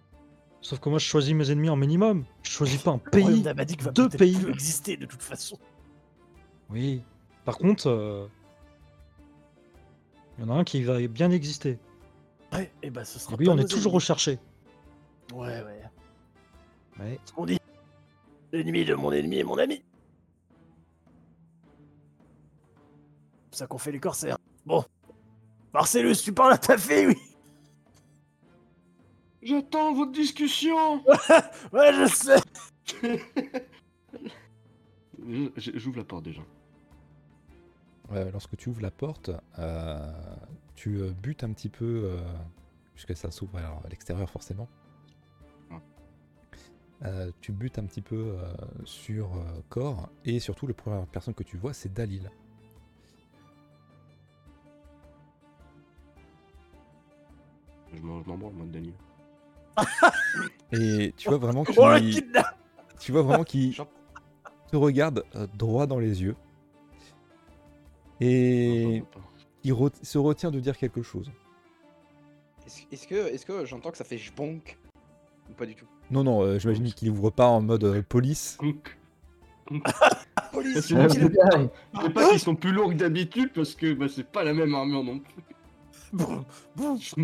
F: Sauf que moi, je choisis mes ennemis en minimum. Je choisis pas un
B: Le royaume
F: pays.
B: d'Amadic va
F: deux
B: peut-être
F: pays.
B: plus exister de toute façon.
F: Oui. Par contre, euh, il y en a un qui va bien exister.
B: Ouais, et bah ce
F: Et
B: sera.
F: lui,
B: pas
F: on est
B: nos
F: toujours
B: ennemis.
F: recherché.
B: Ouais, ouais.
F: Ouais.
B: Ce qu'on dit. L'ennemi de mon ennemi est mon ami. C'est ça qu'on fait les corsaires. Bon. Marcellus, tu parles à ta fille, oui
E: J'attends votre discussion.
B: Ouais, je sais
E: Je- J'ouvre la porte déjà.
A: Euh, lorsque tu ouvres la porte, euh, tu euh, butes un petit peu euh, puisque ça s'ouvre alors, à l'extérieur forcément.
E: Ouais.
A: Euh, tu butes un petit peu euh, sur euh, corps et surtout la première personne que tu vois c'est Dalil.
E: Je m'en je m'en branle, moi, de Daniel.
A: Et tu vois vraiment qu'il
B: Oh, le kidnappe
A: tu vois vraiment qu'il
E: Jean-
A: te regarde euh, droit dans les yeux et il re- se retient de dire quelque chose.
H: Est-ce est-ce que, est que j'entends que ça fait jbonk Ou pas du tout
A: Non non, euh, j'imagine qu'il ouvre pas en mode euh, police.
E: Conk.
H: Police
E: C'est une
H: c'est
E: petite-
H: le-
E: Je sais pas s'ils sont plus lourds que d'habitude parce que bah, c'est pas la même armure non plus.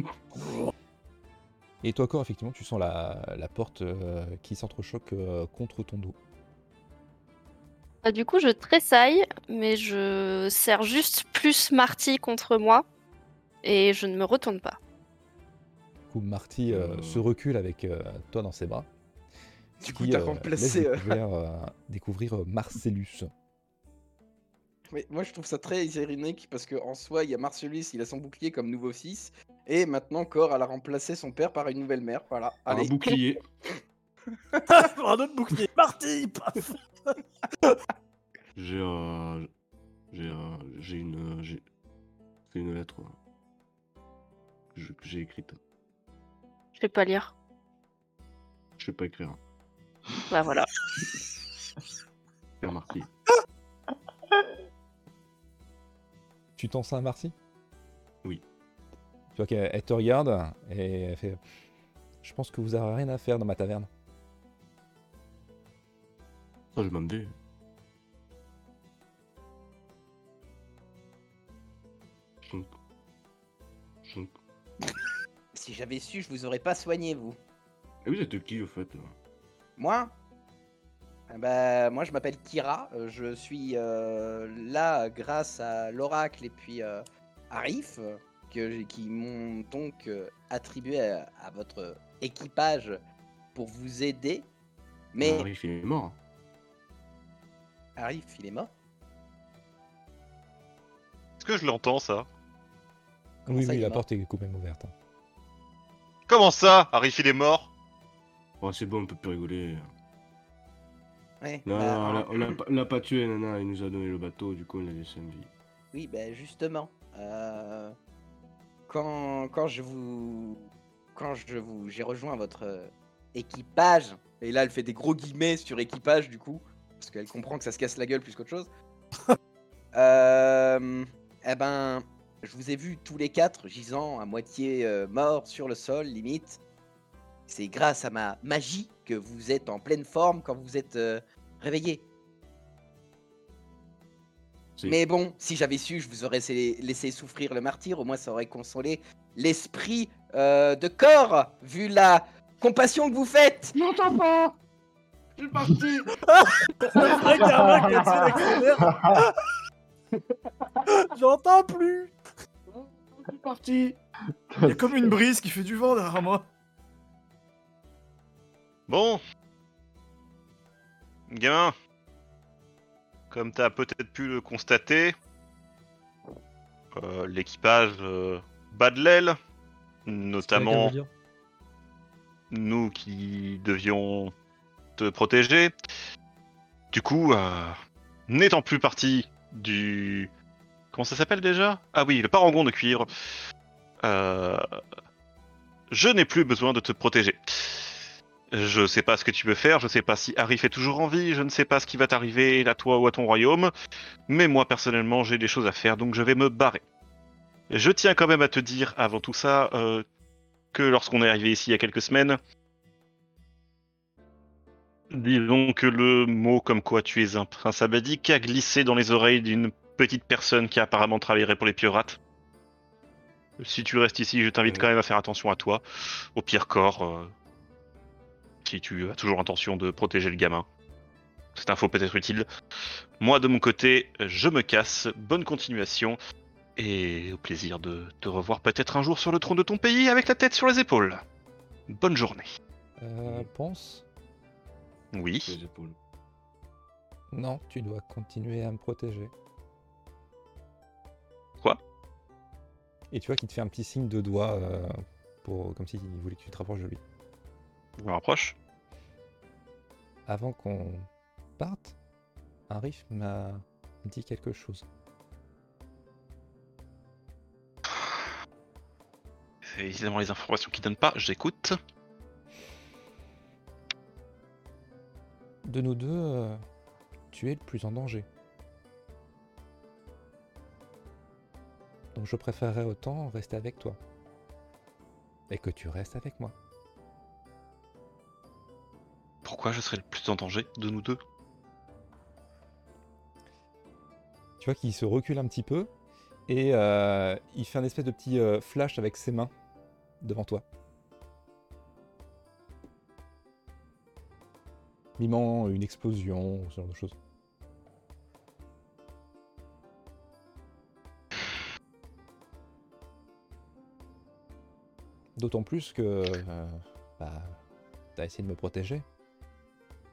A: Et toi, corps, effectivement, tu sens la, la porte euh, qui s'entrechoque euh, contre ton dos.
G: Bah, du coup, je tressaille, mais je serre juste plus Marty contre moi et je ne me retourne pas.
A: Du coup, Marty euh,
E: Euh.
A: se recule avec euh, toi dans ses bras.
H: Du coup, t'as
A: euh,
H: remplacé.
A: laisse
H: euh,
A: découvrir, euh, découvrir, euh, Marcellus.
H: Mais moi, je trouve ça très ironique parce que en soi, il y a Marcellus, il a son bouclier comme nouveau fils. Et maintenant, Cor, elle a remplacé son père par une nouvelle mère. Voilà.
E: Un
H: Allez.
E: bouclier.
B: Pour un autre bouclier. Parti paf.
E: J'ai euh, j'ai euh, j'ai une euh, j'ai c'est une lettre euh, que je- que j'ai écrite.
G: Je vais pas lire.
E: Je sais pas écrire.
G: Bah voilà.
E: J'ai remarqué.
A: Tu tends ça à Marty
E: Oui.
A: Tu vois qu'elle elle te regarde et elle fait Je pense que vous n'avez rien à faire dans ma taverne.
E: Ça Ah, je m'en vais. Chonk. Chonk.
H: Si j'avais su, je vous aurais pas soigné, vous.
E: Et vous êtes Eh qui au fait là
H: Moi Ah bah, Moi, je m'appelle Kira. euh, Je suis euh, là grâce à l'oracle et puis euh, à Arif, euh, que j'ai- qui m'ont donc euh, attribué à, à votre équipage pour vous aider. Mais
E: Arif il est mort.
H: Arif, il est mort.
I: Est-ce que je l'entends ça
H: Comment
A: oui,
H: ça,
A: oui,
H: il est
A: la
H: mort
A: porte est quand même ouverte. hein.
I: Comment ça Arif il est mort
E: Oh, c'est bon, on peut plus rigoler.
H: Ouais,
E: Non,
H: bah,
E: non, on
H: en-
E: l'a- on l'a pas- on l'a pas tué, nana, il nous a donné le bateau, du coup on l'a laissé en vie.
H: Oui, ben justement. euh, quand, quand je vous. Quand je vous. J'ai rejoint votre euh, équipage. Et là, elle fait des gros guillemets sur équipage, du coup. Parce qu'elle comprend que ça se casse la gueule plus qu'autre chose. euh, eh ben. Je vous ai vu tous les quatre gisant à moitié euh, morts sur le sol, limite. C'est grâce à ma magie que vous êtes en pleine forme quand vous êtes euh, réveillés.
E: Si.
H: Mais bon, si j'avais su, je vous aurais laissé, laissé souffrir le martyr. Au moins, ça aurait consolé l'esprit euh, de corps, vu la compassion que vous faites.
E: Je m'entends pas Je suis parti
B: Le vrai karma qui attire l'accélère. J'entends plus.
E: Je suis parti
C: Il y a comme une brise qui fait du vent derrière moi.
I: Bon. Gamin. Comme t'as peut-être pu le constater, euh, l'équipage euh, bat de l'aile, notamment nous qui devions te protéger. Du coup, euh, n'étant plus parti du... Comment ça s'appelle déjà Ah oui, le parangon de cuivre. Euh, je n'ai plus besoin de te protéger. Je sais pas ce que tu veux faire, je sais pas si Arif est toujours en vie, je ne sais pas ce qui va t'arriver à toi ou à ton royaume, mais moi personnellement j'ai des choses à faire donc je vais me barrer. Je tiens quand même à te dire avant tout ça euh, que lorsqu'on est arrivé ici il y a quelques semaines, disons que le mot comme quoi tu es un prince abadique a glissé dans les oreilles d'une petite personne qui apparemment travaillerait pour les pirates. Si tu restes ici, je t'invite
E: Ouais.
I: quand même à faire attention à toi, au pire corps, euh, si tu as toujours intention de protéger le gamin. Cette info peut être utile. Moi de mon côté, je me casse, bonne continuation. Et au plaisir de te revoir peut-être un jour sur le trône de ton pays avec la tête sur les épaules. Bonne journée.
A: Euh, pense
I: Oui.
E: les épaules.
A: Non, tu dois continuer à me protéger.
I: Quoi
A: Et tu vois qu'il te fait un petit signe de doigt, euh, pour, comme s'il voulait que tu te rapproches de lui.
I: Je me rapproche.
A: Avant qu'on parte, un riff m'a dit quelque chose.
I: C'est évidemment les informations qu'il donne pas, j'écoute.
A: De nous deux, euh, tu es le plus en danger. Donc je préférerais autant rester avec toi. Et que tu restes avec moi.
I: Pourquoi je serais le plus en danger de nous deux
A: Tu vois qu'il se recule un petit peu et euh, il fait un espèce de petit euh, flash avec ses mains devant toi. Mimant une explosion, ce genre de choses. D'autant plus que euh, bah, t'as essayé de me protéger.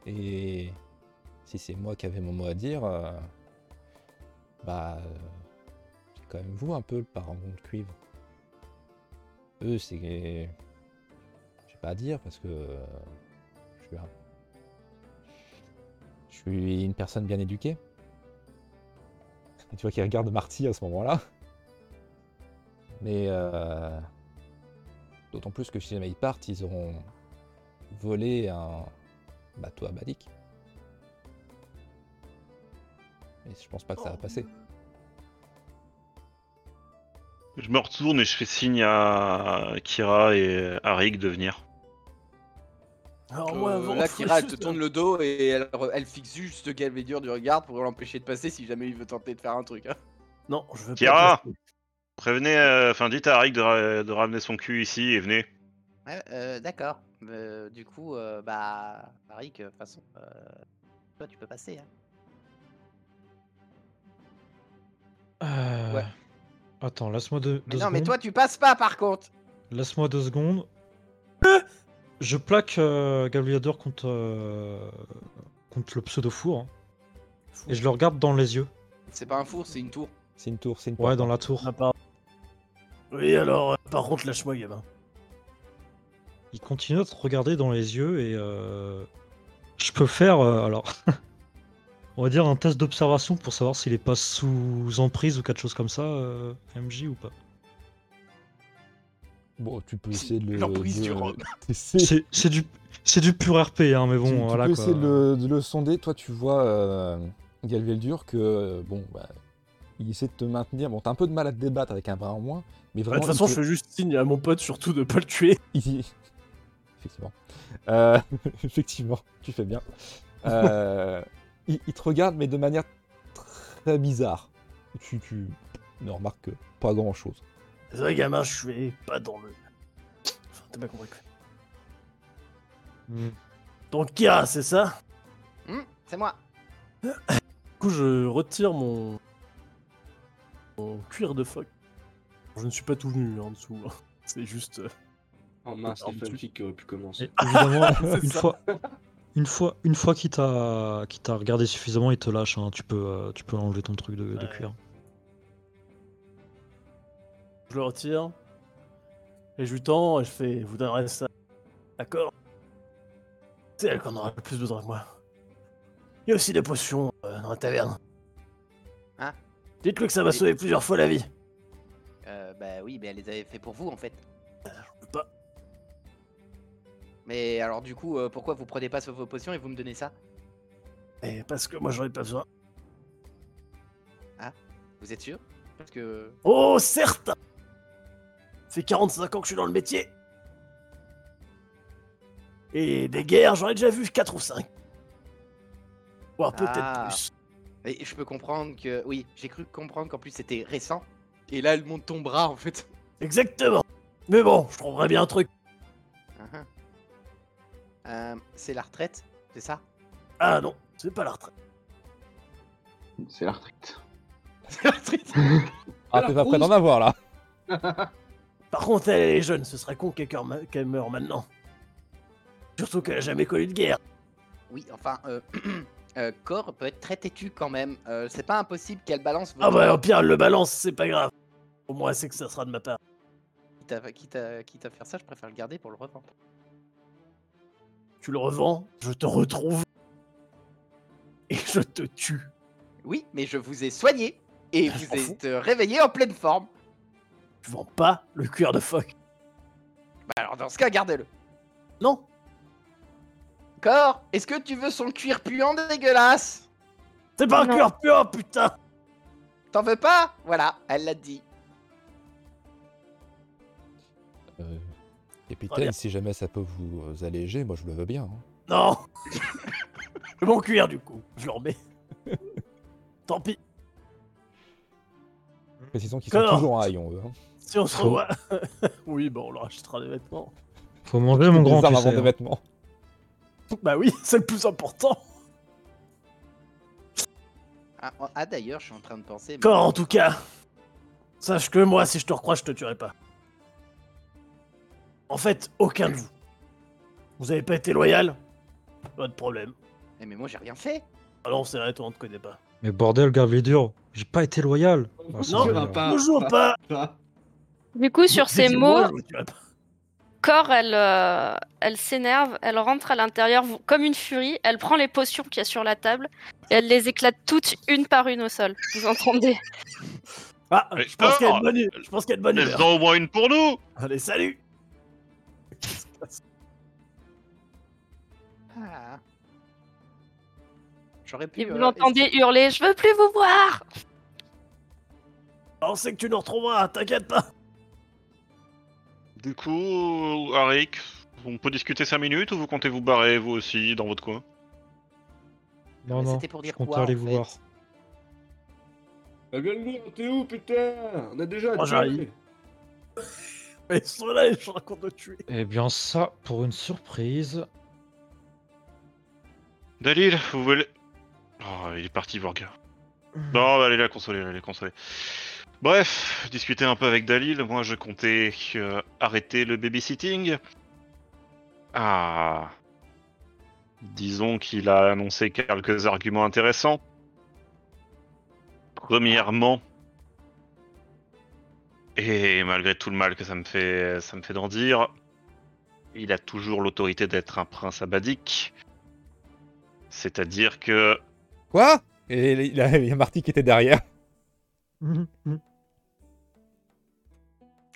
A: Et si c'est moi qui avais mon mot à dire, euh, bah, euh, c'est quand même vous un peu le parangon de cuivre. Eux, c'est. J'ai pas à dire parce que. euh, je, suis un- je suis une personne bien éduquée. Et tu vois qu'il regarde Marty à ce moment-là. Mais. euh, D'autant plus que si jamais ils partent, ils auront volé un bateau à Badik. Et je pense pas que ça va passer.
I: Je me retourne et je fais signe à Kira et à Rick de venir.
B: Alors,
H: Euh,
B: moi, avant,
H: là,
B: faut
H: Kira, elle
B: juste-
H: te tourne le dos et elle, re- elle fixe juste Galvedur du regard pour l'empêcher de passer si jamais il veut tenter de faire un truc. hein.
B: Non, je veux pas.
I: Kira
B: passer.
I: Prévenez, euh, enfin dites à Rick de, ra- de ramener son cul ici et venez.
K: Ouais, euh, d'accord. Euh, du coup, euh, bah, Rick, de toute façon, euh, toi, tu peux passer. Hein.
F: Euh,
H: Ouais.
F: Attends, laisse-moi deux,
K: Mais
F: deux
K: non, mais
F: secondes.
K: toi, tu passes pas, par contre.
F: Laisse-moi deux secondes. Je plaque euh, Gabliador contre, euh, contre le pseudo-four. hein, et je le regarde dans les yeux.
H: C'est pas un four, c'est une tour.
A: C'est une tour, c'est une porte.
F: Ouais, dans la tour.
B: Ah, par- Oui, alors, euh, par contre, lâche-moi, gamin.
F: Il continue à te regarder dans les yeux et euh, je peux faire, euh, alors, on va dire un test d'observation pour savoir s'il est pas sous emprise ou quelque chose comme ça, euh, MJ ou pas.
A: Bon, tu peux
H: Si,
A: essayer de le.
H: l'emprise
A: de-
H: du rhum.
A: t'essaies-
F: C'est c'est du, c'est du pur RP, hein, mais bon,
A: tu, tu
F: voilà
A: peux
F: quoi.
A: essayer de le, de le sonder. Toi, tu vois euh, Galveldur que euh, bon, bah, il essaie de te maintenir. Bon, t'as un peu de mal à te débattre avec un bras en moins, mais
B: Bah, De
A: vraiment.
B: toute façon,
A: il
B: je
A: te-
B: fais juste signe à mon pote, surtout, de pas le tuer.
A: il- Effectivement. Euh, Effectivement, tu fais bien. Euh, il, il te regarde, mais de manière très bizarre. Tu, tu ne remarques pas grand chose.
B: C'est vrai, gamin, je suis pas dans le. Enfin, t'as pas compris. quoi.
F: Hmm.
B: Donc, Kira, c'est ça
H: Hum,
K: Hmm, c'est moi.
B: Du coup, je retire mon. mon cuir de phoque. Je ne suis pas tout venu en dessous. hein. C'est juste. euh,
E: Oh mince,
B: Alors,
E: les
B: tu-
E: fanfics qui auraient pu commencer.
F: Et évidemment,
B: C'est
F: une
B: ça.
F: fois, une fois, une fois qu'il t'a, qu'il t'a regardé suffisamment, il te lâche. hein, tu peux, euh, tu peux enlever ton truc de, de
B: Ouais.
F: cuir.
B: Je le retire. Et je lui tends et je fais Vous donnerez ça. D'accord C'est elle qu'on aura le plus besoin de moi. Il y a aussi des potions euh, dans la taverne.
K: Hein
B: Dites-le que ça m'a sauvé plusieurs fois la vie.
K: Euh, bah oui, mais elle les avait fait pour vous, en fait.
B: Euh, Je peux pas.
K: Mais alors, du coup, euh, pourquoi vous prenez pas sur vos potions et vous me donnez ça
B: Et parce que moi j'en ai pas besoin.
K: Vous êtes sûr Parce que.
B: Oh, certes Ça fait 45 ans que je suis dans le métier. Et des guerres, j'en ai déjà vu 4 ou 5. Voire peut-être
K: Ah.
B: plus.
K: Et je peux comprendre que. Oui, j'ai cru comprendre qu'en plus c'était récent. Et là, elle monte ton bras, en fait.
B: Exactement. Mais bon, je trouverai bien un truc.
K: Ah, ah. Euh, c'est la retraite, c'est ça
B: Ah non, c'est pas la retraite.
D: C'est la retraite.
K: C'est la retraite
A: Ah, t'es pas prêt d'en avoir là.
B: Par contre, elle, elle est jeune, ce serait con qu'elle meure- qu'elle meure maintenant. Surtout qu'elle a jamais connu de guerre.
K: Oui, enfin, euh, euh, Cor peut être très têtu quand même. Euh, c'est pas impossible qu'elle balance.
B: Ah
K: votre-
B: bah, au pire, elle le balance, c'est pas grave. Au moins, elle sait que ça sera de ma part.
K: Quitte à, quitte à- quitte à faire ça, je préfère le garder pour le revendre.
B: Tu le revends, je te retrouve. Et je te tue.
K: Oui, mais je vous ai soigné et
B: Ah,
K: vous êtes euh, réveillé en pleine forme.
B: Tu vends pas le cuir de phoque.
K: Bah alors dans ce cas, gardez-le.
B: Non.
K: Cor, est-ce que tu veux son cuir puant dégueulasse
B: C'est pas un
K: Non.
B: cuir pur, putain
K: T'en veux pas Voilà, elle l'a dit.
A: Euh,
B: Très bien.
A: capitaine, si jamais ça peut vous alléger, moi je le veux bien. hein.
B: Non C'est mon cuir, du coup. Je le remets. Tant pis.
A: Précisons qu'ils sont
B: Connard.
A: toujours en haillons, eux. hein.
B: Si on se
J: Faut-
B: revoit. oui, bon, on leur achètera des vêtements.
J: Faut manger mon grand,
A: Des armes
J: tu
A: à vendre
J: sais.
A: des vêtements.
B: Bah oui, c'est le plus important.
K: Ah, oh, ah, d'ailleurs, je suis en train de penser. mais-
B: Cor, en tout cas, sache que moi, si je te recrois, je te tuerai pas. En fait, aucun de vous. Vous avez pas été loyal Pas de problème.
K: Eh, mais moi j'ai rien fait.
B: Ah non, c'est vrai, toi, on te connaît pas.
J: Mais bordel, garde les durs. J'ai pas été loyal. Ah, ça
B: Non,
J: va,
B: mais-
J: alors.
B: Toujours pas
G: Du coup, sur ces
B: Dites-le
G: mots,
B: moi, je vous tuerai pas.
G: Cor, elle, euh, elle s'énerve, elle rentre à l'intérieur vo- comme une furie, elle prend les potions qu'il y a sur la table et elle les éclate toutes une par une au sol. Vous entendez
B: Ah,
I: Mais
B: je
I: Cor,
B: pense qu'il y a une bonne, je pense qu'il y a une bonne humeur.
I: Laisse-en au moins une pour nous
B: Allez, salut
K: Ah. J'aurais pu.
G: Et vous
K: euh,
G: l'entendez hurler Je veux plus vous voir
B: On sait que tu nous retrouveras, t'inquiète pas
I: Du coup, Arik, on peut discuter 5 minutes ou vous comptez vous barrer vous aussi dans votre coin
J: Non,
K: Mais
J: non,
K: c'était pour
J: je
K: dire
J: compte
K: quoi,
J: aller
K: en
J: vous
K: fait
J: voir.
E: Ah, viens le lire, t'es où, putain On a déjà
B: Oh,
E: tué.
B: j'arrive. Mais ils sont là et je raconte de tuer.
J: Eh bien, ça, pour une surprise.
I: Dalil, vous voulez. Oh, il est parti voir gars. Non, bah, allez la consoler, allez la consoler. Bref, discuter un peu avec Dalil. Moi, je comptais euh, arrêter le babysitting. Ah. Disons qu'il a annoncé quelques arguments intéressants. Premièrement, et malgré tout le mal que ça me fait, ça me fait d'en dire, il a toujours l'autorité d'être un prince abadique. C'est-à-dire que
A: Quoi Et il y a- il y a Marty qui était derrière.
F: Mhm.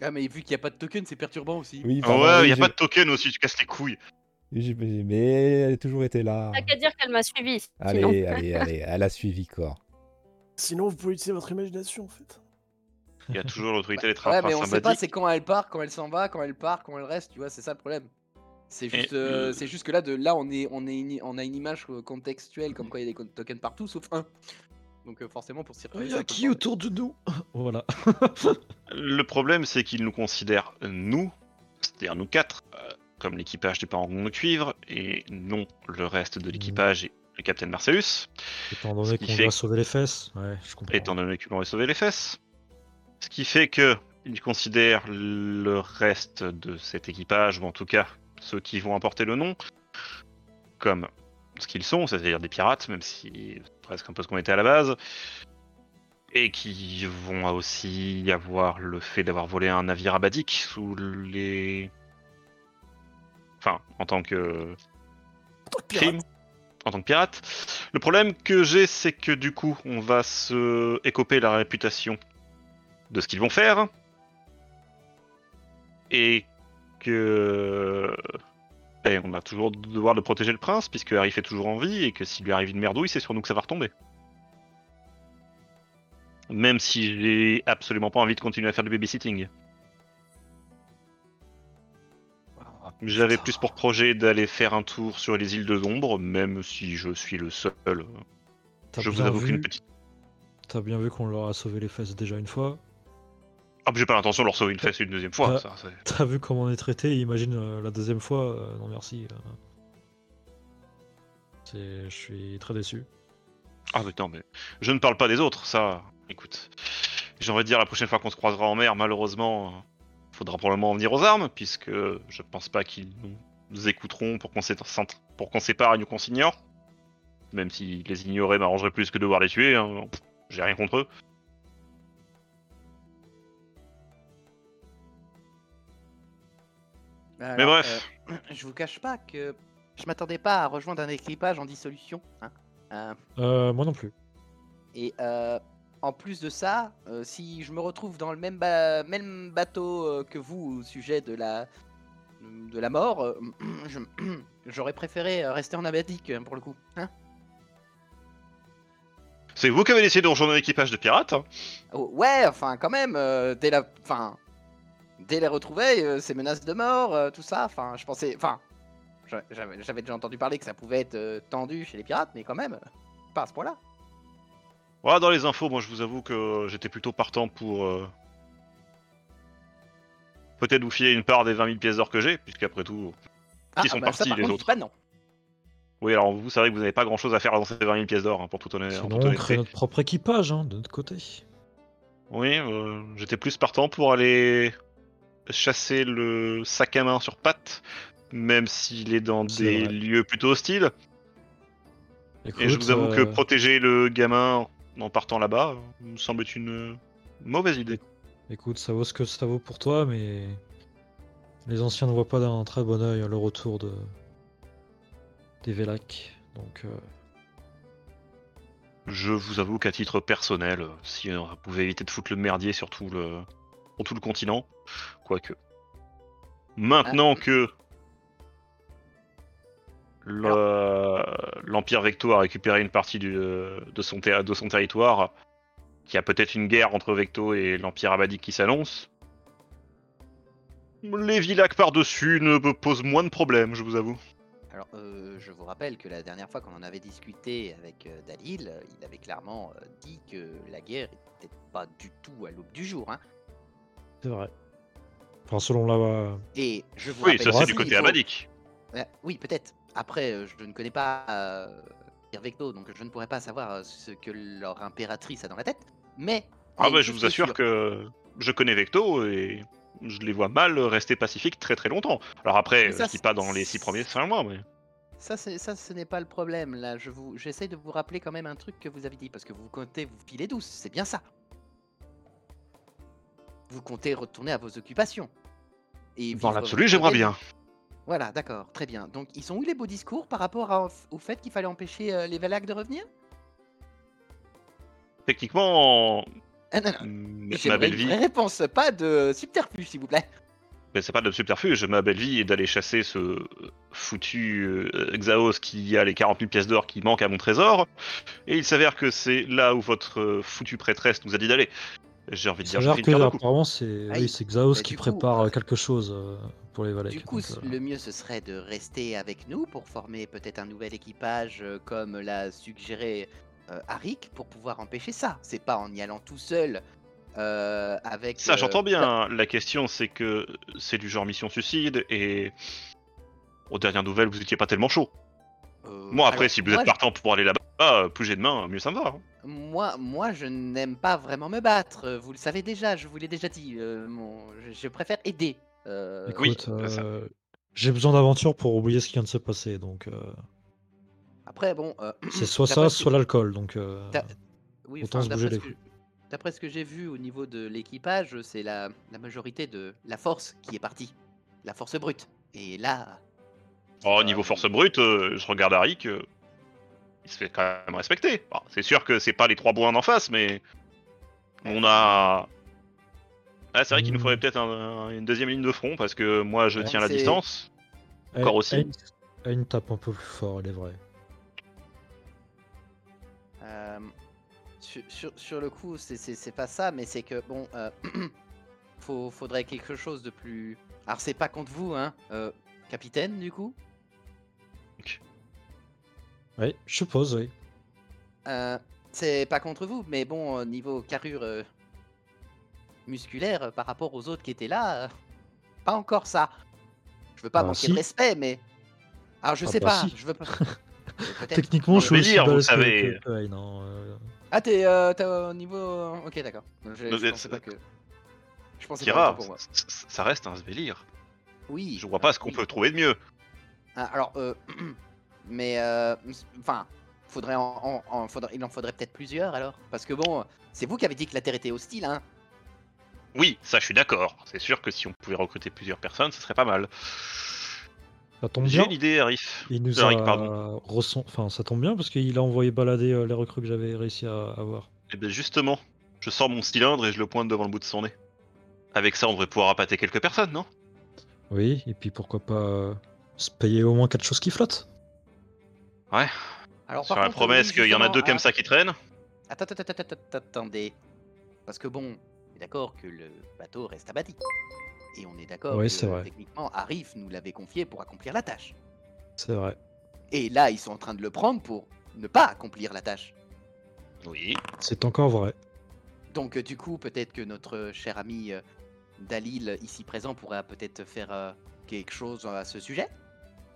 H: Ah, mais vu qu'il n'y a pas de token, c'est perturbant aussi.
A: Oui,
I: Ah
A: pardon,
I: ouais,
A: oui,
I: y a
A: j'ai-
I: pas de token aussi, tu casses les couilles.
A: j'ai- j'ai- Mais elle a toujours été là.
G: T'as qu'à dire qu'elle m'a suivi.
A: Allez,
G: sinon.
A: allez, allez, elle a suivi corps.
B: Sinon, vous pouvez utiliser votre imagination, en fait.
I: Il y a toujours l'autorité d'être un
H: Ouais, mais
I: prince
H: on sait pas,
I: sympathique.
H: c'est quand elle part, quand elle s'en va, quand elle part, quand elle reste, tu vois, c'est ça le problème. C'est juste, euh,
I: le-
H: c'est juste que là, de, là on, est, on, est une- on a une image euh, contextuelle comme quoi il y a des con- tokens partout sauf un. Donc euh, forcément, pour s'y retrouver. c'est un peu le bordel.
J: de nous
A: Oh,
J: Voilà.
I: Le problème, c'est qu'il nous considère, nous, c'est-à-dire nous quatre, euh, comme l'équipage des parents de cuivre, et non le reste
A: Mm.
I: de l'équipage et le capitaine Marcellus,
J: Étant
I: Ce
J: donné
I: qui
J: qu'on
I: fait
J: doit
I: que-
J: sauver les fesses, ouais, je comprends.
I: étant donné qu'ils m'aurait sauvé les fesses. Ce qui fait que il considère le reste de cet équipage, ou en tout cas ceux qui vont apporter le nom, comme ce qu'ils sont, c'est-à-dire des pirates, même si c'est presque un peu ce qu'on était à la base, et qui vont aussi avoir le fait d'avoir volé un navire abadique sous les. Enfin, en tant que. crime, en tant que pirate. Le problème que j'ai, c'est que du coup, on va se écoper la réputation de ce qu'ils vont faire. Et que. Et on a toujours le devoir de protéger le prince, puisque Harry est toujours en vie, et que s'il lui arrive une merdouille, c'est sur nous que ça va retomber. Même si j'ai absolument pas envie de continuer à faire du babysitting. J'avais plus pour projet d'aller faire un tour sur les îles de l'ombre, même si je suis le seul.
J: T'as
I: Je vous
J: bien
I: avoue
J: vu-
I: qu'une petite.
J: T'as bien vu qu'on leur a sauvé les fesses déjà une fois.
I: Ah, mais j'ai pas l'intention de leur sauver une fesse une deuxième fois.
J: Euh,
I: ça, c'est-
J: T'as vu comment on est traité, imagine euh, la deuxième fois. euh, non merci. euh. C'est- Je suis très déçu.
I: Ah, mais non, mais je ne parle pas des autres, ça. Écoute, j'ai envie de dire la prochaine fois qu'on se croisera en mer, malheureusement, euh, faudra probablement en venir aux armes, puisque je pense pas qu'ils nous- nous écouteront pour qu'on s'é- s'ent- pour qu'on s'épargne ou qu'on s'ignore. Même si les ignorer m'arrangerait plus que de devoir les tuer, hein, pff, j'ai rien contre eux.
K: Alors,
I: Mais bref.
K: euh, je vous cache pas que je m'attendais pas à rejoindre un équipage en dissolution. hein. Euh,
J: Euh, moi non plus.
K: et euh, en plus de ça, euh, si je me retrouve dans le même, ba- même bateau euh, que vous au sujet de la, de la mort, euh, je- j'aurais préféré euh, rester en abatique pour le coup. hein.
I: C'est vous qui avez décidé de rejoindre un équipage de pirates. hein.
K: Oh, ouais, enfin quand même, euh, dès la, enfin, dès les retrouvailles, euh, ces menaces de mort, euh, tout ça, enfin, je pensais, enfin, j'a- j'avais j'avais déjà entendu parler que ça pouvait être euh, tendu chez les pirates, mais quand même, euh, pas à ce point-là.
I: Voilà, dans les infos, moi je vous avoue que j'étais plutôt partant pour. euh, Peut-être vous filer une part des 20 000 pièces d'or que j'ai, puisqu'après tout. Qui
H: Ah, bah,
I: sont
K: Ah, bah ça,
I: partis,
K: par
I: les
K: contre,
I: autres.
K: je dis Pas non.
I: Oui, alors vous savez que vous n'avez pas grand chose à faire dans ces 20 000 pièces d'or, hein, pour tout honneur.
J: Sinon, on crée notre propre équipage hein, de notre côté.
I: Oui, euh, j'étais plus partant pour aller chasser le sac à main sur pattes, même s'il est dans
J: C'est
I: des
J: vrai.
I: lieux plutôt hostiles. Et je
J: Écoute,
I: vous avoue que
J: euh,
I: protéger le gamin en partant là-bas euh, me semble être une euh, mauvaise idée.
J: Écoute, ça vaut ce que ça vaut pour toi, mais les anciens ne voient pas d'un très bon œil le retour de des Vélac. Donc, euh,
I: Je vous avoue qu'à titre personnel, euh, si on pouvait éviter de foutre le merdier sur tout le, sur tout le continent, quoique. Maintenant que le- l'Empire Vecto a récupéré une partie du- euh, de, son ter- de son territoire, qu'il y a peut-être une guerre entre Vecto et l'Empire Abadique qui s'annonce, les villacs par-dessus ne me posent moins de problèmes, je vous avoue.
K: Alors, euh, je vous rappelle que la dernière fois qu'on en avait discuté avec euh, Dalil, euh, il avait clairement euh, dit que la guerre n'était pas du tout à l'aube du jour. hein.
J: c'est vrai. Enfin, selon la.
K: Et je vous
I: Oui,
K: rappelle
I: ça c'est
K: aussi,
I: du côté
K: il faut-
I: Abadique.
K: Euh, oui, peut-être. Après, euh, je ne connais pas euh, Irvecto, donc je ne pourrais pas savoir euh, ce que leur impératrice a dans la tête. Mais. il y
I: Ah bah
K: a une
I: je
K: chose
I: vous
K: qui est
I: assure
K: sûre.
I: que je connais Vecto et je les vois mal rester pacifiques très très longtemps. Alors
K: Mais
I: après,
K: ça,
I: je dis pas dans les six
K: c'est-
I: premiers cinq mois, mais
K: Ça, c'est- ça, ce n'est pas le problème. Là, je vous, j'essaie de vous rappeler quand même un truc que vous avez dit parce que vous comptez vous filer douce, c'est bien ça. Vous comptez retourner à vos occupations. Et
I: dans
K: vivre
I: l'absolu
K: votre
I: j'aimerais
K: vie.
I: bien.
K: Voilà, d'accord, très bien. Donc, ils sont où les beaux discours par rapport à- au fait qu'il fallait empêcher euh, les Valaques de revenir
I: Techniquement,
K: Ah, non, non.
I: m- ma
K: J'aimerais
I: belle
K: une
I: vie,
K: vraie réponse, pas de subterfuge, s'il vous plaît.
I: mais c'est pas de subterfuge, ma belle vie est d'aller chasser ce foutu euh, Xaos qui a les 40 000 pièces d'or qui manquent à mon trésor. Et il s'avère que c'est là où votre euh, foutue prêtresse nous a dit d'aller. J'ai envie de
J: Il
I: dire, j'ai
J: s'avère
I: pris
J: que
I: une pierre de coups.
J: apparemment c'est
K: Ah,
J: oui,
K: il-
J: c'est Xaos
K: bah,
J: qui
K: du coup,
J: prépare
K: euh,
J: quelque chose euh, pour les Valaques.
K: Du coup,
J: donc,
K: c-
J: euh,
K: le mieux ce serait de rester avec nous pour former peut-être un nouvel équipage euh, comme l'a suggéré euh, Arik pour pouvoir empêcher ça. C'est pas en y allant tout seul euh, avec.
I: Ça,
K: euh,
I: j'entends
K: plein-
I: bien. La question, c'est que c'est du genre mission suicide et. Aux dernières nouvelles, vous étiez pas tellement chaud.
K: Euh,
I: Moi, après,
K: alors,
I: si vous
K: moi,
I: êtes
K: je-
I: partant pour aller là-bas, euh, plus j'ai de mains, mieux ça me va. hein.
K: Moi, moi, je n'aime pas vraiment me battre. euh, Vous le savez déjà, je vous l'ai déjà dit. euh, mon- je, je préfère aider. euh,
I: Oui,
J: écoute,
I: c'est ça.
J: euh, j'ai besoin d'aventure pour oublier ce qui vient de se passer. Donc, euh,
K: Après, bon. euh,
J: c'est soit
K: d'après
J: ça,
K: ce que-
J: soit l'alcool. Donc, euh,
K: D'a- Oui,
J: Autant
K: enfin,
J: se bouger
K: d'après ce
J: les
K: que- d'après ce que j'ai vu au niveau de l'équipage, c'est la, la majorité de la force qui est partie. La force brute. Et là.
I: Oh,
K: euh,
I: niveau force brute, euh, je regarde Arik. euh, il se fait quand même respecter. Bon, c'est sûr que c'est pas les trois bourrins d'en face, mais. On a. Ah, c'est vrai qu'il nous
J: Hmm.
I: faudrait peut-être un- un- une deuxième ligne de front parce que moi, je
K: Ouais,
I: tiens la
K: c'est-
I: distance. encore
J: Ayn-
I: aussi.
J: Ayn- Ayn tape un peu plus fort, elle est vraie.
K: euh, sur, sur- sur le coup, c'est- c'est c'est pas ça, mais c'est que, bon. euh, faut- faudrait quelque chose de plus. Alors, c'est pas contre vous, hein, euh, capitaine, du coup
J: Oui, je suppose, oui.
K: Euh, c'est pas contre vous, mais bon, euh, niveau carrure euh, musculaire euh, par rapport aux autres qui étaient là, euh, pas encore ça. Je veux pas
J: Bah,
K: manquer
J: si.
K: de respect, mais. Alors je
J: Ah
K: sais
J: bah,
K: pas,
J: si.
K: je veux pas. Peut-être.
J: Techniquement, je
I: Je vais
J: suis aussi
I: dire, vous
J: balèze que-
I: savez.
J: que- que Ayn, hein, euh,
K: Ah, t'es euh, t'es au niveau. euh, Ok, d'accord. Je,
I: Non,
K: je
I: mais
K: pensais
I: c'est-
K: pas que. Je pensais pas autant
I: Kira,
K: pour moi.
I: c- c- ça reste un sbélire.
K: Oui.
I: Je vois pas ce qu'on
K: oui.
I: peut trouver de mieux.
K: Ah, Alors, euh, mais. euh, Enfin, faudrait en- en- en- faudrait- il en faudrait peut-être plusieurs alors. Parce que bon, c'est vous qui avez dit que la Terre était hostile, hein.
I: Oui, ça je suis d'accord. C'est sûr que si on pouvait recruter plusieurs personnes, ce serait pas mal.
J: Ça tombe
I: J'ai
J: bien.
I: une idée, Arif.
J: Il nous
I: Euh,
J: a
I: Rick, pardon.
J: reçon- Enfin, ça tombe bien parce qu'il a envoyé balader euh, les recrues que j'avais réussi à avoir.
I: Eh bien justement, je sors mon cylindre et je le pointe devant le bout de son nez. Avec ça, on devrait pouvoir appâter quelques personnes, non
J: Oui, et puis pourquoi pas euh, se payer au moins quelque chose qui flotte.
I: Ouais.
K: Alors,
I: Sur
K: par
I: la
K: contre,
I: promesse
K: oui,
I: qu'il y en a
K: justement,
I: deux comme
K: ah,
I: ça qui traînent.
K: Attends, attends, attends, attends, attends, attendez. Parce que bon, on est d'accord que le bateau reste abattu. Et on est d'accord
J: Oui,
K: que
J: c'est vrai.
K: techniquement, Arif nous l'avait confié pour accomplir la tâche.
J: C'est vrai.
K: Et là, ils sont en train de le prendre pour ne pas accomplir la tâche.
I: Oui.
J: C'est encore vrai.
K: Donc euh, du coup, peut-être que notre euh, cher ami euh, Dalil, ici présent, pourra peut-être faire euh, quelque chose à ce sujet.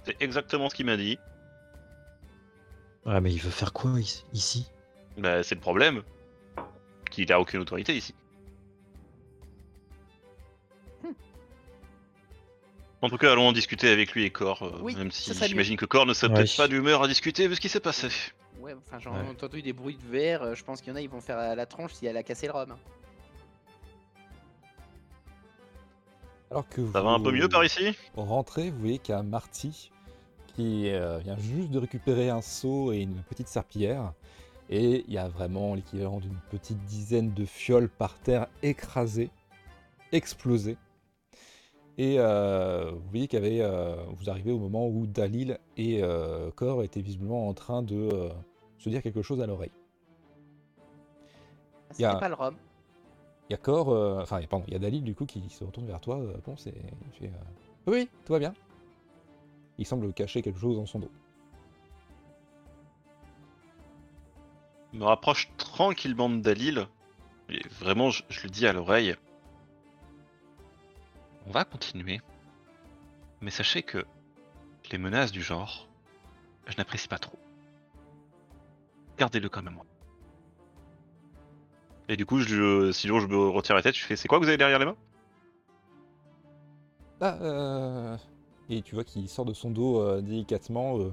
I: C'est exactement ce qu'il m'a dit.
J: Ouais, mais il veut faire quoi ici- ici
I: Bah, c'est le problème. Qu'il a aucune autorité ici.
K: Hmm.
I: En tout cas, allons en discuter avec lui et Cor, euh,
K: Oui,
I: même
K: ce
I: si
K: serait mieux.
I: j'imagine que Cor ne serait
J: Ouais.
I: peut-être pas d'humeur à discuter vu ce qui s'est passé.
K: Ouais, enfin j'ai
J: Ouais.
K: entendu des bruits de verre, euh, je pense qu'il y en a, ils vont faire à la tronche si elle a cassé le rhum. hein.
A: Alors que
I: Ça va un peu
A: vous
I: mieux par ici
A: Rentrez, vous voyez qu'il y a Marty qui euh, vient juste de récupérer un seau et une petite serpillière. Et il y a vraiment l'équivalent d'une petite dizaine de fioles par terre écrasées, explosées. Et euh, vous voyez qu'il y avait, euh, vous arrivez au moment où Dalil et euh, Cor étaient visiblement en train de euh, se dire quelque chose à l'oreille.
K: Ah,
A: Y a-
K: C'était pas le rhum.
A: Il y a Cor, euh, enfin pardon, il y a Dalil du coup qui se retourne vers toi. euh, bon, c'est, il fait, euh, oui, tout va bien. Il semble cacher quelque chose dans son dos.
I: Je me rapproche tranquillement de Dalil. Et vraiment, je, je le dis à l'oreille. On va continuer. Mais sachez que les menaces du genre, je n'apprécie pas trop. Gardez-le quand même. Et du coup, je, sinon je me retire la tête, je fais c'est quoi que vous avez derrière les mains
A: Ah, euh... Et tu vois qu'il sort de son dos euh, délicatement euh,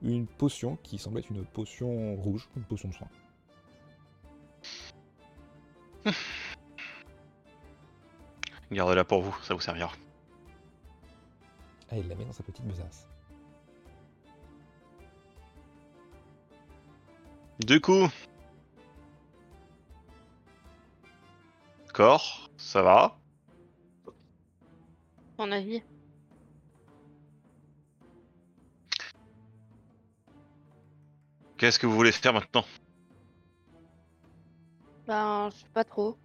A: une potion qui semble être une potion rouge, une potion de soin.
I: Gardez-la pour vous, ça vous servira.
A: Ah, il la met dans sa petite besace.
I: Du coup. Corps, ça va
G: mon avis.
I: Qu'est-ce que vous voulez faire maintenant
G: Ben, je sais pas trop.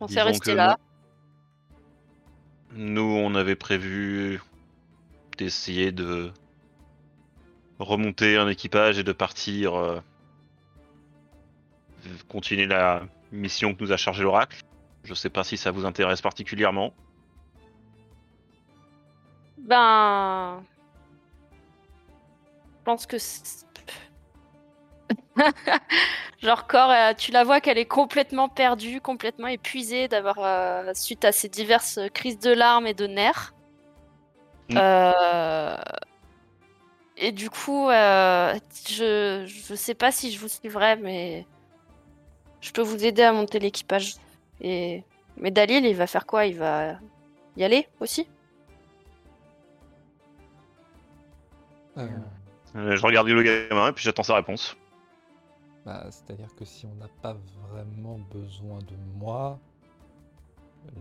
G: On s'est
I: Disons
G: resté
I: que
G: là.
I: euh, Nous, on avait prévu d'essayer de remonter un équipage et de partir euh, continuer la mission que nous a chargé l'oracle. Je sais pas si ça vous intéresse particulièrement.
G: Ben. Je pense que. c'est- Genre, Cor, euh, tu la vois qu'elle est complètement perdue, complètement épuisée d'avoir, euh, suite à ces diverses crises de larmes et de nerfs.
I: Mm.
G: Euh, Et du coup, euh, je... je sais pas si je vous suivrai, mais je peux vous aider à monter l'équipage. Et... Mais Dalil, il va faire quoi Il va y aller aussi
A: Euh,
I: Euh, je regarde le gamin et puis j'attends sa réponse.
A: bah, C'est-à-dire que si on n'a pas vraiment besoin de moi,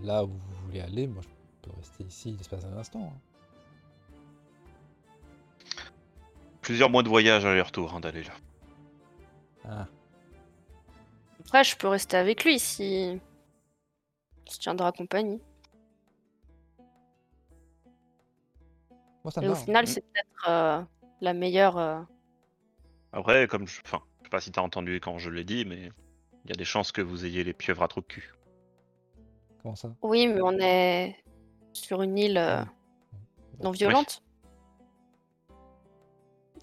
A: là où vous voulez aller, moi je peux rester ici l'espace d'un instant. hein.
I: Plusieurs mois de voyage aller-retour, hein, d'aller là.
A: Ah,
G: Après, je peux rester avec lui si. Je tiendra compagnie.
A: moi ça
G: Et
A: me
G: au
A: va. hein.
G: final, c'est peut-être euh, la meilleure. euh,
I: Après, comme je. Enfin, je sais pas si t'as entendu quand je l'ai dit, mais il y a des chances que vous ayez les pieuvres à trou de cul.
A: Comment ça
G: Oui, mais on est sur une île euh, non violente.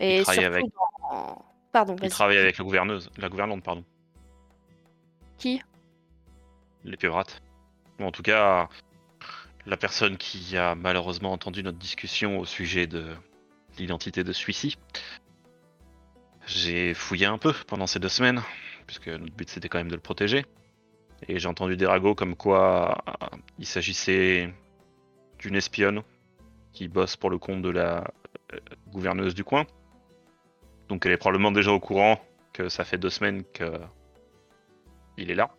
G: Et
I: Il travaille
G: surtout
I: avec-
G: dans- Pardon,
I: Il
G: vas-y.
I: travaille avec la gouverneuse, la gouvernante, pardon.
G: Qui
I: les pieuvrates. Ou en tout cas, la personne qui a malheureusement entendu notre discussion au sujet de l'identité de celui-ci j'ai fouillé un peu pendant ces deux semaines, puisque notre but c'était quand même de le protéger. Et j'ai entendu des ragots comme quoi euh, il s'agissait d'une espionne qui bosse pour le compte de la euh, gouverneuse du coin. Donc elle est probablement déjà au courant que ça fait deux semaines que il est là.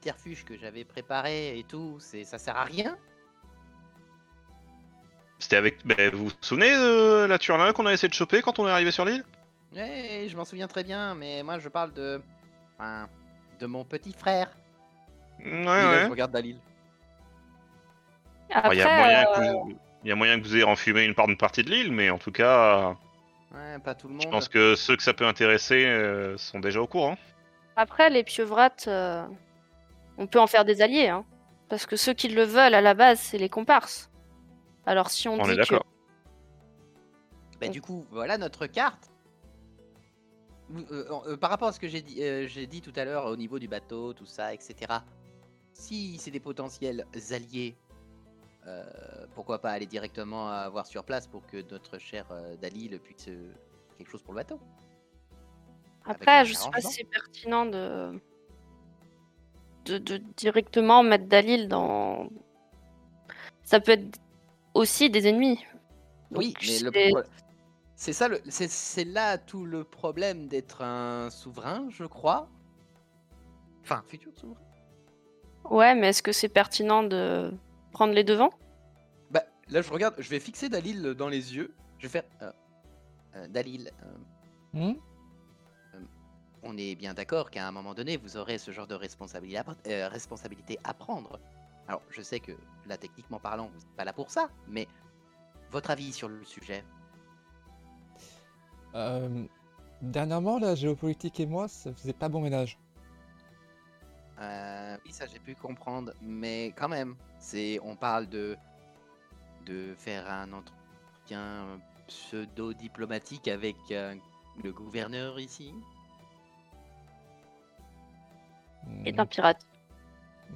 K: Terfuge que j'avais préparé et tout, c'est ça sert à rien
I: C'était avec. ben, vous vous souvenez de la Turlin qu'on a essayé de choper quand on est arrivé sur l'île
K: Ouais, Eh, je m'en souviens très bien, mais moi je parle de. Enfin, de mon petit frère.
I: Ouais,
K: Et là,
I: ouais.
K: Je regarde Dalil.
I: Enfin,
G: Après,
I: Il y a moyen
G: euh,
I: que vous- il y a moyen que vous ayez enfumé une part de partie de l'île, mais en tout cas,
K: Ouais, pas tout le monde.
I: je pense que ceux que ça peut intéresser euh, sont déjà au courant.
G: après, les pieuvrates, euh, on peut en faire des alliés. hein. parce que ceux qui le veulent à la base, c'est les comparses. Alors si on,
I: On
G: dit
I: est
G: que.
I: d'accord.
K: Bah, du coup, voilà notre carte. Vous- euh, en- euh, par rapport à ce que j'ai dit, euh, j'ai dit tout à l'heure au niveau du bateau, tout ça, etc. Si c'est des potentiels alliés, euh, pourquoi pas aller directement à voir sur place pour que notre cher euh, Dalil puisse euh, quelque chose pour le bateau
G: Après,
K: un
G: je sais pas
K: arrangement.
G: si c'est pertinent de... De, de directement mettre Dalil dans. Ça peut être aussi des ennemis. Donc,
K: Oui, mais le
G: c'est-
K: pro- c'est ça, le... c'est- c'est là tout le problème d'être un souverain, je crois. Enfin, futur souverain.
G: Ouais, mais est-ce que c'est pertinent de prendre les devants
K: Bah, là, je regarde, je vais fixer Dalil dans les yeux. Je vais faire. euh, euh, Dalil, euh,
A: Hmm
K: on est bien d'accord qu'à un moment donné, vous aurez ce genre de responsabilité à, pr- euh, responsabilité à prendre. Alors, je sais que là, techniquement parlant, vous n'êtes pas là pour ça, mais votre avis sur le sujet
A: Euh, dernièrement, la géopolitique et moi, ça faisait pas bon ménage.
K: Euh, oui, ça j'ai pu comprendre, mais quand même, c'est on parle de de faire un entretien pseudo diplomatique avec euh, le gouverneur ici.
G: Et
K: Mmh.
G: d'un pirate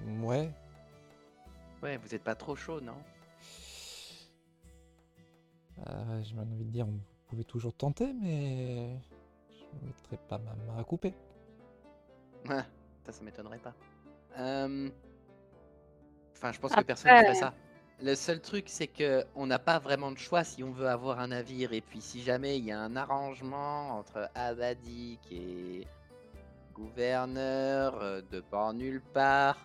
A: Hmm, Ouais.
K: Ouais, vous êtes pas trop chaud, non
A: Euh, J'ai même envie de dire, on pouvait toujours tenter, mais je ne mettrais pas ma main à couper.
K: Ouais, ça, ça m'étonnerait pas. Euh, Enfin, je pense que
G: Après-
K: personne ne fait ça. Le seul truc, c'est que on n'a pas vraiment de choix si on veut avoir un navire. Et puis, si jamais il y a un arrangement entre Abadi qui est gouverneur euh, de port nulle part,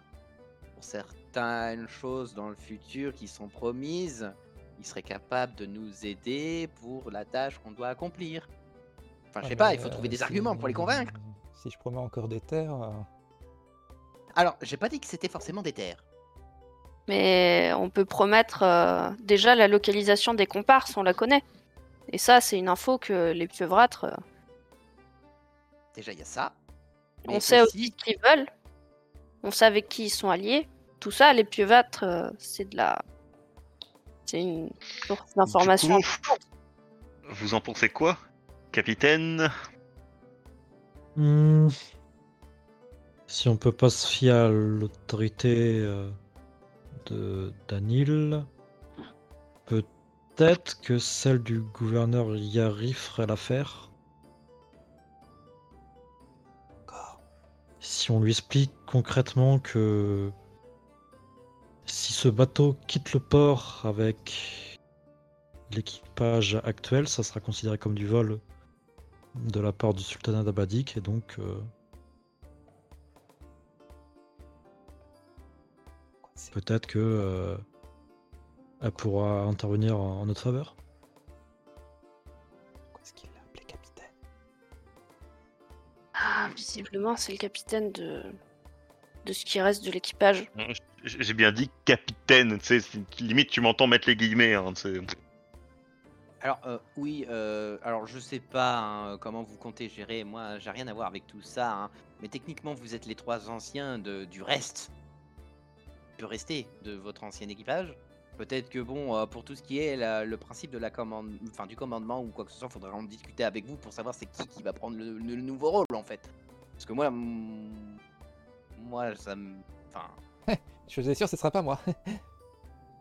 K: pour certaines choses dans le futur qui sont promises, il serait capable de nous aider pour la tâche qu'on doit accomplir. Enfin, je
A: Ouais,
K: sais pas, il
A: mais,
K: faut
A: euh,
K: trouver des
A: si-
K: arguments pour les convaincre.
A: Si je promets encore des terres, euh,
K: Alors, j'ai pas dit que c'était forcément des terres.
G: Mais on peut promettre euh, déjà la localisation des comparses, on la connaît. Et ça, c'est une info que les pieuvratres, euh,
K: Déjà, il y a ça.
G: on
K: Mais
G: sait
K: aussi-
G: aussi ce qu'ils veulent. On sait avec qui ils sont alliés. Tout ça, les pieuvratres, euh, c'est de la. C'est une source d'information.
I: Du coup, vous en pensez quoi, capitaine
J: Hmm. Si on peut pas se fier à l'autorité euh, de Danil, peut-être que celle du gouverneur Yari ferait l'affaire. Si on lui explique concrètement que si ce bateau quitte le port avec l'équipage actuel, ça sera considéré comme du vol de la part du sultanat d'Abadik et donc euh, peut-être que euh, elle pourra intervenir en en notre faveur.
A: pourquoi est-ce qu'il l'a appelé capitaine
G: Ah, visiblement, c'est le capitaine de. de ce qui reste de l'équipage.
I: J'ai bien dit capitaine, tu sais, c'est- limite tu m'entends mettre les guillemets. hein, tu sais.
K: Alors euh, oui, euh, alors je sais pas hein, comment vous comptez gérer. Moi, j'ai rien à voir avec tout ça. hein. Mais techniquement, vous êtes les trois anciens de- du reste. Peut rester de votre ancien équipage. Peut-être que bon, euh, pour tout ce qui est la- le principe de la commande, enfin du commandement ou quoi que ce soit, faudrait en discuter avec vous pour savoir c'est qui qui va prendre le, le nouveau rôle en fait. Parce que moi, mm, moi, ça me, enfin,
A: Je suis sûr, ce sera pas moi.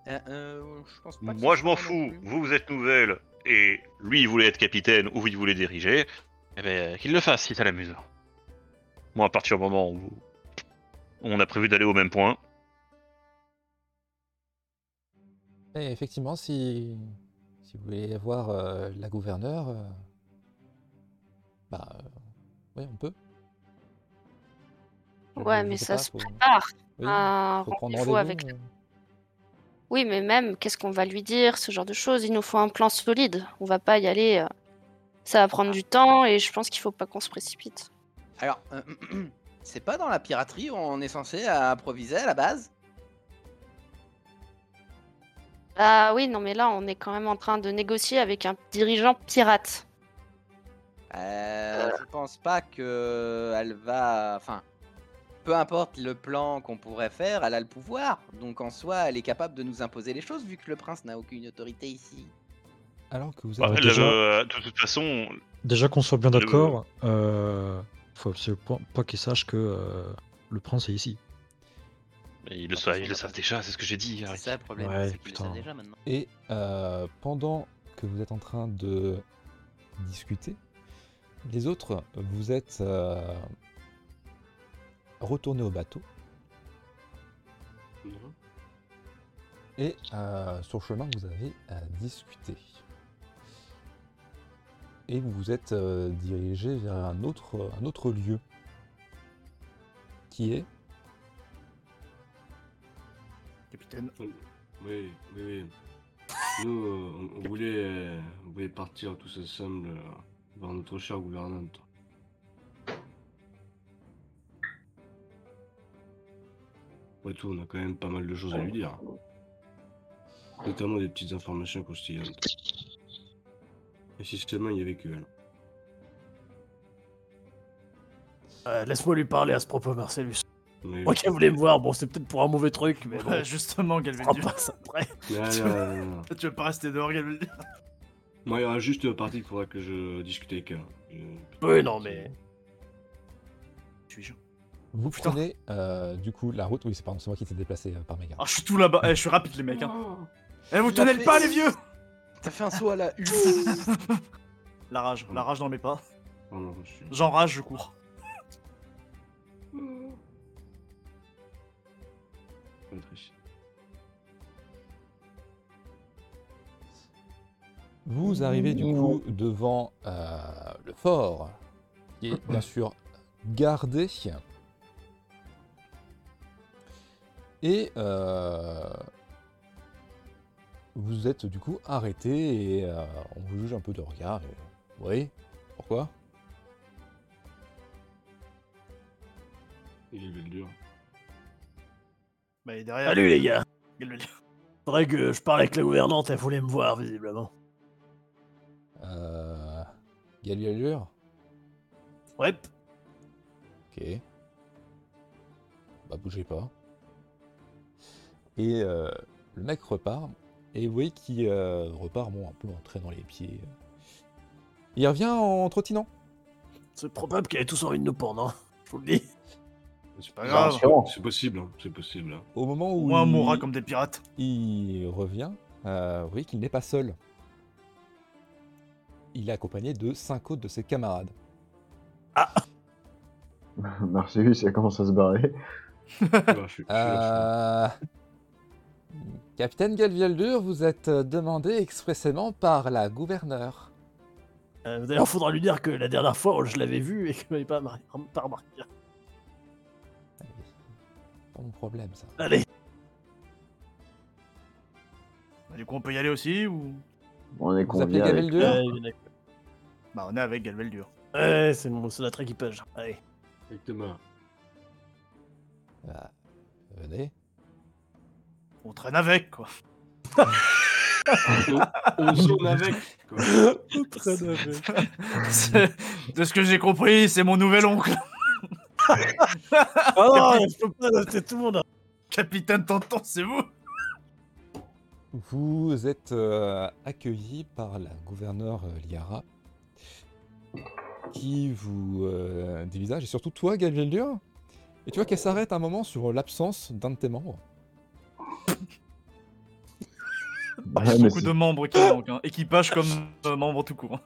K: euh, euh, je pense pas. que ce
I: Moi je
K: soit
I: m'en
K: non
I: fous,
K: plus.
I: vous vous êtes nouvelle, et lui il voulait être capitaine ou il voulait diriger, eh ben, qu'il le fasse si ça l'amuse. Moi, à partir du moment où on a prévu d'aller au même point,
A: Et effectivement, si, si vous voulez voir euh, la gouverneure, euh, bah, euh, oui, on peut. Je-
G: Ouais,
A: euh, je
G: mais
A: sais
G: ça
A: pas,
G: se
A: faut-
G: prépare
A: oui,
G: à un
A: faut prendre
G: rendez-vous avec
A: rendez-vous, euh.
G: Oui, mais même, qu'est-ce qu'on va lui dire, ce genre de choses Il nous faut un plan solide. On va pas y aller. euh, Ça va
A: Ah.
G: prendre du temps et je pense qu'il faut pas qu'on se précipite.
H: Alors, euh, c'est pas dans la piraterie où on est censé improviser à la base
G: Ah oui, non, mais là, on est quand même en train de négocier avec un dirigeant pirate.
H: Euh, Je pense pas que elle va. Enfin, peu importe le plan qu'on pourrait faire, elle a le pouvoir. Donc en soi, elle est capable de nous imposer les choses vu que le prince n'a aucune autorité ici.
A: Alors que vous
I: bah,
A: êtes
I: le-
J: déjà-
I: euh, de toute façon,
J: Déjà qu'on soit bien
I: Le-
J: d'accord, euh, faut absolument pas qu'ils sachent que euh, le prince est ici.
I: ils le, savent, ils le savent déjà, c'est ce que j'ai dit.
H: Ah, C'est
I: Harry.
H: ça le problème,
J: Ouais,
H: c'est qu'il le sait
J: putain.
H: déjà maintenant.
A: Et euh, pendant que vous êtes en train de discuter, les autres, vous êtes euh, retournés au bateau et euh, sur le chemin, vous avez euh, discuté. Et vous vous êtes euh, dirigé vers un autre, un autre lieu qui est
C: Capitaine.
E: Oui, oui, oui. Nous, euh, on, on voulait, euh, on voulait partir tous ensemble euh, vers notre chère gouvernante. Après tout, on a quand même pas mal de choses à lui dire. Notamment des petites informations croustillantes. Et si seulement il y avait que elle.
B: Euh, Laisse-moi lui parler à ce propos, Marcellus.
E: Mais-
B: Moi qui voulais me voir, bon, c'est peut-être pour un mauvais truc, mais bon,
C: Ouais, justement,
B: on fera
C: Galveldur.
B: pas ça après.
E: Non, non, non, non.
C: Tu veux pas rester dehors, Galveldur
E: euh, Moi, il y aura juste une partie qu'il faudra que je discute avec elle. Je-
B: Oui, non, mais.
C: Suis-je
J: Oh,
A: Vous
C: Putain.
A: prenez euh, du coup la route. Oui, c'est pardon, c'est moi qui t'ai déplacé euh, par mes
C: Ah, je suis tout là-bas. Eh, je suis rapide, les mecs. Hein. Eh, vous
H: Il a
C: tenez le
H: fait-
C: pas, les vieux
H: T'as fait un saut à la U.
C: La rage, la rage dans mes pas.
E: Oh non, je suis-
C: J'enrage, je cours.
E: je suis triste.
A: Vous arrivez du coup devant euh, le fort, qui est bien sûr gardé. Et euh, vous êtes du coup arrêté et euh, on vous juge un peu de regard. et, oui, pourquoi
E: Il est dur.
C: Bah, et derrière.
B: Salut les gars
C: Galveldur.
B: Faudrait que je parle avec la gouvernante, elle voulait me voir, visiblement.
A: euh, Galilure
B: Ouais,
A: Ok. Bah bougez pas. Et euh, le mec repart. Et vous voyez qu'il euh, repart bon, un peu en traînant les pieds. Il revient en trottinant.
B: c'est probable qu'elle ait tous envie de nous pendre, hein. Je vous le dis.
E: C'est
D: Bah,
C: pas grave.
D: Rassurant.
E: C'est possible, hein, c'est possible. hein.
A: Au moment où
C: Moi, on
A: il,
C: mourra comme des pirates.
A: il revient, euh, vous voyez qu'il n'est pas seul. Il est accompagné de cinq autres de ses camarades.
D: Marcellus, ça commence à se barrer.
E: Ah, je suis- je suis là,
A: Euh, Capitaine Galvieldur, vous êtes demandé expressément par la gouverneure.
B: Euh, D'ailleurs, faudra lui dire que la dernière fois, je l'avais vue et qu'elle m'avait pas, mar- pas remarqué.
A: Pas mon problème ça.
B: Allez,
C: Bah, du coup, on peut y aller aussi ou.
D: On est
A: Vous appelez
D: conviés avec...
A: Galvieldur
B: Euh, il y en a- Euh.
C: Bah, on est avec Galveldur.
B: Ouais, c'est mon c'est notre équipage. Allez.
E: je suis- Exactement.
A: Bah, venez.
C: On traîne avec, quoi.
E: On zone avec. quoi.
C: C'est- De ce que j'ai compris, c'est mon nouvel oncle.
B: Ah non, je peux Oh, pas rester tout le monde. hein.
C: Capitaine Tonton, c'est vous
A: Vous êtes euh, accueilli par la gouverneure euh, Liara qui vous euh, dévisage, et surtout toi, Galveldur. Et tu vois qu'elle s'arrête un moment sur l'absence d'un de tes membres.
C: Il y a beaucoup de membres qui manquent. hein. Équipage comme euh, membre tout court.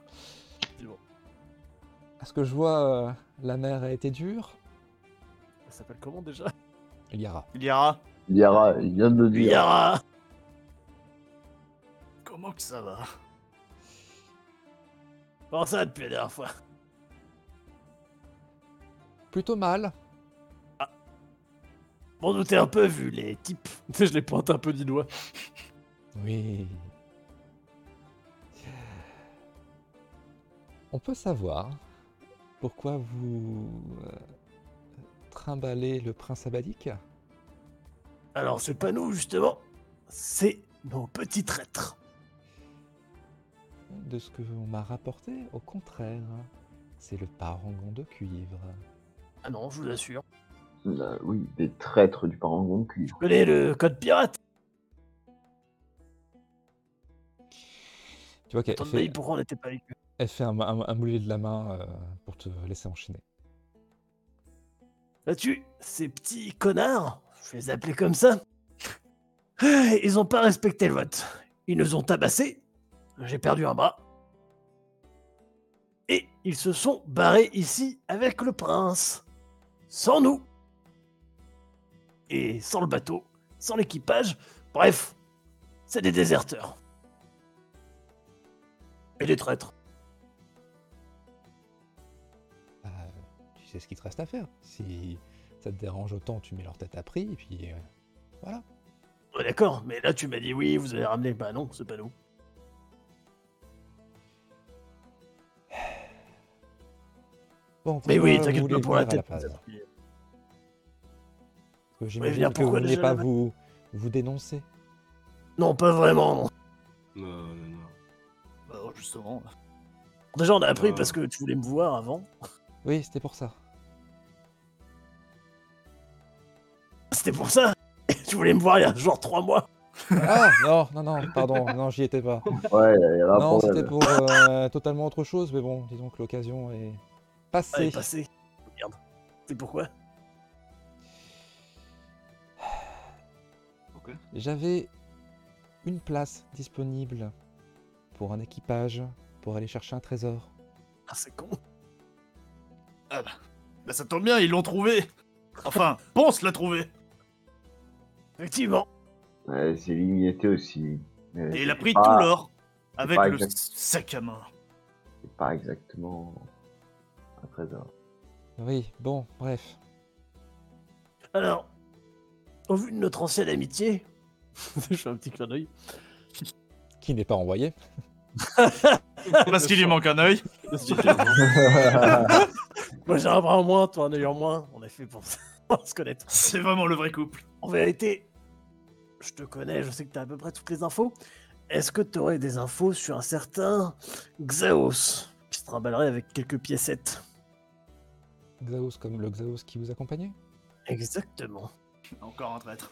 A: Est-ce que je vois euh, la mer a été dure
B: Ça s'appelle comment déjà
A: Il y aura.
C: Il y aura.
D: Il y aura, il vient de le dire.
B: Yara
C: Comment que ça va
B: Comment ça depuis la dernière fois
A: Plutôt mal.
B: M'en doutais un peu vu les types. Tu sais, je les pointe un peu du doigt.
A: Oui. On peut savoir pourquoi vous euh, trimballez le prince abadique
B: Alors, c'est pas nous, justement. C'est nos petits traîtres.
A: De ce que on m'a rapporté, au contraire, c'est le parangon de cuivre.
B: Ah non, je vous assure.
D: Là, oui, des traîtres du parangon de cuivre.
B: Vous connaissez le code pirate
A: Tu vois qu'elle
B: Attendez,
A: fait,
B: pourquoi on n'était pas avec eux
A: elle fait un, un, un mouillé de la main euh, pour te laisser enchaîner.
B: Là-dessus, ces petits connards, je vais les appeler comme ça, ils ont pas respecté le vote. Ils nous ont tabassés, j'ai perdu un bras, et ils se sont barrés ici avec le prince. Sans nous. Et sans le bateau, sans l'équipage, bref, c'est des déserteurs. Et des traîtres.
A: Bah, tu sais ce qu'il te reste à faire. Si ça te dérange autant, tu mets leur tête à prix et puis euh, voilà.
B: Ouais, D'accord, mais là tu m'as dit oui, vous avez ramené. Bah non, c'est pas nous.
A: Bon,
B: Mais oui,
A: pourquoi
B: t'inquiète
A: vous
B: pas
A: voulez
B: pour la
A: venir à
B: tête.
A: la base
B: vous êtes-
A: Parce que J'imagine
B: venir
A: que vous
B: pourquoi
A: voulez
B: déjà,
A: pas
B: là-bas
A: vous, vous dénoncer.
B: Non, pas vraiment, non.
E: Non, non, non.
C: Bah, alors, justement.
B: Déjà, on a appris
E: Euh.
B: parce que tu voulais me voir avant.
A: Oui, c'était pour ça.
B: C'était pour ça. tu voulais me voir il y a genre trois mois.
A: Ah non, non, non, pardon, non, j'y étais pas.
D: Ouais, il y a un
A: Non,
D: problème.
A: c'était pour euh, totalement autre chose, mais bon, disons que l'occasion est
B: Ah, il
A: passée.
B: est passé. Merde. C'est pourquoi
A: J'avais une place disponible pour un équipage, pour aller chercher un trésor.
B: Ah, c'est con.
C: Bah, ça tombe bien, ils l'ont trouvé. Enfin, Ponce l'a trouvé.
B: Effectivement.
D: Ouais, c'est limité aussi. Mais
C: Et il a
D: c'est
C: pris
D: pas-
C: tout l'or avec
D: pas
C: le
D: exact.
C: sac à main.
D: C'est pas exactement un trésor.
A: Oui, bon, bref.
B: Alors, au vu de notre ancienne amitié, je fais un petit clin d'œil.
A: Qui n'est pas envoyé
C: Parce qu'il lui manque un œil.
B: Moi, j'ai un bras en moins, toi un œil en moins. On est fait pour ça. On se connaître.
C: C'est vraiment le vrai couple.
B: En vérité, je te connais, je sais que t'as à peu près toutes les infos. Est-ce que t'aurais des infos sur un certain Xaos qui se trimballerait avec quelques piécettes
A: Xaos comme le Xaos qui vous accompagnait
B: Exactement.
C: Encore un traître.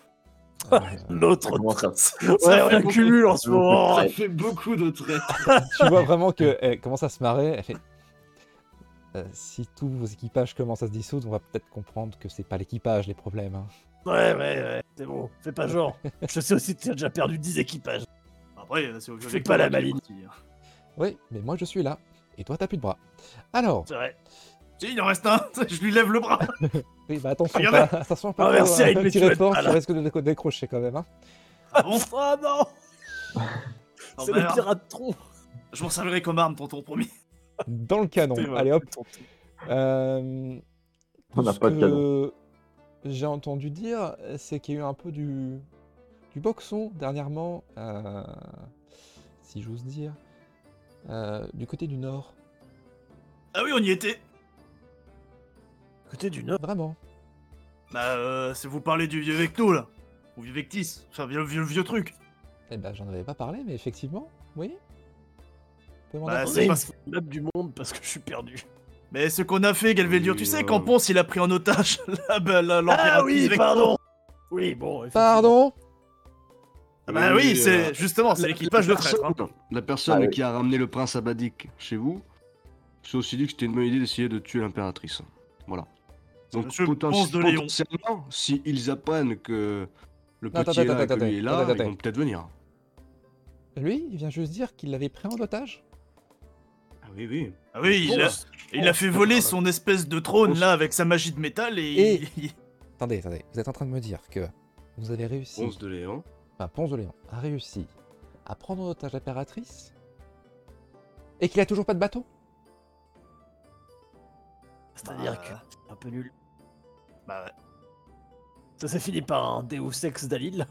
A: Euh,
B: L'autre
D: Comment ça
B: trace. Ouais, on accumule en ce moment.
E: Ça fait beaucoup de traits.
A: Tu vois vraiment qu'elle commence à se marrer. Elle fait... Euh, si tous vos équipages commencent à se dissoudre, on va peut-être comprendre que c'est pas l'équipage les problèmes. hein.
B: Ouais, ouais, ouais, c'est bon. Fais pas genre. Je sais aussi que t'as déjà perdu 10 équipages.
C: Après, euh, c'est au
B: Fais pas la maline.
A: Oui, mais moi je suis là. Et toi, t'as plus de bras. Alors,
B: C'est vrai.
C: Si, il en reste un. Je lui lève le bras.
A: oui, bah attention,
C: Regardez.
A: pas, attention,
B: Ah,
A: pas
B: merci,
A: trop, hein,
B: il me
A: petit
B: tuait
A: effort,
B: pas,
A: tu
B: Ah, là.
A: risques de déco- décrocher quand même. hein.
C: Ah bon
B: Ah non
C: Oh,
B: C'est le
C: merde.
B: pirate tronc
C: Je m'en servirai comme arme, tonton, promis.
A: Dans le canon.
B: Putain,
A: Allez hop.
B: tonton.
A: Euh,
D: On n'a
A: ce
D: pas de
A: que
D: canon.
A: J'ai entendu dire, c'est qu'il y a eu un peu du, du boxon dernièrement, euh, si j'ose dire, euh, du côté du nord.
C: Ah oui, on y était.
B: Côté du Nord.
A: Vraiment.
C: Bah, euh, si vous parlez du vieux Vecto, là. Ou vieux Vectis. Enfin, vieux, vieux, vieux truc.
A: Eh ben, j'en avais pas parlé, mais effectivement, oui. Vous pouvez m'en
C: Bah,
A: dire
C: c'est
B: une
C: pas...
B: map du monde parce que je suis perdu.
C: Mais ce qu'on a fait, Galveldur, tu
E: Oui,
C: sais,
E: ouais,
C: quand
E: ouais.
C: Ponce, il a pris en otage la- bah, la- l'empératrice
B: Ah oui,
C: Vecto.
B: pardon Oui, bon. effectivement.
A: Pardon
C: Ah Bah oui, c'est justement, c'est
E: euh, La-
C: l'équipage de
E: la
C: traître. hein.
E: personne- La personne
D: Ah oui.
E: qui a ramené le prince Abadik chez vous s'est aussi dit que c'était une bonne idée d'essayer de tuer l'impératrice. Voilà. Donc
C: Monsieur
E: poten-
C: Ponce de Léon.
E: potentiellement, s'ils apprennent que le
A: Non,
E: petit
A: attends,
E: est là,
A: attends,
E: que lui est
A: attends,
E: là,
A: attends,
E: ils vont peut-être venir.
A: Lui, il vient juste dire qu'il l'avait pris en otage.
E: Ah oui, oui.
C: Ah oui, il a, il a fait voler son espèce de trône là avec sa magie de métal et.
A: Et- Attendez, attendez, vous êtes en train de me dire que vous avez réussi,
E: Ponce de Léon.
A: enfin Ponce de Léon a réussi à prendre en otage l'impératrice et qu'il a toujours pas de bateau
B: C'est-à-dire
C: Ah.
B: que c'est un peu nul.
C: Bah ouais.
B: Ça s'est fini par un Deus Ex Dalil.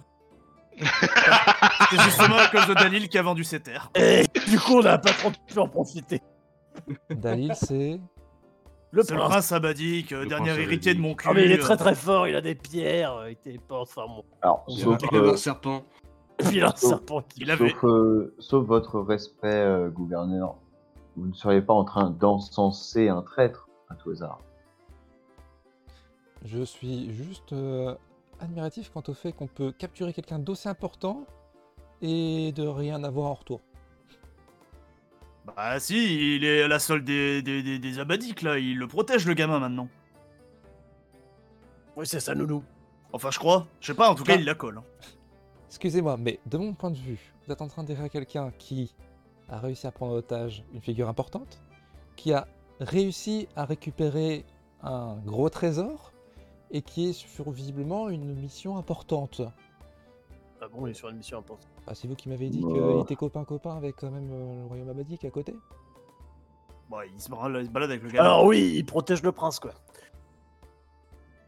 C: C'est justement à cause de Dalil qui a vendu ses terres.
B: Et du coup, on n'a pas trop pu en profiter.
A: Dalil, c'est.
B: Le
C: C'est le
B: prince.
C: prince abadique, euh,
E: Le
C: dernier
E: prince
C: héritier
E: Abadique.
C: de mon cul.
B: Ah, mais il est
C: euh,
B: très très fort, il a des pierres, euh, il téléporte, enfin bon.
D: Alors,
B: On
D: sauf,
E: Il
D: euh,
E: avait un serpent.
B: Et puis il a un serpent qui.
C: Il avait.
D: sauf, euh, sauf votre respect, euh, gouverneur, vous ne seriez pas en train d'encenser un traître à tout hasard.
A: Je suis juste euh, admiratif quant au fait qu'on peut capturer quelqu'un d'aussi important et de rien avoir en retour.
C: Bah si, il est à la solde des, des, des, des abadiques là, il le protège le gamin maintenant.
B: Oui, c'est ça, nounou. Ah.
C: Enfin, je crois. Je sais pas, en tout cas, il la colle. hein.
A: Excusez-moi, mais de mon point de vue, vous êtes en train d'errer à quelqu'un qui a réussi à prendre en otage une figure importante, qui a réussi à récupérer un gros trésor et qui est sur- visiblement une mission importante.
B: Ah bon, il est sur une mission importante.
A: Ah, c'est vous qui m'avez dit qu'il
D: Bon.
A: était copain-copain avec quand même euh, le royaume abadique à côté
C: Bah, il se balade, il se balade avec le gamin.
B: Alors oui, il protège le prince, quoi.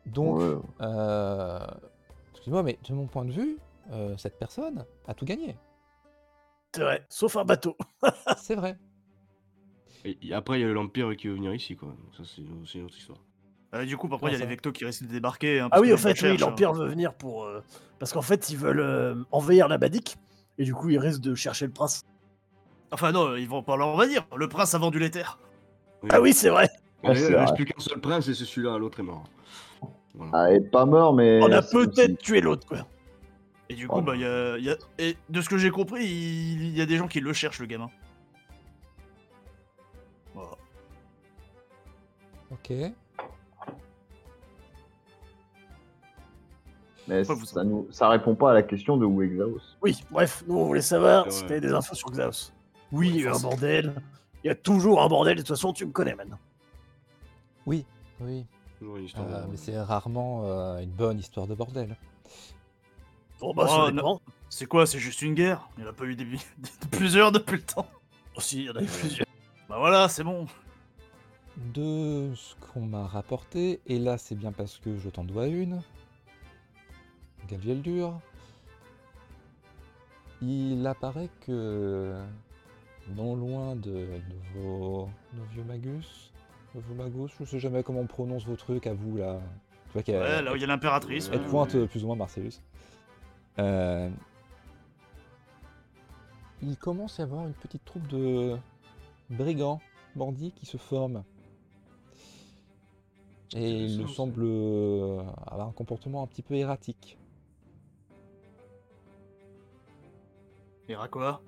A: Donc,
D: Ouais.
A: euh, excuse-moi, mais de mon point de vue, euh, cette personne a tout gagné.
B: C'est vrai, sauf un bateau.
A: C'est vrai.
E: Et et après, il y a l'Empire qui veut venir ici, quoi. Donc ça, c'est c'est une autre histoire.
C: Euh, du coup, après, il y a
A: Comment
C: les
A: ça
C: Vectos qui risquent de débarquer. hein,
B: Ah
C: parce
B: oui,
C: que
B: au
C: les
B: fait, oui,
C: cherchent, hein.
B: l'Empire veut venir pour. euh, Parce qu'en fait, ils veulent euh, envahir la Badique. Et du coup, ils risquent de chercher le prince.
C: Enfin, non, ils vont pas leur va dire. Le prince a vendu les terres.
B: Ah oui, c'est vrai.
D: Ah,
E: il
D: c'est
E: il reste
D: vrai.
E: plus qu'un seul prince et c'est celui-là, l'autre est mort. Voilà.
D: Ah, elle est pas mort, mais.
B: On a
D: c'est aussi-
B: peut-être tué l'autre, quoi.
C: Et du coup,
D: Oh.
C: bah, il y a, il y a- Et de ce que j'ai compris, il il y a des gens qui le cherchent, le gamin. Voilà.
A: Ok.
D: Mais
C: Pourquoi vous-
D: ça, nous... ça répond pas à la question de où est Xaos.
B: Oui, bref, nous on voulait savoir
E: Ouais.
B: si t'avais des infos sur Xaos.
E: Ouais,
B: Oui, il y a eu un
E: forcément.
B: bordel. Il y a toujours un bordel, de toute façon, tu me connais maintenant.
A: Oui,
E: Toujours une
A: euh,
E: histoire. de-
A: mais c'est rarement euh, une bonne histoire de bordel.
B: Bon, bah,
C: Oh,
B: ça
C: non.
B: dépend.
C: C'est quoi C'est juste une guerre Il n'y en a pas eu des... plusieurs depuis le temps.
B: Oh, si, il y en a eu plusieurs.
C: Bah voilà, c'est bon.
A: De ce qu'on m'a rapporté, et là c'est bien parce que je t'en dois une, Galviel Dur, il apparaît que non loin de, de vos, de vieux magus, de vos magus, je sais jamais comment on prononce vos trucs à vous là. Tu vois qu'il y a-
C: Ouais, là où il y a l'impératrice.
E: Ouais.
A: Elle pointe euh, plus ou moins Marcellus. Euh, Il commence à y avoir une petite troupe de brigands, bandits qui se forment. Et ils
E: Intéressant,
A: me
E: ça.
A: semblent euh, avoir un comportement un petit peu erratique.
C: Et à quoi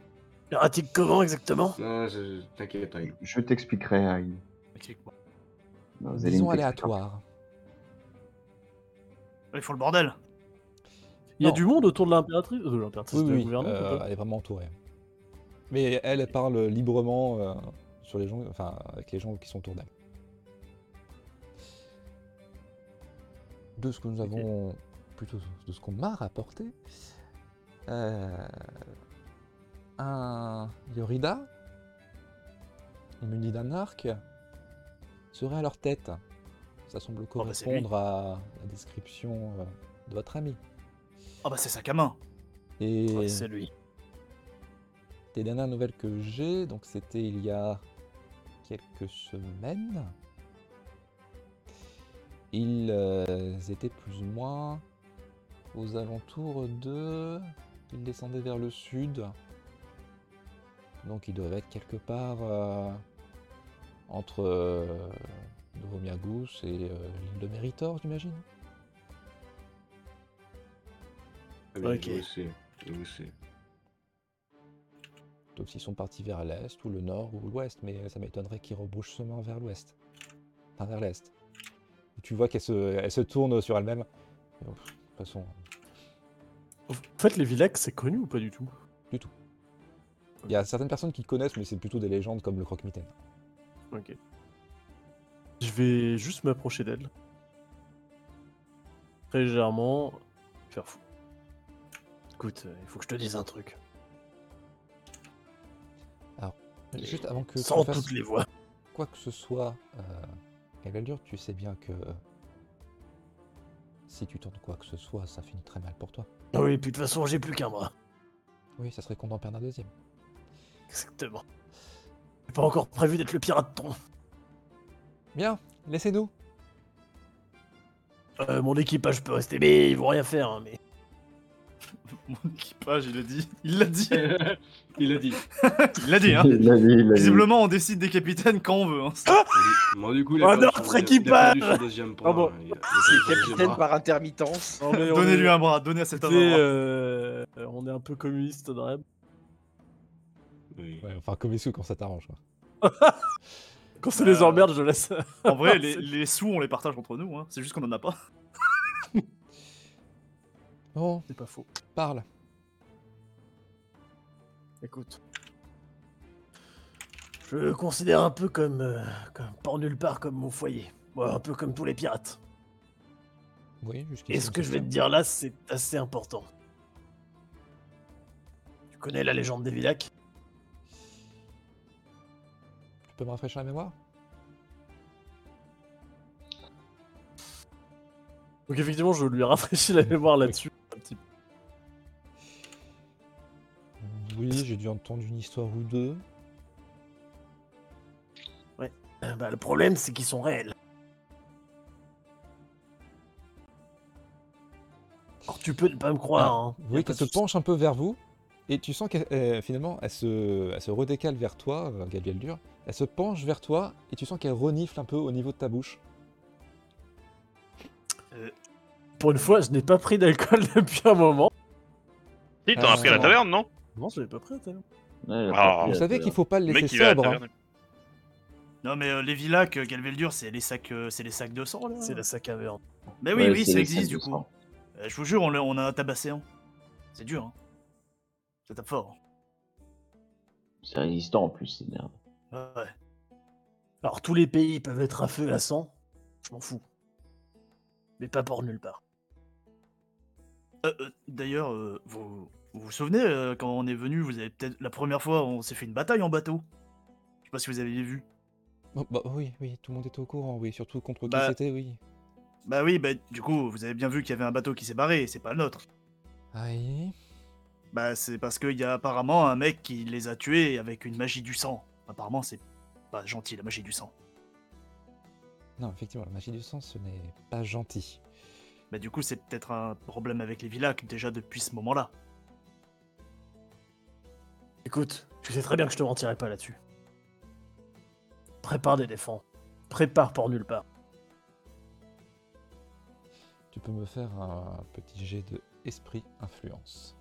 B: Erratique comment exactement
E: Ah, je- je- T'inquiète, Aïe.
D: Je t'expliquerai, Harry.
C: Explique-moi.
D: Non,
A: Ils
D: Zéline
A: sont
D: t'expliquera.
A: aléatoires.
C: Ils font le bordel.
B: Il y a
A: Non.
B: du monde autour de l'impératrice euh, De l'impératrice
A: Oui,
B: de la
A: oui,
B: gouvernante
A: euh,
B: ou pas
A: elle est vraiment entourée. Mais elle, elle parle librement euh, sur les gens, enfin, avec les gens qui sont autour d'elle. De ce que nous avons, plutôt de ce qu'on m'a rapporté, euh, un Yorida, muni d'un arc, serait à leur tête. Ça semble
C: Oh, bah, c'est lui.
A: correspondre à la description euh, de votre ami.
C: Ah bah c'est sac à main.
A: Et
B: Ouais, C'est lui.
A: Les dernières nouvelles que j'ai, donc c'était il y a quelques semaines, ils euh, étaient plus ou moins aux alentours de... Ils descendaient vers le sud. Donc ils doivent être quelque part euh, entre euh, Nouveau Miagous et euh, l'île de Méritor, j'imagine.
B: Ok.
E: Je sais, je sais.
A: Sauf ils sont partis vers l'est ou le nord ou l'ouest, mais euh, ça m'étonnerait qu'ils rebrouchent chemin vers l'ouest. Enfin, vers l'est. Tu vois qu'elle se, elle se tourne sur elle-même. Et, pff, De toute façon, euh,
B: En fait, les Vilex, c'est connu ou pas du tout
A: Du tout. Il y a certaines personnes qui connaissent, mais c'est plutôt des légendes comme le croque-mitaine.
B: Ok. Je vais juste m'approcher d'elle. Très légèrement. Faire fou. Écoute, euh, il faut que je te dise un truc.
A: Alors, juste avant que.
B: Sans
A: qu'on fasse
B: toutes les voix.
A: Quoi que ce soit, euh, Gavaldur, tu sais bien que. euh, si tu tentes quoi que ce soit, ça finit très mal pour toi.
B: Ah oui, puis de toute façon, j'ai plus qu'un bras.
A: Oui, ça serait con d'en perdre un deuxième.
B: Exactement. J'ai pas encore prévu d'être le pirate tron.
A: Bien, laissez-nous.
B: Euh, mon équipage peut rester, mais ils vont rien faire, hein, mais.
C: Mon équipage, il l'a dit. Il l'a dit.
E: Il a dit.
C: il l'a dit, hein.
D: Il l'a dit, il l'a dit. Ah
C: Visiblement, on décide des capitaines quand on veut. hein.
E: Bon, du coup,
B: Oh,
E: pas de
B: notre
E: chance, il a- il a
B: équipage
E: perdu son deuxième point,
B: Ah bon.
E: hein, il a- il a perdu son
H: Capitaine
E: bras.
H: par intermittence.
B: Non, mais on
C: Donnez-lui
B: est-
C: un bras, donnez à cet homme
B: écoutez,
C: un bras.
B: euh, on est un peu communiste dans la-
E: Oui.
A: Ouais, enfin, comme les sous quand ça t'arrange. quoi.
B: Quand ça les
C: Euh,
B: emmerde, je laisse.
C: En vrai, les,
B: c'est-
C: les sous, on les partage entre nous. Hein. C'est juste qu'on en a pas.
A: Bon,
B: C'est pas faux.
A: Oh. parle.
B: Écoute. Je le considère un peu comme, euh, comme port nulle part comme mon foyer. Ouais, un peu comme tous les pirates.
A: Oui, jusqu'ici.
B: Et ce
A: on
B: que
A: se
B: je vais te
A: tient.
B: dire là, c'est assez important. Tu connais la légende des Vilacs
A: Tu peux me rafraîchir la mémoire
B: Donc effectivement, je lui rafraîchis la mémoire là-dessus. Un petit peu.
A: Euh, Oui, j'ai dû entendre une histoire ou deux.
B: Euh, Bah, le problème, c'est qu'ils sont réels. Alors tu peux ne pas me croire. Hein. Y a
A: Ah, Oui,
B: pas
A: qu'elle
B: de
A: se
B: souci.
A: penche un peu vers vous, et tu sens qu'elle euh, finalement elle se, elle se redécale vers toi, euh, Gabrielle Dur. Elle se penche vers toi, et tu sens qu'elle renifle un peu au niveau de ta bouche.
B: Euh, Pour une fois, je n'ai pas pris d'alcool depuis un moment.
I: Si, t'en as pris à la
A: Euh,
I: taverne, non
B: Non, je n'ai pas pris. t'as vu.
D: Ouais, il a
I: Ah,
D: pas pris,
A: vous
D: là,
A: savez
D: tout à
A: qu'il faut pas le
I: Le mec,
A: laisser
I: il va à la
A: sobre. hein.
I: taverne.
C: Non, mais euh, les vilacs, euh, Galveldur, c'est les sacs, euh, c'est les sacs de sang là.
B: C'est la sac à verre.
C: Mais
D: l'heure.
C: oui,
D: Ouais,
C: oui,
D: c'est
C: ça
D: les
C: existe
D: sacs
C: du
D: de
C: coup.
D: sang.
C: Euh, je vous jure, on, l'a- on en a tabassé un. C'est dur. Hein. Ça tape fort.
D: C'est résistant en plus, c'est merde.
C: Ouais. ouais.
B: Alors tous les pays peuvent être à feu à sang. Je m'en fous. Mais pas pour nulle part.
C: Euh, euh, D'ailleurs, euh, vous, vous vous souvenez euh, quand on est venu, vous avez peut-être la première fois, on s'est fait une bataille en bateau. Je sais pas si vous avez vu.
A: Bon, bah, oui, oui, tout le monde est au courant, oui, surtout contre
C: Bah,
A: qui c'était, oui.
C: Bah oui, bah du coup, vous avez bien vu qu'il y avait un bateau qui s'est barré, c'est pas le nôtre.
A: Aïe.
C: Bah c'est parce qu'il y a apparemment un mec qui les a tués avec une magie du sang. Apparemment, c'est pas gentil la magie du sang.
A: Non, effectivement, la magie du sang, ce n'est pas gentil.
C: Bah du coup, c'est peut-être un problème avec les vilacs déjà depuis ce moment-là.
B: Écoute, tu sais très bien que je te mentirai pas là-dessus. Prépare des défenses. Prépare pour nulle part.
A: Tu peux me faire un petit jet de esprit influence.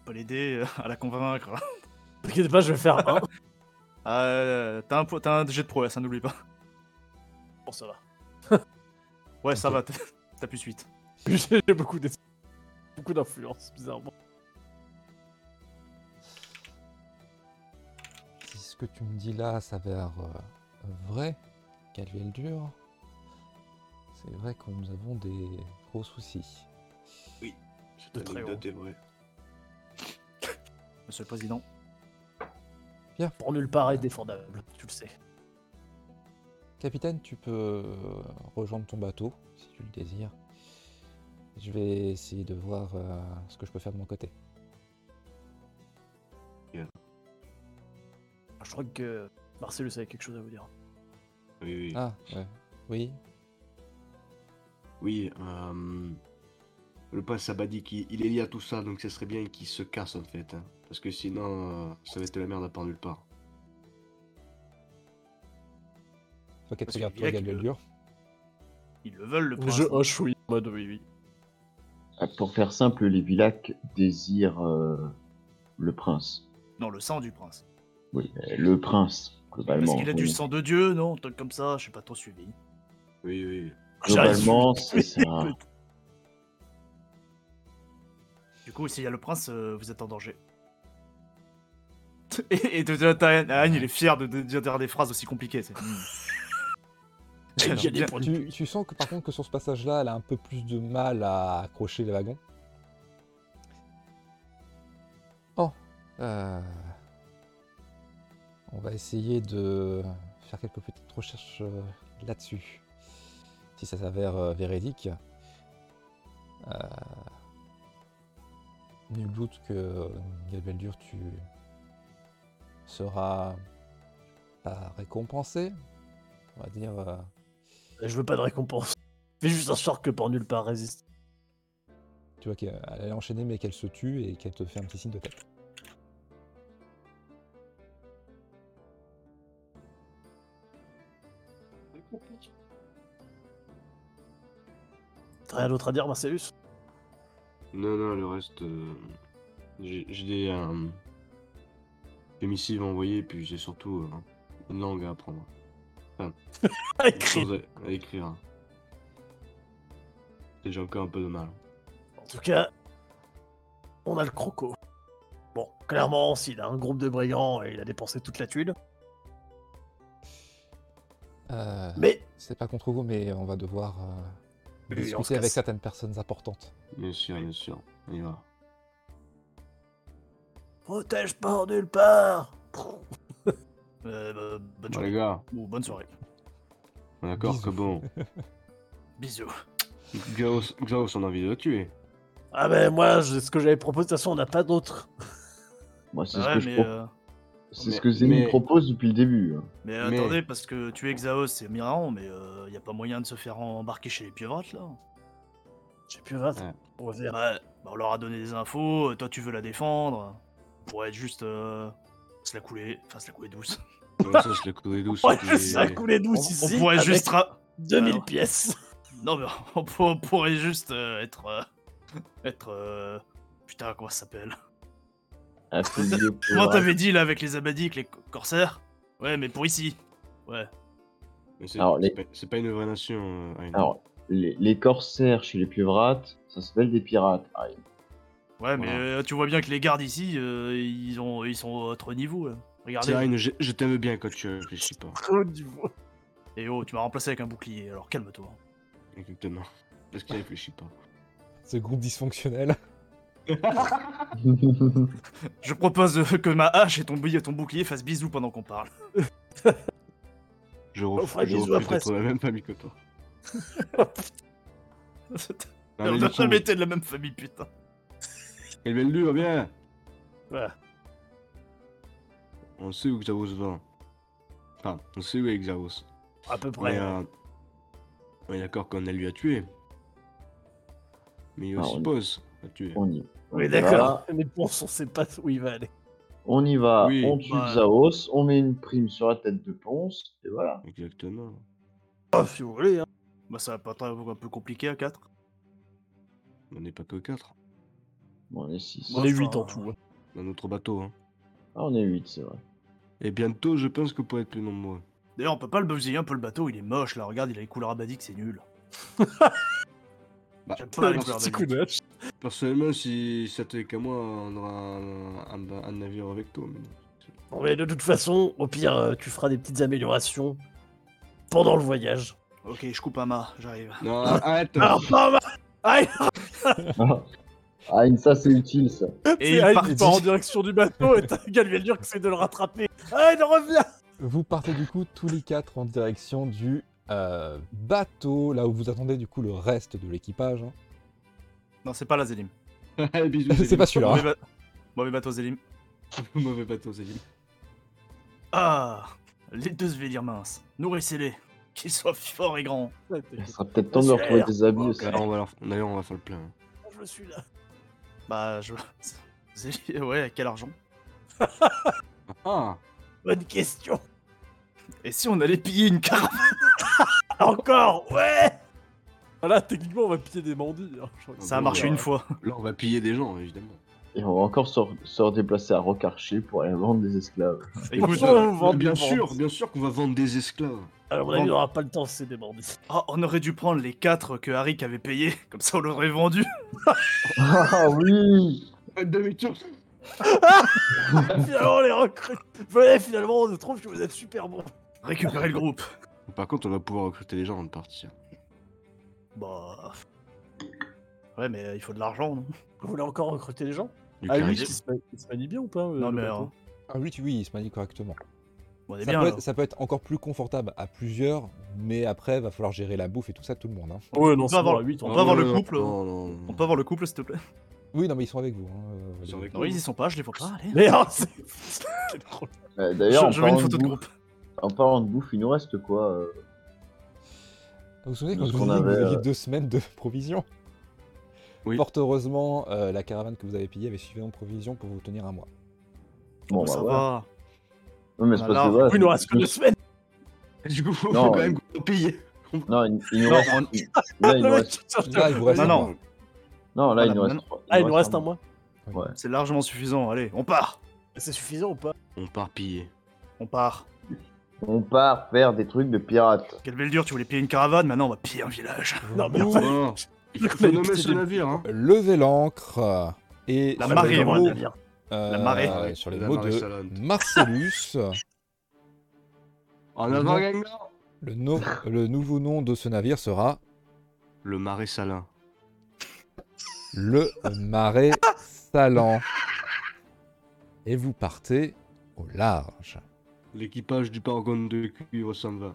C: On peut l'aider euh, à la convaincre.
B: T'inquiète pas, je vais faire un.
C: Ah, euh, t'as un, po- t'as un jet de prouesse, hein, n'oublie pas.
B: Bon, ça va.
C: Ouais, ça
A: Ok.
C: va, t'as t'as plus suite.
B: J'ai j'ai beaucoup d'es- beaucoup d'influence, bizarrement.
A: Si ce que tu me dis là s'avère euh, vrai, Calviel dur, c'est vrai que nous avons des gros soucis.
E: Cette
B: très
E: anecdote est vraie.
C: Monsieur le Président.
B: Pour nulle part est défendable, tu le sais.
A: Capitaine, tu peux euh, rejoindre ton bateau si tu le désires. Je vais essayer de voir euh, ce que je peux faire de mon côté.
B: Je crois que Marcellus avait quelque chose à vous dire.
E: Oui, oui.
A: Ah, ouais. Oui.
E: Oui, euh, le prince Sabadik, il, il est lié à tout ça, donc ce serait bien qu'il se casse en fait. hein. parce que sinon, euh, ça va être la merde à part nulle part.
A: Toi, qu'elle te
C: Parce que euh,
A: regarde,
C: le
A: toi,
C: vieil,
A: Galviel
C: le-
A: dur.
C: Ils le veulent, le prince.
B: Je hoche oui, en mode oui, oui.
D: Ah, Pour faire simple, les vilacs désirent euh, le prince.
C: Non, le sang du prince.
D: Oui, euh, le prince,
E: Bah,
D: globalement.
C: Parce qu'il a du
D: Oui.
C: sang de Dieu, non Un truc comme ça, je sais pas trop suivi. Ah,
E: Oui, oui.
D: Globalement, c'est ça.
C: Du coup, s'il y a le prince, euh, vous êtes en danger. Et, et t'as- t'as- Anne, il est fier de, de dire des phrases aussi compliquées. c'est-
A: Alors,
C: Il y a des
A: bien,
C: points de-
A: tu, tu sens que par contre que sur ce passage-là, elle a un peu plus de mal à accrocher les wagons. Bon, euh, on va essayer de faire quelques petites recherches euh, là-dessus, si ça s'avère euh, véridique. Euh, Nul doute que Galbeldur, tu seras pas récompensé, on va dire. euh,
B: Je veux pas de récompense. Fais juste un sort que pour nulle part résiste.
A: Tu vois qu'elle elle est enchaînée mais qu'elle se tue et qu'elle te fait un petit signe de tête.
B: T'as rien d'autre à dire, Marcellus
E: Non, non, le reste. euh, j'ai j'ai des. euh, des missives à envoyer, puis j'ai surtout euh, une langue à apprendre. Enfin, des
B: À écrire.
E: choses à, à écrire. Et J'ai encore un peu de mal.
B: En tout cas, on a le croco. Bon, clairement, s'il a un groupe de brigands et il a dépensé toute la tuile,
A: Euh,
B: mais
A: C'est pas contre vous, mais on va devoir euh,
B: Oui, on se
A: discuter
B: casse.
A: avec certaines personnes importantes.
E: Bien sûr, bien sûr. On y va.
B: protège pas nulle part
C: Euh, bah, bonne
E: Bon, les
C: soirée.
E: gars,
C: Ou bonne soirée.
E: on est d'accord
A: Bisous.
E: que bon.
C: Bisous.
E: Xaos, Xaos, on a envie de le tuer.
B: Ah ben moi, je- ce que j'avais proposé, de toute façon, on n'a pas d'autre.
D: Moi, c'est
C: Ouais,
D: ce que,
C: mais,
D: je pro-
C: euh,
D: c'est ce
E: mais-
D: que Zémy
E: mais-
D: propose depuis le début. hein.
C: mais
E: Mais-
C: attendez, parce que tuer Exaos, c'est Miran, mais il a pas moyen de se faire embarquer chez les pieuvrates, là.
B: J'ai plus 20.
E: Ouais.
B: On va dire.
C: Bah, bah, on leur a donné des infos, euh, toi tu veux la défendre. On pourrait être juste euh, se la couler, enfin se la couler douce.
E: Comme ça, je le coulerai douce.
B: On va
E: puis-
B: juste la couler
C: On,
B: douce
C: on
B: ici
C: pourrait
B: avec
C: juste... ra-
B: 2000
C: Alors.
B: pièces.
C: Non mais on, pour- on pourrait juste euh, être... euh, être... euh, Putain, comment ça s'appelle
D: Un peu de pour-
C: Comment t'avais dit là avec les abadiques, les co- corsaires Ouais, mais pour ici. Ouais.
E: Mais c'est
D: Alors,
E: c'est
D: les-
E: pas, c'est pas une vraie nation. euh, Aïn.
D: Alors, les, les corsaires chez les pieuvrates, ça s'appelle des pirates. Ah,
C: Ouais, mais
E: Voilà.
C: euh, tu vois bien que les gardes ici, euh, ils, ont, ils sont à autre niveau. Là. Regardez.
E: Tiens, Aïn, je, je t'aime bien quand tu réfléchis pas.
C: Et oh, tu m'as remplacé avec un bouclier, alors calme-toi.
E: Exactement. Parce qu'il réfléchit pas.
A: Ce groupe dysfonctionnel.
C: Je propose euh, que ma hache et ton, bouilli- ton bouclier fassent bisous pendant qu'on parle.
E: Je
B: fera
E: refuse, je
B: bisous
E: refuse
B: après,
E: d'être
B: ça.
E: la même famille que toi. Non,
C: on
E: mais
C: n'a
E: du coup,
C: jamais été de la même famille, putain.
E: elle vient de lui, va bien.
B: Ouais.
E: On sait où Xavos va. Enfin, on sait où est Xavos.
B: À peu
E: Mais,
B: près.
E: euh, on est d'accord qu'on a lui à tuer. Mais il y a
D: Ah,
E: aussi
D: on-
E: Pose à tuer.
D: on y, on
B: Oui,
D: y
B: d'accord.
D: va.
B: Mais bon, on sait pas où il va aller.
D: On y va,
E: Oui,
D: on tue
C: bah-
D: Xaos, on met une prime sur la tête de Ponce, et voilà.
E: Exactement.
B: Oh, si vous voulez, hein.
C: Bah, ça va pas être un peu compliqué à 4.
E: On n'est pas que 4
D: Bon, on est 6.
C: Ouais.
B: On est 8
C: enfin,
B: en tout. hein.
E: dans notre bateau. hein.
D: Ah, on est 8, c'est vrai.
E: Et bientôt, je pense que vous pourrez être plus nombreux.
C: D'ailleurs, on peut pas le bousiller un peu le bateau, il est moche là, regarde, il a les couleurs abadiques, c'est nul.
E: Bah,
C: J'aime pas les couleurs
B: Petit
C: abadiques.
B: coup d'œil.
E: Personnellement, si ça t'est qu'à moi, on aura un, un- un navire avec toi. mais non.
B: Bon, mais de toute façon, au pire, euh, tu feras des petites améliorations pendant le voyage.
C: Ok, je coupe un mât, j'arrive.
E: Non, arrête
B: Ah, pas mal Aïe
D: Ah, une- ça c'est utile ça.
C: Et
B: Et
C: il
B: il
C: part-
B: part en direction du bateau et t'as Galveldur qui essaie de le rattraper. Aïe, non, reviens
A: Vous partez du coup tous les quatre en direction du euh, bateau, là où vous attendez du coup le reste de l'équipage. hein.
C: Non, c'est pas la Zélim.
E: Bisous,
A: C'est pas
E: Zélim.
A: celui-là.
C: Mauvais,
A: hein.
C: ba- mauvais bateau Zélim.
E: Mauvais bateau, Zélim.
C: Ah Les deux Svelir minces, nourrissez-les, qu'ils soient forts et grands.
D: Il sera peut-être temps de retrouver des habits
B: Ok.
D: aussi.
E: D'ailleurs, Oh, on va, leur- d'ailleurs, on va faire le plein. hein.
B: Je suis là.
C: Bah, je. Zélim- Ouais, quel argent
E: Ah
B: Bonne question.
C: Et si on allait piller une caravane
B: Encore Ouais Là, techniquement, on va piller des bandits. hein. Je crois que
E: Ah
C: Ça a
E: bon,
C: marché
E: là,
C: une fois.
E: Là, on va piller des gens, évidemment.
D: Et on va encore se, re- se redéplacer à Rocarcher pour aller vendre des esclaves.
C: Écoute,
B: pourquoi on
C: euh,
B: vous vend
E: bien
B: des
E: sûr,
B: bandits
E: bien sûr qu'on va vendre des esclaves.
B: À mon avis, on aura pas le temps, c'est des bandits.
C: oh, on aurait dû prendre les quatre que Harry avait payés, comme ça on l'aurait vendu.
D: Ah oui
E: Demi-tour
B: Ah, finalement, les recrues. Venez, finalement, on se trouve que vous êtes super bons.
C: Récupérer le groupe.
E: Par contre, on va pouvoir recruter les gens avant de partir.
C: Bah. Ouais, mais euh, il faut de l'argent, non
B: Vous voulez encore recruter des gens
E: Du
B: Ah, lui,
E: charisme.
B: il se, ma- il se manie bien ou pas euh,
C: Non,
B: le
C: mais.
B: bateau
C: euh,
A: Ah oui, tu- oui, il se manie correctement.
C: on est
A: Ça,
C: bien.
A: peut
C: là.
A: être, ça peut être encore plus confortable à plusieurs, mais après, va falloir gérer la bouffe et tout ça, tout le monde. hein.
B: Ouais, non,
C: On
B: c'est
C: peut
B: bon,
C: avoir-
B: la huit, hein.
C: on
B: on
C: peut
B: va
C: avoir
E: Non,
C: le
E: non,
C: couple.
E: Non, non, non.
C: On peut avoir le couple, s'il te plaît
A: Oui, non, mais ils sont avec vous. hein, euh,
E: Ils sont
A: les-
E: avec
C: Oui, ils y sont pas, je les vois pas. Allez.
B: Mais oh, c'est- c'est drôle.
D: Euh,
C: Je,
D: D'ailleurs, en,
C: je veux une
D: parlant
C: photo
D: de
C: de
D: bouffe-
C: groupe.
D: en parlant de bouffe, il nous reste quoi euh,
A: Vous vous souvenez quand
D: Parce
A: je vous
D: qu'on
A: ai dit que vous
D: avait,
A: aviez
D: euh,
A: deux semaines de provisions
E: Oui.
A: Fort heureusement, euh, la caravane que vous avez payée avait suffisamment de provisions pour vous tenir un mois.
D: Bon,
C: ça
D: bah, voilà.
C: va.
D: Non, mais c'est
C: Ah,
D: parce que,
C: là,
D: voilà,
B: Il nous reste que deux semaines.
E: Du coup, faut
D: Non,
E: quand même
D: euh,
E: qu'on pille.
D: Non, il, il nous
C: Non,
D: reste.
C: on-
D: il- Là, il
B: Le
D: nous
B: mec
D: reste.
B: qui cherche-
A: Là, il vous reste
C: Non,
A: un
C: non.
A: mois.
D: Non, là, il nous
C: Voilà,
D: reste.
B: Ah, il nous reste un mois.
D: Ouais.
C: C'est largement suffisant. Allez, on part.
B: C'est suffisant ou pas
E: On part piller.
C: On part.
D: On part faire des trucs de pirates.
C: Quelle belle dure, tu voulais piller une caravane, maintenant on va piller un village.
B: Non, mais en
A: Vous
B: fait,
E: Oh, il
B: Mais
E: faut nommer
B: c'est
E: ce
B: des-
E: navire, hein.
A: Levez l'ancre euh, et
C: La
A: sur
C: marée,
A: les
C: moi,
A: mots,
C: le navire. La marée.
A: euh, sur les
E: La
A: mots
E: marée
A: de
E: salante.
A: Marcellus,
E: En
A: Le
E: avant,
A: nom-
E: Gangor
A: le, no- le nouveau nom de ce navire sera
E: Le marais salin.
A: le Marais Salant. Et vous partez au large.
E: L'équipage du Paragon de cuivre s'en va.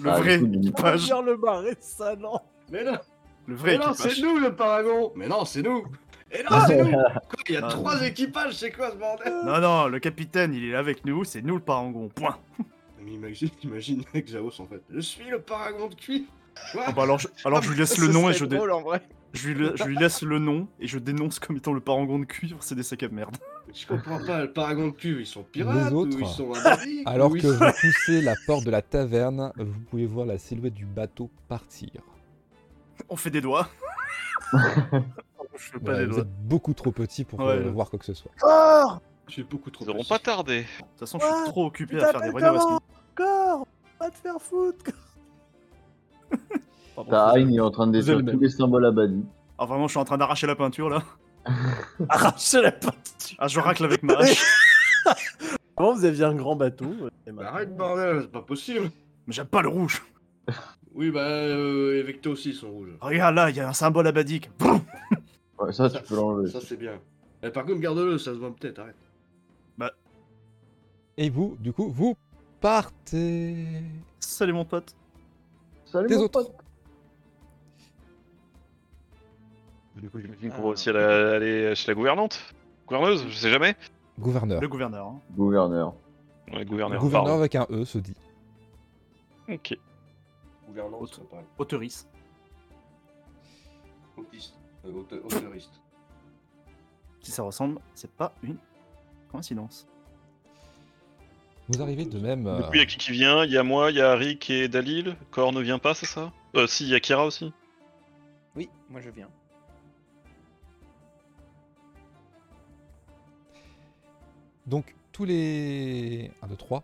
C: Le
D: Ah,
C: vrai
D: du coup, il-
B: pas
C: équipage.
B: dire le marais salant.
E: Mais non,
C: Le vrai équipage.
E: nous le Paragon Mais non, c'est nous Et non,
D: Ah,
E: Quoi, Il y
C: Ah.
E: équipages, c'est quoi ce bordel
C: Non, non, le capitaine, il est là avec nous, c'est nous le parangon. Point.
E: Mais imagine, imagine avec Jaos en fait. Je suis Ah, le Paragon de cuivre
C: Ah bah alors, je, alors je lui laisse le
H: Ce
C: nom et
H: serait
C: je, dé-
H: drôle, en vrai.
C: je, lui, la- je lui laisse le nom et je dénonce comme étant le parangon de cuivre, c'est des sacs à merde.
E: Je comprends pas, le Paragon de cuivre, ils sont pirates
A: Les autres.
E: ou Ah, ils sont abadiques,
A: Alors
E: ou ils
A: que
E: sont-
A: vous poussez la porte de la taverne, vous pouvez voir la silhouette du bateau partir.
C: On fait des doigts. je fais pas
A: Voilà,
C: des
A: vous
C: doigts.
A: êtes beaucoup trop petit pour
C: Ouais.
A: euh, voir quoi que ce soit.
B: Corps
E: Je suis beaucoup trop
I: Ils auront
E: petit.
I: pas tardé.
C: De toute façon, je suis
B: Ouais,
C: trop occupé
B: tu
C: à faire des
B: t'appelles
C: rénovations.
B: Corps Va te faire foutre Pardon,
D: Tahain, il est en train de détruire
B: Zelda.
D: tous les symboles abadis.
C: Ah vraiment, je suis en train d'arracher la peinture là.
B: désolé. Arrachez la peinture
C: Ah, je racle avec ma hache.
B: Avant, vous aviez un grand bateau. euh, et
E: Mais
B: maintenant-
E: Bah, arrête, bordel, c'est pas possible
C: Mais j'aime pas le rouge.
E: Oui, bah, euh, et Vecto aussi, ils sont rouges.
C: Regarde là, il y a un symbole abadique. Boum
D: Ouais, ça, tu peux l'enlever.
E: Ça, c'est bien. Eh, par contre, garde-le, ça se voit peut-être, arrête.
A: Et vous, du coup, vous partez.
C: Salut mon pote.
D: Salut,
A: Les
D: mon
A: autres.
D: pote.
I: Du coup, j'imagine qu'on va aussi aller, aller chez la gouvernante Gouverneuse Je sais jamais.
A: Gouverneur.
C: Le gouverneur. hein.
D: Gouverneur.
I: Ouais, gouverneur.
A: Gouverneur
I: pardon.
A: avec un E se dit.
I: Ok.
E: Gouvernance,
C: Autre.
E: pas
C: Autorise.
E: autiste. Euh, aute- auteuriste.
C: Si ça ressemble, c'est pas une coïncidence.
A: Vous arrivez de même.
I: Du
A: euh,
I: coup, il y a qui qui vient Il y a moi, il y a Rick et Dalil. Cor ne vient pas, c'est ça euh, Si, il y a Kira aussi.
K: Oui, moi je viens.
A: Donc, tous les. 1, 2, 3.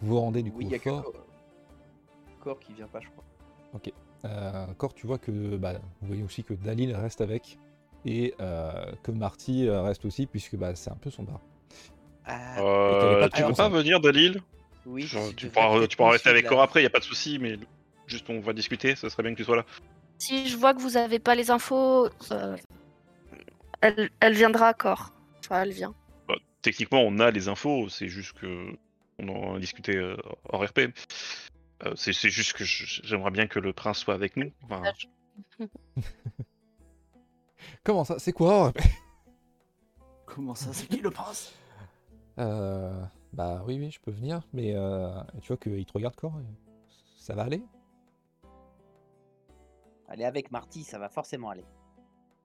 A: Vous vous rendez du coup
K: oui, y
A: au
K: a que
A: fort.
K: Cor- Cor qui vient pas, je crois.
A: Euh, Encore, tu vois que. Bah, vous voyez aussi que Dalil reste avec. Et euh, que Marty euh, reste aussi, puisque bah, c'est un peu son bar.
K: Ah,
A: qu'elle est
I: Euh,
A: pas
I: tu veux
K: toujours
I: pas venir, Dalil
K: oui.
I: Genre,
K: je
I: tu,
K: devrais
I: pourras,
K: peut-être
I: tu pourras
K: me
I: rester avec
K: suivre,
I: Cor
K: là.
I: après, il a pas de souci, mais juste on va discuter, ça serait bien que tu sois là.
G: Si je vois que vous avez pas les infos, euh, elle, elle viendra à corps. Enfin, elle vient.
I: Bah, techniquement, on a les infos, c'est juste que. On en a discuté euh, hors RP. Euh, c'est c'est juste que je- j'aimerais bien que le prince soit avec nous. Enfin,
A: Comment ça C'est quoi hors-
C: Comment ça C'est qui le prince
A: Euh, Bah oui, oui, je peux venir. Mais euh, tu vois qu'il te regarde encore. Ça va aller
K: Allez, avec Marty, ça va forcément aller.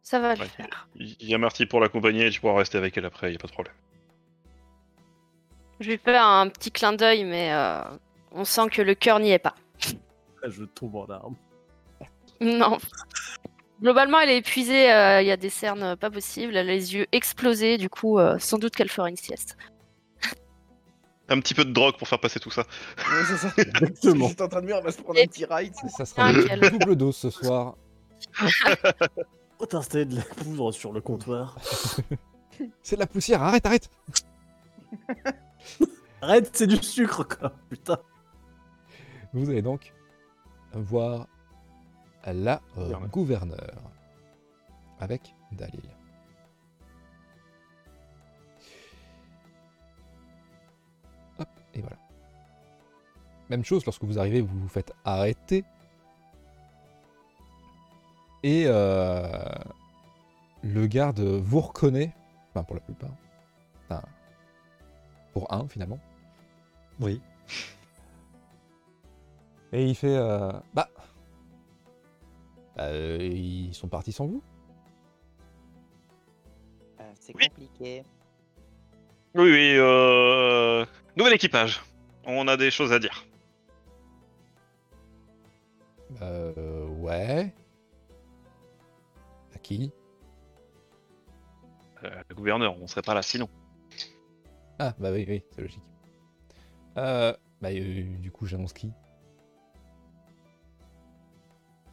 G: Ça va le
I: Ouais.
G: faire.
I: Il y a Marty pour l'accompagner et tu pourras rester avec elle après, il a pas de problème.
G: Je lui fais un petit clin d'œil, mais euh, on sent que le cœur n'y est pas.
B: Ah, Je tombe en arme.
G: Non. Globalement, elle est épuisée. euh, Il y a des cernes euh, pas possibles. Elle a les yeux explosés. Du coup, euh, sans doute qu'elle fera une sieste.
I: Un petit peu de drogue pour faire passer tout ça.
K: Ouais, c'est ça.
A: Mhm.
B: Exactement. Ah,
K: J'étais en train de me dire, on va se prendre un petit ride.
A: Ça sera
G: Nickel.
A: double dose ce soir.
B: Pourquoi t'as installé de la poudre sur le comptoir
A: C'est de la poussière, arrête, arrête
B: Arrête, c'est du sucre, quoi. Putain.
A: Vous allez donc voir la euh, gouverneure avec Dalil. Hop, et voilà. Même chose, lorsque vous arrivez, vous vous faites arrêter. Et euh, le garde vous reconnaît, enfin pour la plupart, Enfin, pour un finalement.
J: Oui.
A: Et il fait euh, Bah. euh, ils sont partis sans vous
K: Euh, c'est compliqué.
I: Oui, oui, euh... Nouvel équipage. On a des choses à dire.
A: Euh. Ouais. À qui
I: Euh, le gouverneur, on serait pas là sinon.
A: Ah, bah oui, oui, c'est logique. Euh. Bah, euh, du coup, j'annonce qui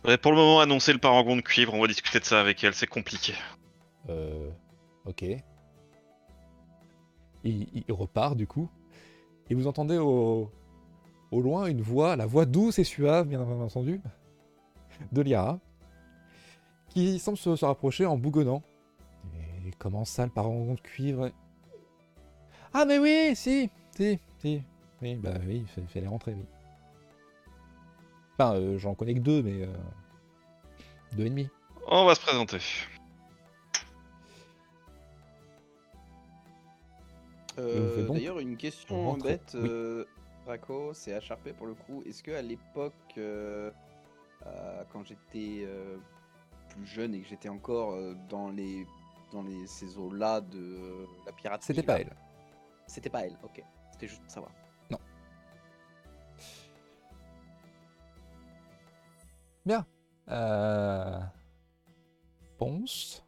I: Faudrait pour le moment annoncer le parangon de cuivre, on va discuter de ça avec elle, c'est compliqué.
A: Euh, ok. Il, il repart du coup. Et vous entendez au, au loin une voix, la voix douce et suave, bien entendu, de Liara, qui semble se, se rapprocher en bougonnant. Et comment ça, le parangon de cuivre Ah, mais oui, si, si, si. Oui, bah oui, il fallait rentrer, oui. Enfin, euh, j'en connais que deux, mais. euh, deux et demi.
I: On va se présenter.
A: on fait
K: Euh,
A: donc-
K: D'ailleurs, une
A: on
K: question
A: rentre.
K: bête,
A: Oui.
K: euh, Draco, c'est HRP pour le coup. Est-ce que à l'époque, euh, euh, quand j'étais euh, plus jeune et que j'étais encore euh, dans les dans les ces eaux-là de euh, la piraterie,
A: C'était pas
K: là,
A: elle.
K: C'était pas elle. Ok. C'était juste pour savoir.
A: Bien. Euh... Ponce.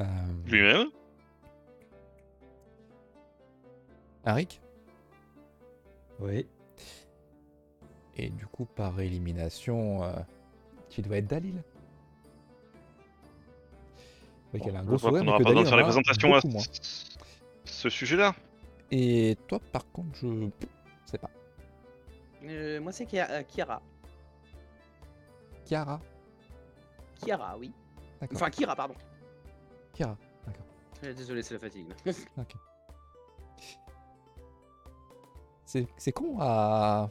A: Euh...
I: Lui-même
A: Arik.
J: Oui.
A: Et du coup, par élimination, euh, qui doit être Dalil. Oui, qu'elle a un
I: Je
A: gros
I: vois
A: sourire,
I: qu'on
A: mais
I: aura
A: que
I: pas besoin
A: Dalil
I: de faire les
A: en a
I: présentations à
A: beaucoup moins.
I: ce- ce sujet-là.
A: Et toi, par contre, je sais pas.
K: Euh, moi, c'est Kia- euh, Kiara.
A: Kiara.
K: Kiara, oui.
A: D'accord.
K: Enfin, Kira, pardon.
A: Kiara.
L: Euh, Désolé, c'est la fatigue. là.
A: Ok. C'est c'est con, à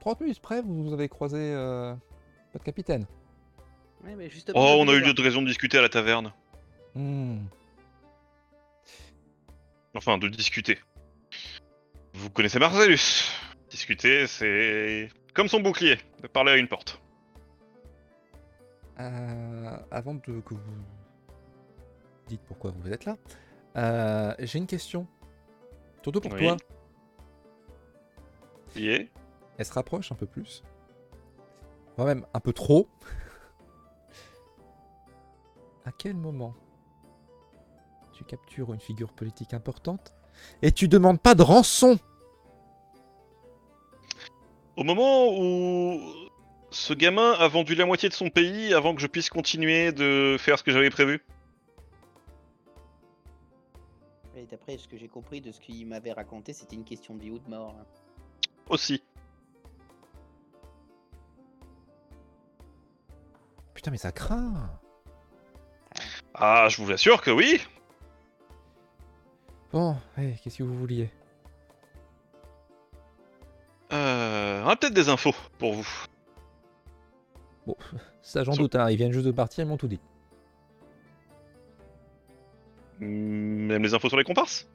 A: 30 minutes près, vous avez croisé euh, votre capitaine.
K: Ouais, mais justement.
I: Oh, on
K: j'avais
I: a eu
K: besoin.
I: d'autres raisons de discuter à la taverne.
A: Hmm.
I: Enfin, de discuter. Vous connaissez Marcellus Discuter, c'est comme son bouclier, de parler à une porte.
A: Euh, avant de, que vous dites pourquoi vous êtes là, euh, j'ai une question. Surtout pour
I: Oui.
A: toi.
I: Qui est
A: Elle se rapproche un peu plus. Voire même un peu trop. à quel moment tu captures une figure politique importante et tu demandes pas de rançon
I: Au moment où ce gamin a vendu la moitié de son pays avant que je puisse continuer de faire ce que j'avais prévu.
K: Et d'après ce que j'ai compris de ce qu'il m'avait raconté, c'était une question de vie ou de mort. hein.
I: Aussi.
A: Putain, mais ça craint
I: Ah, je vous assure que oui
A: Bon, eh, qu'est-ce que vous vouliez
I: Euh, On a peut-être des infos pour vous.
A: Bon, ça j'en doute, hein, ils viennent juste de partir, ils m'ont tout dit.
I: Même les infos sur les comparses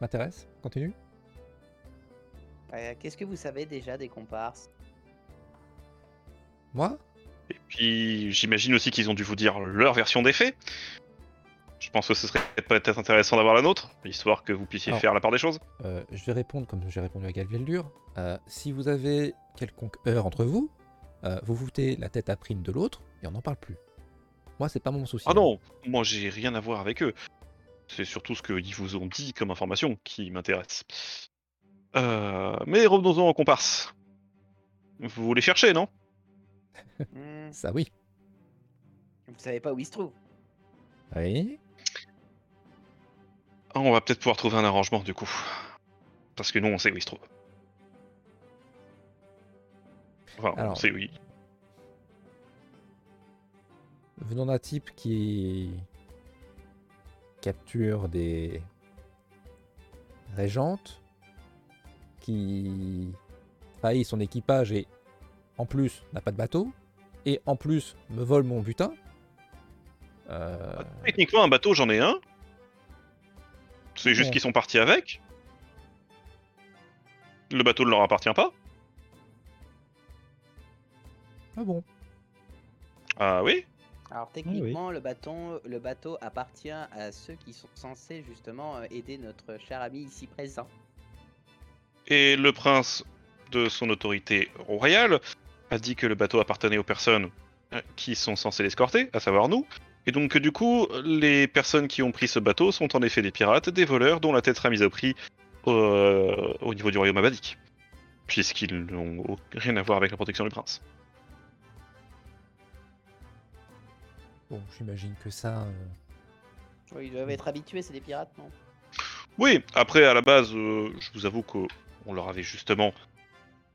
A: M'intéresse Continue
K: Euh, Qu'est-ce que vous savez déjà des comparses
A: Moi
I: Et puis, j'imagine aussi qu'ils ont dû vous dire leur version des faits. Je pense que ce serait peut-être intéressant d'avoir la nôtre, histoire que vous puissiez
A: Alors.
I: faire la part des choses.
A: Euh, je vais répondre comme j'ai répondu à Galveldur. Euh, si vous avez quelconque heure entre vous, euh, vous foutez la tête à prime de l'autre et on n'en parle plus. Moi, c'est pas mon souci.
I: Ah non, moi j'ai rien à voir avec eux. C'est surtout ce qu'ils vous ont dit comme information qui m'intéresse. Euh, mais revenons-en en comparse. Vous voulez chercher, non
K: Hmm,
A: Ça oui.
K: Vous savez pas où il se trouve.
A: Oui.
I: Ah, On va peut-être pouvoir trouver un arrangement du coup. Parce que nous, on sait où il se trouve. Enfin, on
A: Alors.
I: sait où il...
A: Venant d'un type qui capture des régentes, qui trahit son équipage et en plus n'a pas de bateau, et en plus me vole mon butin. Euh,
I: Ah, Techniquement, un bateau, j'en ai un. C'est juste
A: Ouais.
I: qu'ils sont partis avec. Le bateau ne leur appartient pas.
A: Ah bon
I: Ah oui
K: Alors techniquement, Le, bâton, le bateau appartient à ceux qui sont censés justement euh, aider notre cher ami ici présent.
I: Et le prince, de son autorité royale, a dit que le bateau appartenait aux personnes euh, qui sont censées l'escorter, à savoir nous. Et donc, du coup, les personnes qui ont pris ce bateau sont en effet des pirates, des voleurs, dont la tête sera mise au prix euh, au niveau du royaume abadique. Puisqu'ils n'ont au- rien à voir avec la protection du prince.
A: Bon, j'imagine que ça. euh,
K: Oui, ils doivent être habitués, c'est des pirates, non
I: Oui, après, à la base, euh, je vous avoue qu'on leur avait justement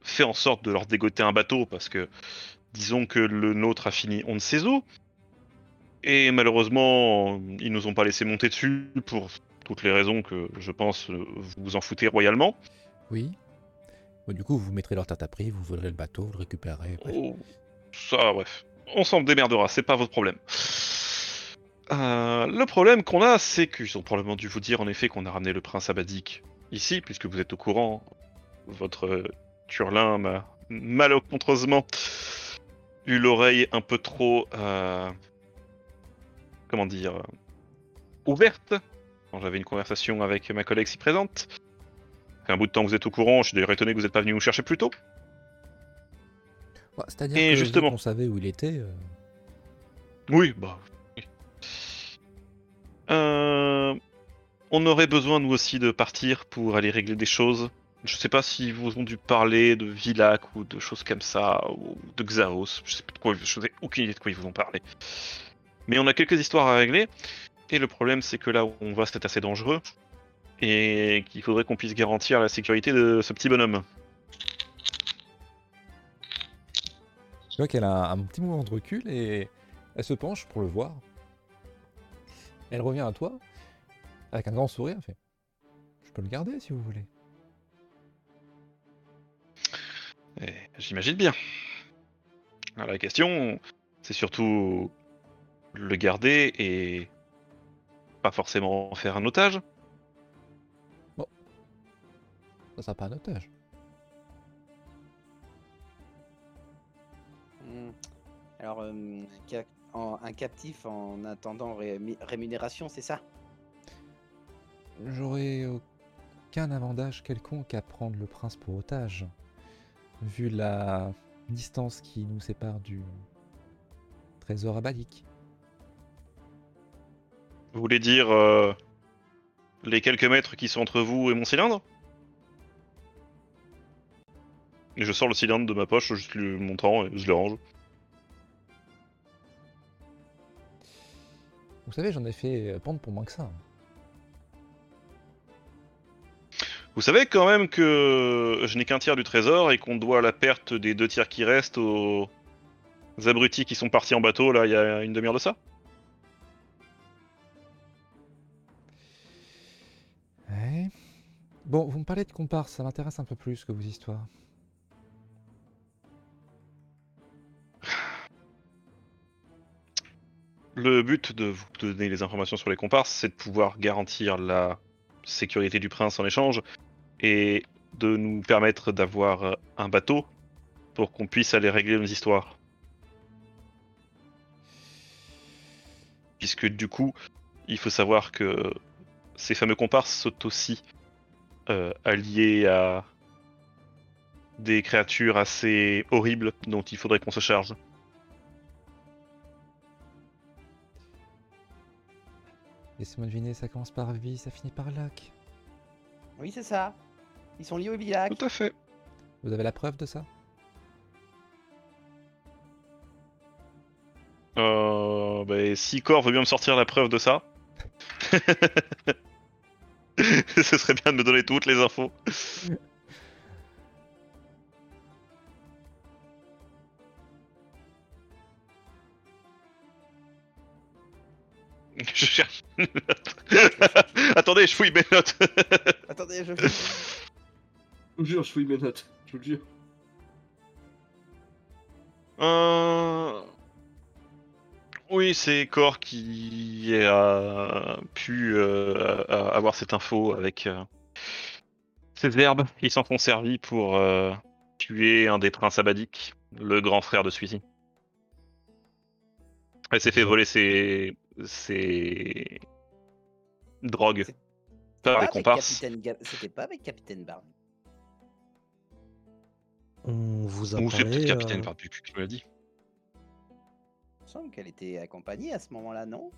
I: fait en sorte de leur dégoter un bateau, parce que disons que le nôtre a fini on ne sait où. Et malheureusement, ils nous ont pas laissé monter dessus pour toutes les raisons que je pense euh, vous vous en foutez royalement.
A: Oui. Bon, du coup, vous mettrez leur tarte à prix, vous volerez le bateau, vous le récupérez. bref.
I: Oh, ça, bref. On s'en démerdera, c'est pas votre problème. Euh, le problème qu'on a, c'est qu'ils ont probablement dû vous dire en effet qu'on a ramené le prince abadik ici, puisque vous êtes au courant. Votre euh, Turlin m'a malencontreusement eu l'oreille un peu trop. euh, comment dire euh, Ouverte quand j'avais une conversation avec ma collègue si présente. Ça fait un bout de temps que vous êtes au courant, je suis d'ailleurs étonné que vous n'êtes pas venu nous chercher plus tôt.
A: Bah, C'est-à-dire
I: Oh. Et
A: que vu
I: justement.
A: qu'on savait où il était. euh,
I: Oui, bah. oui. Euh, on aurait besoin, nous aussi, de partir pour aller régler des choses. Je sais pas si vous ont dû parler de Vilac ou de choses comme ça, ou de Xaos. Je sais plus de quoi, je n'ai aucune idée de quoi ils vous ont parlé. Mais on a quelques histoires à régler. Et le problème, c'est que là où on va, c'est assez dangereux. Et qu'il faudrait qu'on puisse garantir la sécurité de ce petit bonhomme.
A: Je vois qu'elle a un petit mouvement de recul et elle se penche pour le voir. Elle revient à toi avec un grand sourire. elle fait Je peux le garder si vous voulez.
I: Eh, J'imagine bien. Alors, la question, c'est surtout le garder et pas forcément en faire un otage.
A: Ça sera pas un otage.
K: Hmm. Alors, euh, un ca- en- un captif en attendant rému- rémunération, c'est ça
A: J'aurais aucun avantage quelconque à prendre le prince pour otage, vu la distance qui nous sépare du trésor abadique.
I: Vous voulez dire euh, les quelques mètres qui sont entre vous et mon cylindre Et je sors le cylindre de ma poche, juste le montant et je le range.
A: Vous savez, j'en ai fait pendre pour moins que ça.
I: Vous savez quand même que je n'ai qu'un tiers du trésor et qu'on doit la perte des deux tiers qui restent aux abrutis qui sont partis en bateau là il y a une demi-heure de ça
A: Ouais. Bon, vous me parlez de comparse, ça m'intéresse un peu plus que vos histoires.
I: Le but de vous donner les informations sur les comparses, c'est de pouvoir garantir la sécurité du prince en échange et de nous permettre d'avoir euh, un bateau pour qu'on puisse aller régler nos histoires. Puisque du coup, il faut savoir que ces fameux comparses sont aussi euh, alliés à des créatures assez horribles dont il faudrait qu'on se charge.
A: Laissez-moi deviner, ça commence par vie, ça finit par lac.
K: Oui, c'est ça. Ils sont liés au village.
I: Tout à fait.
A: Vous avez la preuve de ça
I: euh, bah, si Cor veut bien me sortir la preuve de ça, ce serait bien de me donner toutes les infos. Je cherche une note. Attendez, je fouille mes notes.
K: Attendez, je.
E: Je vous jure, je fouille mes notes. Je vous le jure.
I: Euh, Oui, c'est Cor qui a pu euh, a- a- avoir cette info avec euh, ces herbes. Ils s'en sont servis pour euh, tuer un des princes abadiques, le grand frère de celui-ci. Elle s'est fait voler ses, ses drogues
K: Ah, C'est-
I: par les
K: avec
I: comparses.
K: Capitaine Ga- C'était pas avec Capitaine Barney.
F: On vous a
I: Ou c'est peut-être
F: parlé.
I: capitaine,
F: euh,
I: par depuis que tu me l'as dit.
K: Il me semble qu'elle était accompagnée à ce moment-là, non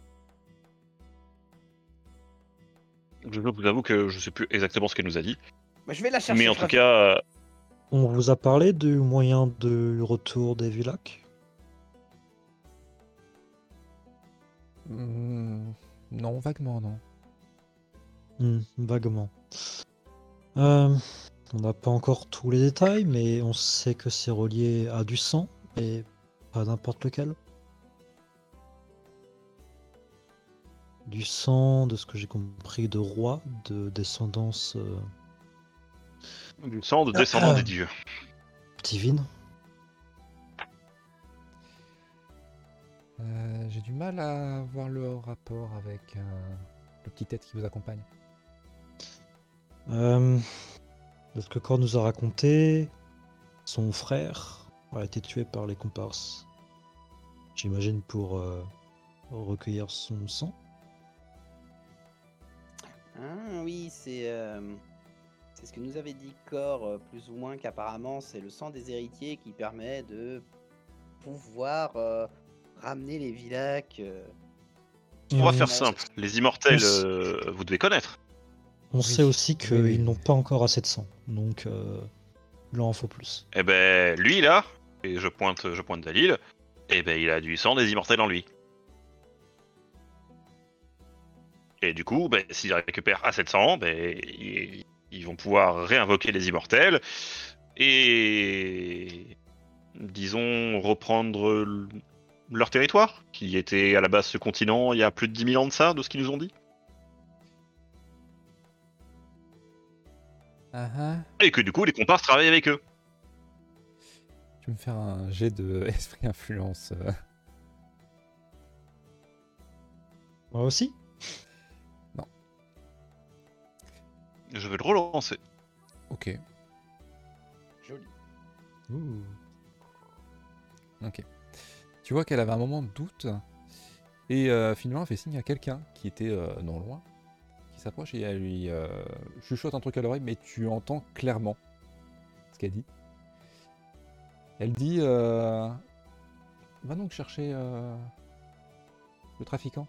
I: Je vous avoue que je sais plus exactement ce qu'elle nous a dit.
K: Bah, Je vais la chercher.
I: Mais en
K: je
I: tout
K: rev-
I: cas, euh,
F: On vous a parlé du moyen de retour des Vilac
A: Hmm, non, vaguement, non.
F: Hmm, Vaguement. Euh, on n'a pas encore tous les détails, mais on sait que c'est relié à du sang, et pas n'importe lequel. Du sang, de ce que j'ai compris, de roi, de descendance euh,
I: du sang de descendant des dieux.
F: divine.
A: Euh, J'ai du mal à voir le rapport avec euh, le petit tête qui vous accompagne.
F: Euh, de ce que Cor nous a raconté, son frère a été tué par les comparses. J'imagine pour euh, recueillir son sang.
K: Ah, oui, c'est euh, c'est ce que nous avait dit Cor, euh, plus ou moins qu'apparemment c'est le sang des héritiers qui permet de pouvoir euh, ramener les villacs. euh,
I: On va
F: Et
I: faire
K: on-
I: simple. Les immortels,
F: on s-
I: euh, vous devez connaître.
F: On sait aussi qu'ils
A: oui.
F: n'ont pas encore assez de sang, donc euh, il en faut plus.
I: Eh ben, lui là, et je pointe, je pointe Dalil. Eh ben, il a du sang des immortels en lui. Et du coup, ben, s'il récupère assez de sang, ben, i- ils vont pouvoir réinvoquer les immortels et, disons, reprendre l- leur territoire, qui était à la base ce continent il y a plus de 10 000 ans de ça, de ce qu'ils nous ont dit.
A: Ah ah.
I: Et que du coup, les comparses travaillent avec eux.
A: Tu veux me faire un jet de esprit influence euh,
F: Moi aussi
I: Je vais le relancer.
A: Ok.
K: Joli.
A: Ok. Tu vois qu'elle avait un moment de doute et euh, finalement elle fait signe à quelqu'un qui était euh, non loin, qui s'approche et elle lui euh, chuchote un truc à l'oreille, mais tu entends clairement ce qu'elle dit. Elle dit euh, Va donc chercher euh, le trafiquant.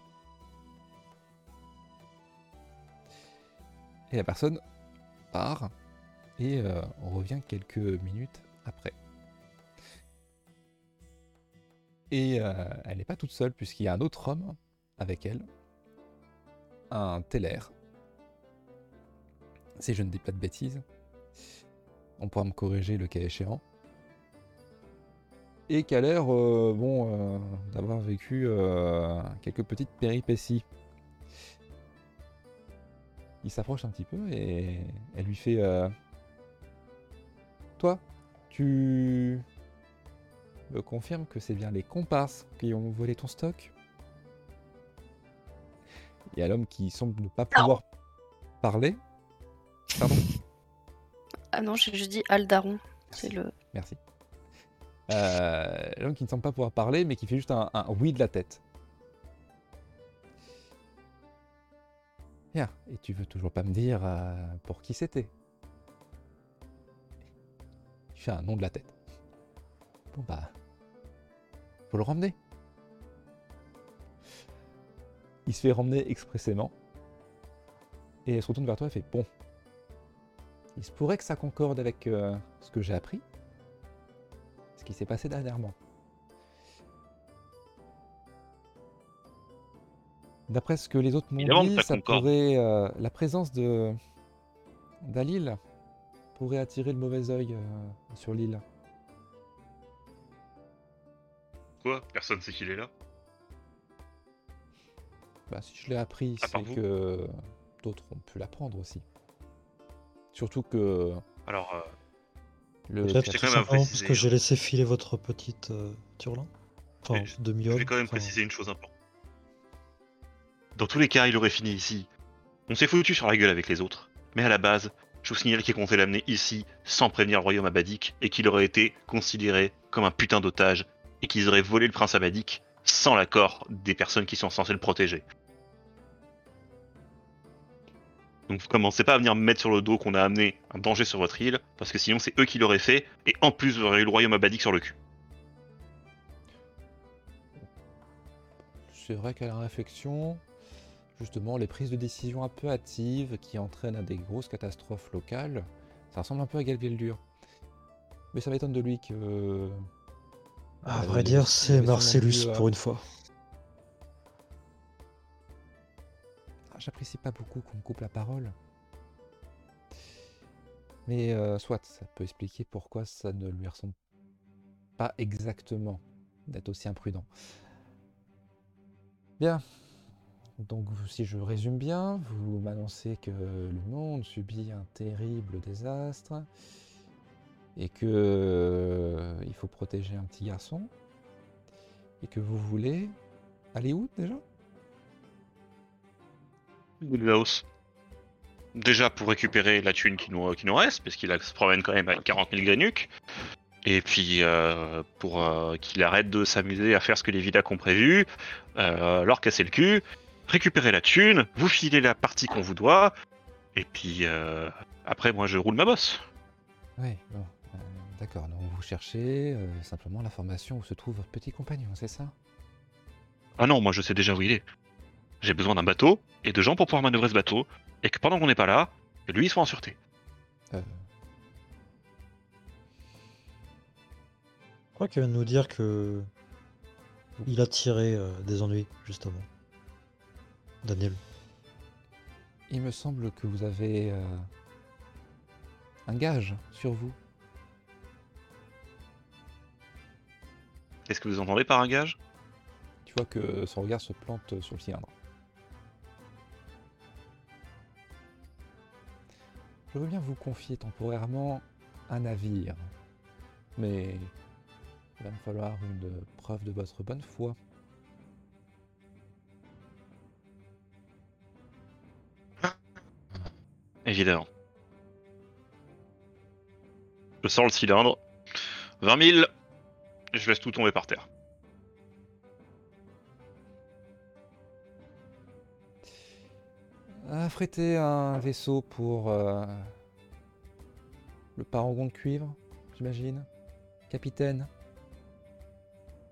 A: Et la personne part et euh, on revient quelques minutes après. Et euh, elle n'est pas toute seule puisqu'il y a un autre homme avec elle, un Teller. Si je ne dis pas de bêtises, on pourra me corriger le cas échéant. Et qui a l'air euh, bon euh, d'avoir vécu euh, quelques petites péripéties. Il s'approche un petit peu et elle lui fait euh, Toi, tu me confirmes que c'est bien les comparses qui ont volé ton stock Il y a l'homme qui semble ne pas pouvoir parler. Pardon
G: Ah non, j'ai juste dit Aldaron. C'est le.
A: Merci. Euh, L'homme qui ne semble pas pouvoir parler, mais qui fait juste un, un oui de la tête. Bien. Et tu veux toujours pas me dire euh, pour qui c'était Il fait un nom de la tête. Bon bah, faut le ramener. Il se fait ramener expressément. Et elle se retourne vers toi et fait bon. Il se pourrait que ça concorde avec euh, ce que j'ai appris ce qui s'est passé dernièrement. D'après ce que les autres m'ont
I: Évidemment que
A: dit,
I: t'as
A: ça
I: Concorde.
A: pourrait, euh, la présence de d'Alil pourrait attirer le mauvais œil euh, sur l'île.
I: Quoi Personne sait qu'il est là.
A: Bah, si je l'ai appris,
I: À part Ah,
A: c'est
I: vous.
A: que d'autres ont pu l'apprendre aussi. Surtout que
I: Alors, euh,
A: le
I: Je
J: Peut-être
I: vais
J: tout
I: quand même
J: simplement parce
I: préciser,
J: que j'ai
I: hein.
J: laissé filer votre petite euh, turlin. Enfin,
I: Je-
J: demi
I: je vais quand même préciser une chose importante. Dans tous les cas, il aurait fini ici. On s'est foutu sur la gueule avec les autres. Mais à la base, je vous signale qu'il comptait l'amener ici sans prévenir le royaume abadik et qu'il aurait été considéré comme un putain d'otage et qu'ils auraient volé le prince abadik sans l'accord des personnes qui sont censées le protéger. Donc vous commencez pas à venir me mettre sur le dos qu'on a amené un danger sur votre île, parce que sinon c'est eux qui l'auraient fait, et en plus vous aurez eu le royaume abadik sur le cul.
A: C'est vrai qu'à la réflexion, justement, les prises de décision un peu hâtives qui entraînent à des grosses catastrophes locales, ça ressemble un peu à Galvildur. Mais ça m'étonne de lui que. euh,
J: À
I: Ah
A: euh,
J: vrai
A: il
J: dire,
A: avait- il
J: c'est
A: avait sûrement
J: Marcellus
I: hein.
A: dû, euh,
J: pour une fois.
A: Ah, J'apprécie pas beaucoup qu'on me coupe la parole. Mais euh, soit, ça peut expliquer pourquoi ça ne lui ressemble pas exactement d'être aussi imprudent. Bien. Donc, vous- si je résume bien, vous m'annoncez que le monde subit un terrible désastre et que euh, il faut protéger un petit garçon et que vous voulez aller où déjà
I: Laos. Déjà pour récupérer la thune qui nous, qui nous reste, parce qu'il a- se promène quand même avec 40 000 grénucs. Et puis euh, pour euh, qu'il arrête de s'amuser à faire ce que les villacs ont prévu, euh, leur casser le cul, récupérer la thune, vous filer la partie qu'on vous doit, et puis euh, après moi je roule ma bosse.
A: Ouais, bon. euh, D'accord, donc vous cherchez euh, simplement l'information où se trouve votre petit compagnon, c'est ça
I: Ah non, moi je sais déjà où il est. J'ai besoin d'un bateau et de gens pour pouvoir manœuvrer ce bateau, et que pendant qu'on n'est pas là, que lui il soit en sûreté.
J: Je crois qu'il vient de nous dire que il a tiré euh, des ennuis, justement. Daniel.
A: Il me semble que vous avez euh, un gage sur vous.
I: Qu'est-ce que vous entendez par un gage
A: Tu vois que son regard se plante sur le cylindre. Je veux bien vous confier temporairement un navire, mais il va me falloir une preuve de votre bonne foi.
I: Évidemment. Je sors le cylindre. 20 000. Et je laisse tout tomber par terre.
A: Affréter un vaisseau pour euh, le parangon de cuivre, j'imagine. Capitaine.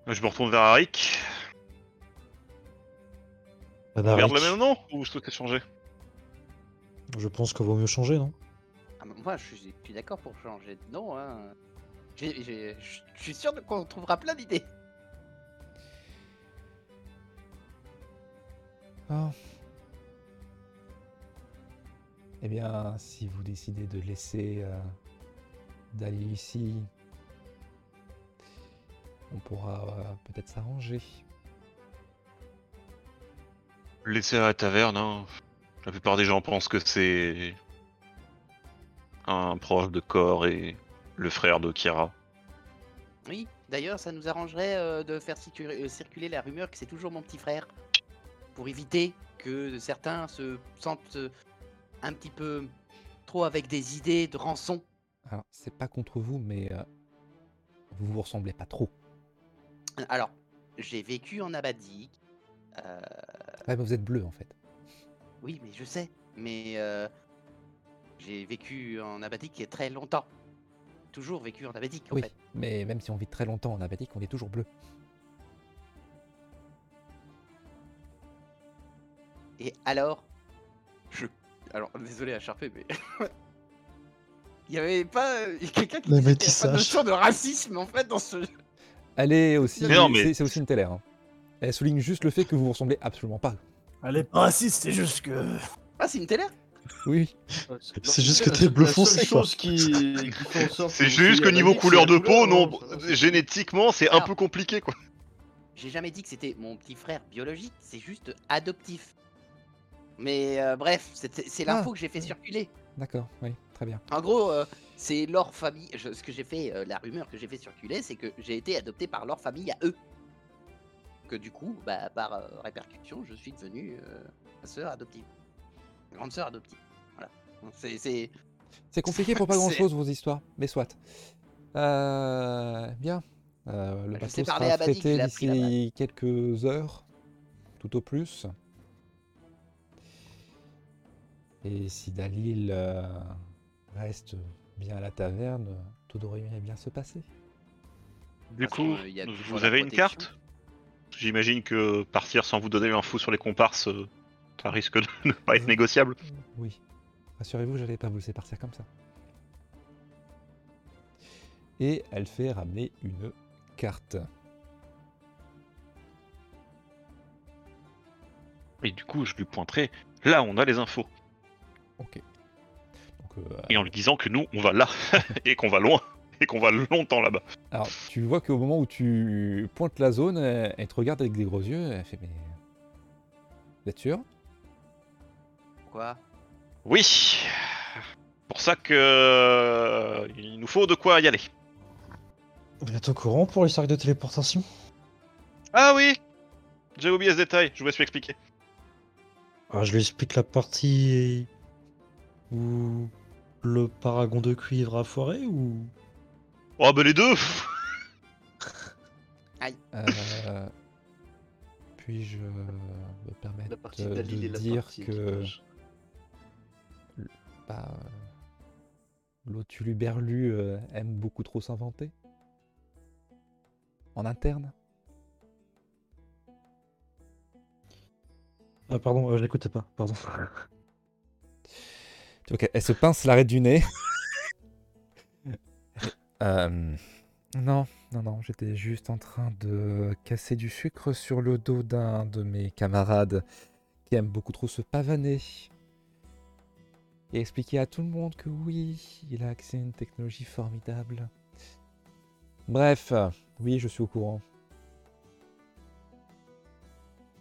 I: Je me retourne vers Arik. Regarde le même nom ou je souhaitais changer
J: Je pense qu'il vaut mieux changer, non
K: Ah, mais moi, je suis, je suis d'accord pour changer de nom. Hein. J'ai- j'ai- Je je suis sûr de- qu'on trouvera plein d'idées.
A: Ah. Eh bien, si vous décidez de laisser euh, d'aller ici, on pourra euh, peut-être s'arranger.
I: Laisser à la taverne, hein. La plupart des gens pensent que c'est. un proche de Cor et le frère de Kira.
K: Oui, d'ailleurs, ça nous arrangerait euh, de faire circu- euh, circuler la rumeur que c'est toujours mon petit frère. Pour éviter que certains se sentent euh, un petit peu trop avec des idées de rançon.
A: Alors, c'est pas contre vous, mais euh, vous vous ressemblez pas trop.
K: Alors, j'ai vécu en Abadie. euh,
A: Ouais, mais vous êtes bleu en fait.
K: oui, mais je sais. Mais euh, j'ai vécu en Abadie qui est très longtemps. Toujours vécu en Abadie, en
A: oui,
K: fait.
A: mais même si on vit très longtemps en Abadique, on est toujours bleu.
K: Et alors Je. Alors, désolé à Sharpé, mais. Il y avait pas euh, quelqu'un qui
J: Le
K: disait qu'il y avait pas de
J: métissage.
K: notion de racisme en fait dans ce.
A: Elle est aussi,
I: Mais non, mais-
A: hein. c'est- c'est aussi une télé. Elle souligne juste le fait que vous vous ressemblez absolument pas.
B: Elle est pas raciste, c'est juste que.
K: Ah, c'est une télé
A: Oui.
M: C'est juste que t'es bleu foncé, quoi.
I: C'est juste que niveau couleur de peau, non, génétiquement, c'est un
K: Alors.
I: peu compliqué quoi.
K: J'ai jamais dit que c'était mon petit frère biologique, c'est juste adoptif. Mais euh, bref, c'était- c'est l'info
A: Ah.
K: que j'ai fait circuler.
A: D'accord, oui, très bien.
K: En gros, euh, c'est leur famille. je- ce que j'ai fait, euh, la rumeur que j'ai fait circuler, c'est que j'ai été adopté par leur famille à eux. Que du coup, bah, par euh, répercussion, je suis devenu euh, ma sœur adoptive. Grande sœur adoptive. Voilà. C'est- C'est.
A: C'est compliqué pour pas
K: c'est-
A: grand chose vos histoires, mais soit. Euh, bien. Euh,
K: Bah, je
A: le bateau
K: sais
A: sera
K: parler à Badi,
A: affrété
K: je l'ai appris
A: d'ici quelques heures, tout au plus. Et si Dalil euh, reste bien à la taverne, tout devrait bien se passer.
I: Du
K: Parce que,
I: coup,
K: euh, il y a toujours
I: vous
K: la
I: avez une
K: protection.
I: carte J'imagine que partir sans vous donner l'info sur les comparses, euh, ça risque de ne pas être négociable.
A: Oui. Rassurez-vous, j'allais pas vous laisser partir comme ça. Et elle fait ramener une carte.
I: Et du coup, je lui pointerai, là on a les infos.
A: Ok. Donc, euh,
I: Et en lui disant que nous, on va là, et qu'on va loin, et qu'on va longtemps là-bas.
A: Alors, tu vois qu'au moment où tu pointes la zone, elle, elle te regarde avec des gros yeux. Elle fait Mais. Vous êtes sûr
K: Quoi
I: Oui Pour ça que. euh, Il nous faut de quoi y aller.
F: Vous êtes au courant pour les cercles de téléportation
I: Ah oui J'ai oublié ce détail, je vous laisse expliquer.
F: Ah, je lui explique la partie où le paragon de cuivre a foiré ou
I: Oh bah les deux
A: Euh, Puis-je me permettre
E: La partie
A: de
E: d'Alil et la
A: dire
E: partie
A: que.
E: équipage.
A: l- Bah. euh, L'autulu Berlu euh, aime beaucoup trop s'inventer En interne
F: Ah pardon, euh, je l'écoutais pas, pardon.
A: Tu vois qu'elle- elle se pince l'arrêt du nez. Euh, non, non, non, j'étais juste en train de casser du sucre sur le dos d'un de mes camarades qui aime beaucoup trop se pavaner. Et expliquer à tout le monde que oui, il a accès à une technologie formidable. Bref, euh, oui, je suis au courant.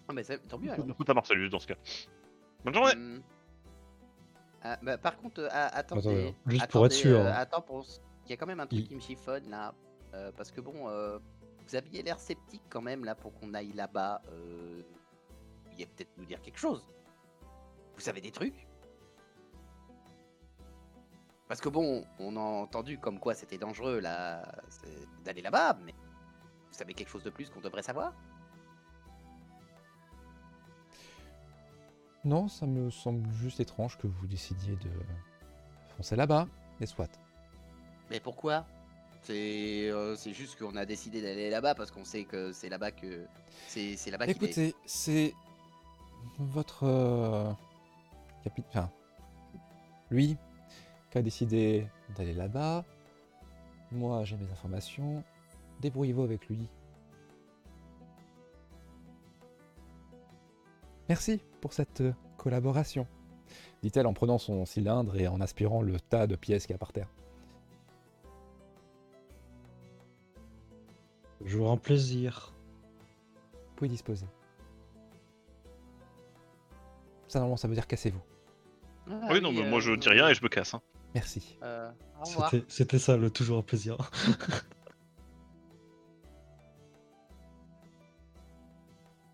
K: Ah, mais ça- tant mieux alors.
I: Du coup, t'as Marcellus dans ce cas. Bonne journée
K: Hum. Ah, bah, par contre, euh, ah, attendez,
F: Attends, hein. juste pour être
K: attendez,
F: sûr.
K: euh, attends, pour... il y a quand même un truc
F: Il-
K: qui me chiffonne là. euh, parce que bon, euh, vous aviez l'air sceptique quand même là pour qu'on aille là-bas. Euh... Il y a peut-être nous dire quelque chose. Vous savez des trucs Parce que bon, on a entendu comme quoi c'était dangereux là c'est- d'aller là-bas, mais vous savez quelque chose de plus qu'on devrait savoir
A: Non, ça me semble juste étrange que vous décidiez de foncer là-bas, et soit.
K: Mais pourquoi C'est euh, c'est juste qu'on a décidé d'aller là-bas parce qu'on sait que c'est là-bas que c'est c'est là-bas Bah, qu'il est.
A: Écoutez, c'est votre euh, capitaine, enfin, lui, qui a décidé d'aller là-bas. Moi, j'ai mes informations. Débrouillez-vous avec lui. Merci pour cette euh, collaboration, dit-elle en prenant son cylindre et en aspirant le tas de pièces qu'il y a par terre.
F: Toujours un plaisir.
A: Vous pouvez disposer. Ça, normalement, ça veut dire cassez-vous.
I: Ah oui, non, mais
K: euh,
I: moi je dis rien et je me casse. Hein.
A: Merci.
K: au revoir.
F: C'était- C'était ça le toujours un plaisir.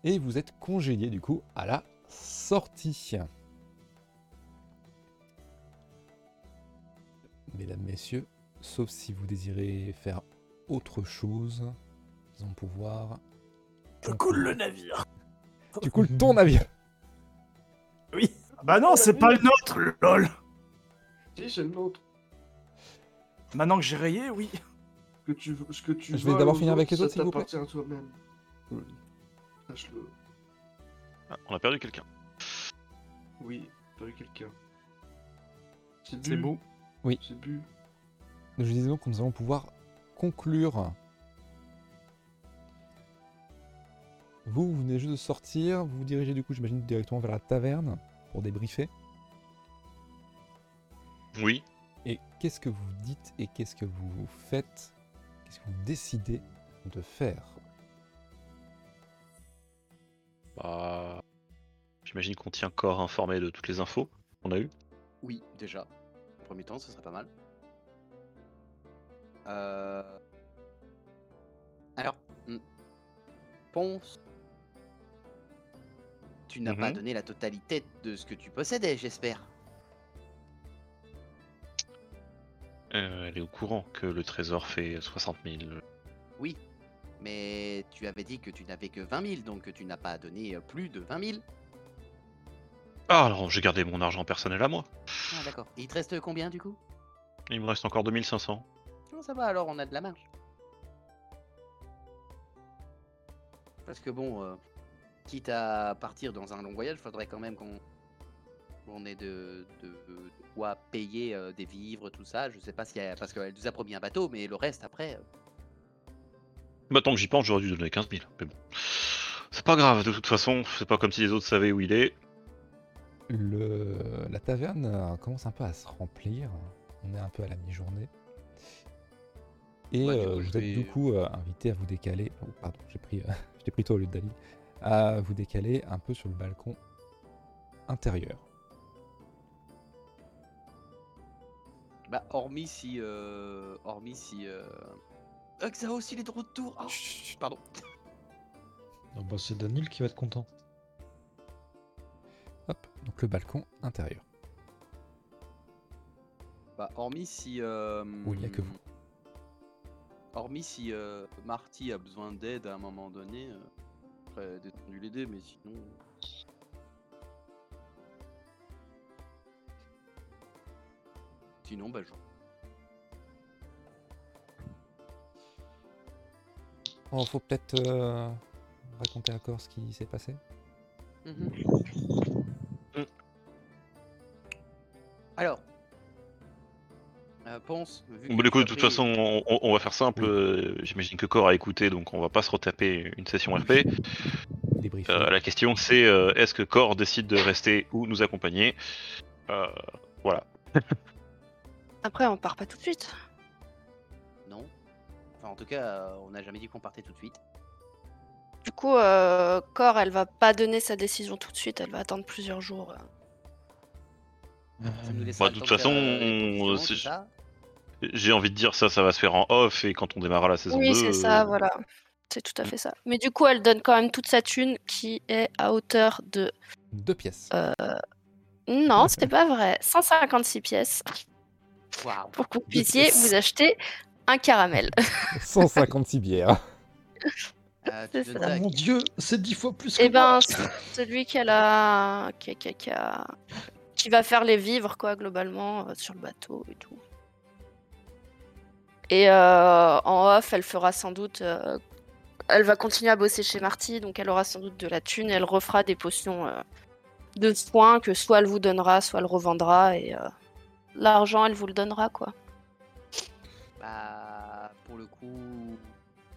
A: et vous êtes congédié du coup à la sortie. Mesdames, messieurs, sauf si vous désirez faire autre chose, nous allons pouvoir.
B: Je coule le navire.
A: Tu coules ton navire
B: Oui.
C: Bah non, c'est pas le nôtre, lol.
E: Si, c'est le nôtre.
C: Maintenant que j'ai rayé, oui.
E: Ce que tu, ce que tu
A: Je vais
E: voles
A: d'abord
E: aux
A: finir avec les
E: ça
A: autres, s'il vous plaît.
E: t'appartient à toi-même. Sache-le.
I: Ah, on a perdu quelqu'un.
E: Oui, t'as eu quelqu'un.
M: C'est beau.
A: Mm. Oui.
E: C'est bu.
A: Je disais donc que nous allons pouvoir conclure. Vous, vous venez juste de sortir, vous vous dirigez du coup, j'imagine, directement vers la taverne pour débriefer.
I: Oui.
A: Et qu'est-ce que vous dites et qu'est-ce que vous faites Qu'est-ce que vous décidez de faire
I: Bah, J'imagine qu'on tient corps informé de toutes les infos qu'on a eues.
K: Oui, déjà. En premier temps, ce serait pas mal. Euh... Alors, hmm, Ponce, tu n'as pas
I: Mhm.
K: donné la totalité de ce que tu possédais, j'espère.
I: Euh, elle est au courant que le trésor fait 60 000.
K: Oui, mais tu avais dit que tu n'avais que 20 000, donc tu n'as pas donné euh, plus de 20 000.
I: Ah, alors j'ai gardé mon argent personnel à moi.
K: Ah, d'accord. Et il te reste combien du coup
I: Il me reste encore 2500.
K: Non, ça va, alors on a de la marge. Parce que bon, euh, quitte à partir dans un long voyage, faudrait quand même qu'on qu'on ait de, de, de quoi payer euh, des vivres, tout ça. Je sais pas si elle- parce qu'elle nous a promis un bateau, mais le reste après. euh,
I: Bah, tant que j'y pense, j'aurais dû donner 15 000. Mais bon. C'est pas grave, de toute façon, c'est pas comme si les autres savaient où il est.
A: Le- La taverne euh, commence un peu à se remplir. On est un peu à la mi-journée. Et
H: Ouais, du
A: euh,
H: coup, je
A: vous êtes
H: vais-
A: du coup euh, invité à vous décaler. oh, pardon, j'ai pris, euh, je t'ai pris toi au lieu de Dali. À vous décaler un peu sur le balcon intérieur.
K: bah, hormis si, euh, hormis si. Euh... Ah, Xaos, il est de retour. Ah, pardon.
F: Ah bah, c'est Daniel qui va être content.
A: Hop, donc le balcon intérieur.
K: Bah, hormis si. euh,
A: Où il n'y a que vous.
K: Hormis si euh, Marty a besoin d'aide à un moment donné, euh, après détendu l'aider, mais sinon. euh, Sinon, bah, genre.
A: Oh, faut peut-être euh, raconter à Cor ce qui s'est passé.
K: Alors. Euh, pense, vu
I: Bon,
K: que
I: bah, du coup,
K: ça
I: de toute
K: fait-
I: façon, on, on- on va faire simple. euh, J'imagine que Core a écouté, donc on va pas se retaper une session RP. Euh, la question, c'est euh, est-ce que Core décide de rester ou nous accompagner Euh, Voilà.
G: Après, on part pas tout de suite.
K: Non. Enfin, en tout cas, euh, on n'a jamais dit qu'on partait tout de suite.
G: Du coup, euh, Cor, elle va pas donner sa décision tout de suite. Elle va attendre plusieurs jours. euh.
K: Ça nous laissera
I: Bah,
K: le
I: de toute
K: temps faire,
I: façon,
K: euh,
I: on-
K: les conditions,
I: c'est-
K: tout ça.
I: j'ai envie de dire ça, ça va se faire en off, et quand on démarrera la saison 2.
G: Oui, c'est
I: euh,
G: ça, voilà. C'est tout à fait ça. Mais du coup, elle donne quand même toute sa thune qui est à hauteur de. euh,
A: Deux pièces.
G: Non, c'est pas vrai. 156 pièces. Pour que vous
A: Deux
G: puissiez
A: pièces.
G: vous acheter un caramel.
A: 156 bières.
G: C'est ça.
F: Mon dieu, c'est dix fois plus que
G: Eh ben,
F: moi.
G: c'est celui qui a la- qui, a- qui a- qui a- qui va faire les vivres, quoi, globalement, euh, sur le bateau et tout. Et euh, en off, elle fera sans doute. euh, Elle va continuer à bosser chez Marty, donc elle aura sans doute de la thune et elle refera des potions euh, de soins que soit elle vous donnera, soit elle revendra. Et euh, l'argent, elle vous le donnera, quoi.
K: Bah, pour le coup,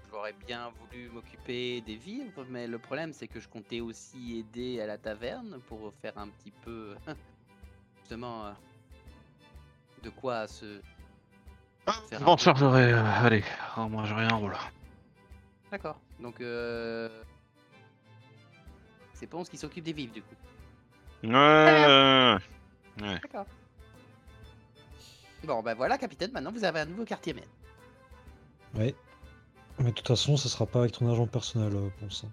K: j'aurais bien voulu m'occuper des vivres, mais le problème c'est que je comptais aussi aider à la taverne pour faire un petit peu, justement, euh, de quoi se faire un
I: Ah, Bon,
K: peu.
I: chargerai, euh, allez, au moins j'aurai un rôle.
K: D'accord. Donc, euh... c'est Ponce qui s'occupe des vivres du coup.
I: Ouais, ouais, ouais. Ouais.
K: D'accord. Bon, bah voilà, capitaine. Maintenant, vous avez un nouveau quartier maître.
F: Ouais. Mais de toute façon, ça sera pas avec ton agent personnel, euh, pour ça.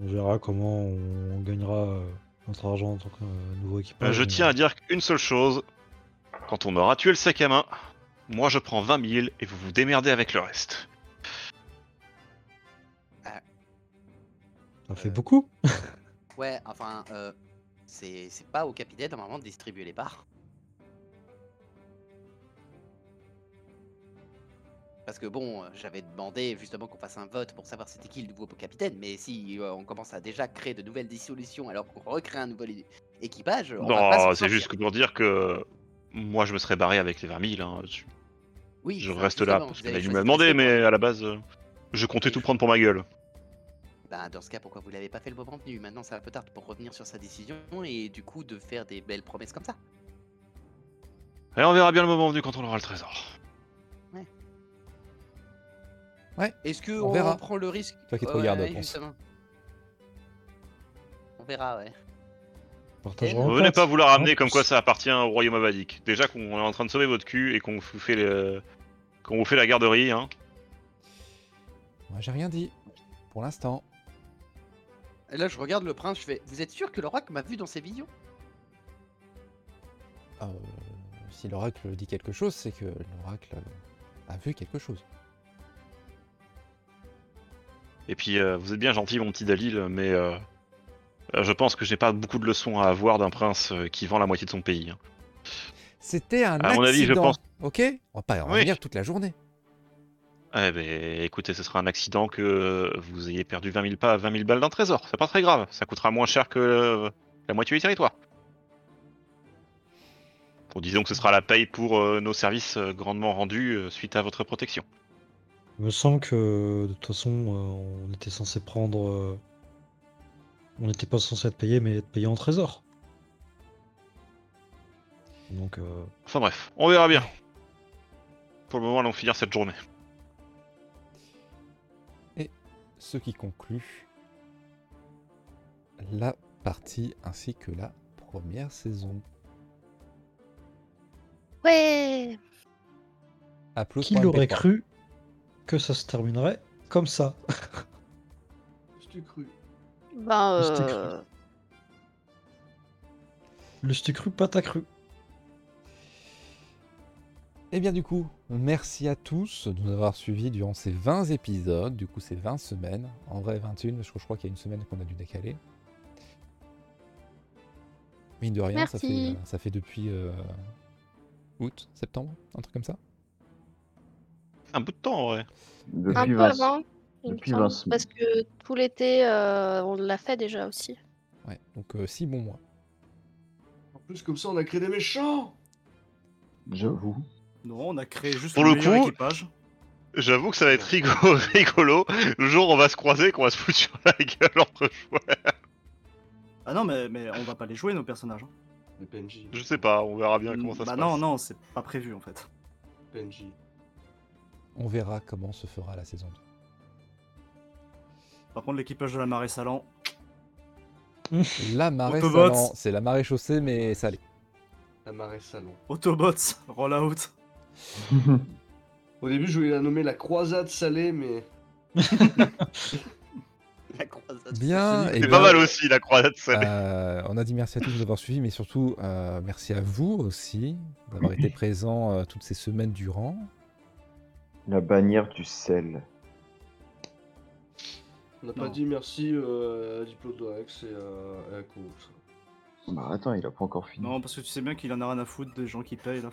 F: On verra comment on gagnera euh, notre argent en tant que euh, nouveau équipage.
I: Euh, je
F: mais-
I: tiens à dire une seule chose. Quand on aura tué le sac à main, moi je prends 20 000 et vous vous démerdez avec le reste.
F: Ça fait beaucoup
K: Ouais, enfin, euh, c'est c'est pas au capitaine normalement de distribuer les parts. Parce que bon, euh, j'avais demandé justement qu'on fasse un vote pour savoir c'était qui le nouveau capitaine, mais si euh, on commence à déjà créer de nouvelles dissolutions alors qu'on recrée un nouvel é- équipage, Euh, on va pas
I: Non,
K: s'en
I: Bah, c'est
K: sortir.
I: juste que pour dire que moi je me serais barré avec les 20 000. hein. Je,
K: Oui,
I: je
K: ça,
I: reste là
K: justement,
I: parce
K: vous
I: que
K: avez
I: Daniel
K: choisi
I: m'a
K: de
I: demandé,
K: rester,
I: mais à la base. euh, Je comptais tout prendre pour ma gueule.
K: Bah, dans ce cas, pourquoi vous l'avez pas fait le moment venu Maintenant, c'est un peu tard pour revenir sur sa décision et du coup de faire des belles promesses comme ça.
I: Allez, on verra bien le moment venu quand on aura le trésor.
A: Ouais.
K: Est-ce que
A: on
K: on,
A: verra.
K: prend le risque
A: Toi qui te
K: Ouais,
A: regardes,
K: ouais,
A: pense.
K: justement. On verra, ouais.
F: Partagerons
I: Vous
F: en
I: venez
F: tête.
I: pas vous la ramener
F: En
I: comme
F: plus.
I: quoi ça appartient au royaume avadique. Déjà qu'on est en train de sauver votre cul et qu'on vous fait le... qu'on vous fait la garderie, hein.
A: Moi, j'ai rien dit. Pour l'instant.
K: Et là, je regarde le prince, je fais Vous êtes sûr que le roc m'a vu dans ses visions
A: Ah, euh, si l'oracle dit quelque chose, c'est que l'oracle euh, a vu quelque chose.
I: Et puis euh, vous êtes bien gentil, mon petit Dalil, mais euh, euh, je pense que j'ai pas beaucoup de leçons à avoir d'un prince euh, qui vend la moitié de son pays. hein.
A: C'était un
I: À
A: accident.
I: mon avis, je pense-
A: Ok On va pas y
I: Oui.
A: revenir toute la journée.
I: Eh ben, écoutez, ce sera un accident que euh, vous ayez perdu 20 000 pas, 20 000 balles d'un trésor. C'est pas très grave. Ça coûtera moins cher que euh, la moitié du territoire. Bon, disons que ce sera la paye pour euh, nos services euh, grandement rendus euh, suite à votre protection.
J: Il me semble que de toute façon, euh, on était censé prendre. euh, On n'était pas censé être payé, mais être payé en trésor. Donc, euh,
I: Enfin bref, on verra bien. Pour le moment, allons finir cette journée.
A: Ce qui conclut la partie ainsi que la première saison.
G: Ouais
A: Applaudissements
J: qui l'aurait
A: MP3.
J: cru que ça se terminerait comme ça
E: Je cru.
G: Ben,
J: Je t'ai cru.
G: euh...
J: Le je t'ai cru, pas t'as cru.
A: Et Eh bien du coup, merci à tous de nous avoir suivis durant ces 20 épisodes, du coup ces 20 semaines, en vrai 21 parce que je crois qu'il y a une semaine qu'on a dû décaler. Mine de rien, ça fait,
G: Merci.
A: ça fait depuis euh, août, septembre, un truc comme ça.
I: Un bout de temps, ouais.
C: Ah.
G: un
D: Depuis
G: peu
D: 20...
G: avant. il me
D: depuis
G: semble,
D: 20 semaines.
G: Parce que tout l'été, euh, on l'a fait déjà aussi.
A: Ouais, donc 6 bons mois.
E: En plus, comme ça, on a créé des méchants
D: J'avoue.
C: Non, on a créé juste
I: Pour
C: le,
I: le
C: meilleur
I: coup-
C: équipage.
I: J'avoue que ça va être rigolo, rigolo, le jour où on va se croiser et qu'on va se foutre sur la gueule entre joueurs.
C: Ah non, mais, mais on va pas les jouer, nos personnages. hein.
E: Les PNJ.
I: Je sais pas, on verra bien comment ça
C: bah
I: se
C: non,
I: passe.
C: non, c'est pas prévu en fait.
E: PNJ.
A: On verra comment se fera la saison 2.
C: Par contre, l'équipage de la marée salant,
A: La marée
C: Autobots.
A: salant, c'est la marée chaussée mais salée.
E: La marée salon.
C: Autobots, rollout.
E: Au début, je voulais la nommer la croisade salée, mais.
K: La croisade.
A: Bien,
I: C'est
A: et
I: pas
A: bien,
I: mal aussi la croisade, ça.
A: euh, on a dit merci à tous d'avoir suivi, mais surtout euh, merci à vous aussi d'avoir été présents euh, toutes ces semaines durant.
D: La bannière du sel.
E: On n'a pas
C: Non.
E: dit merci euh, à Diplodorex et à, et à Kourou.
D: Bah attends, il a pas encore fini.
C: Non, parce que tu sais bien qu'il en a rien à foutre des gens qui payent là.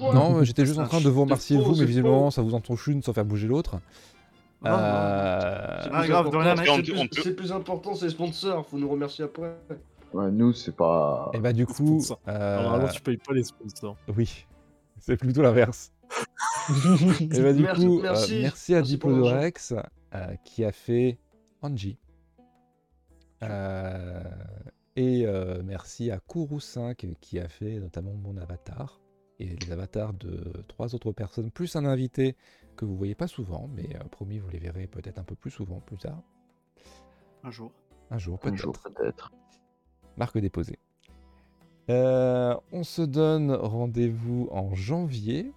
A: non, mais j'étais juste en
C: Ah,
A: train de vous
E: c'est
A: remercier
E: faux,
A: vous, mais
E: c'est
A: visiblement ça vous en touche une sans faire bouger l'autre.
C: Non, non.
A: Euh,
C: C'est pas grave, dans la
E: important,
I: mec.
E: c'est plus-
I: On peut-
E: C'est plus important, c'est les sponsors, faut nous remercier après.
D: Ouais, nous, c'est pas.
A: Et bah du
B: C'est
A: coup,
B: pour ça.
A: euh,
B: Normalement, tu payes pas les sponsors.
A: oui, c'est plutôt l'inverse. Et bah du
E: Merci-
A: coup, euh, merci,
E: merci.
A: à
E: Merci pour l'argent.
A: Diplodorex euh, qui a fait Angie. Euh, et euh, merci à Kourou 5 qui a fait notamment mon avatar et les avatars de trois autres personnes, plus un invité que vous voyez pas souvent, mais euh, promis, vous les verrez peut-être un peu plus souvent plus tard.
C: Un jour.
A: Un jour,
D: Un jour,
A: peut-être.
D: peut-être.
A: Marque déposée. Euh, on se donne rendez-vous en janvier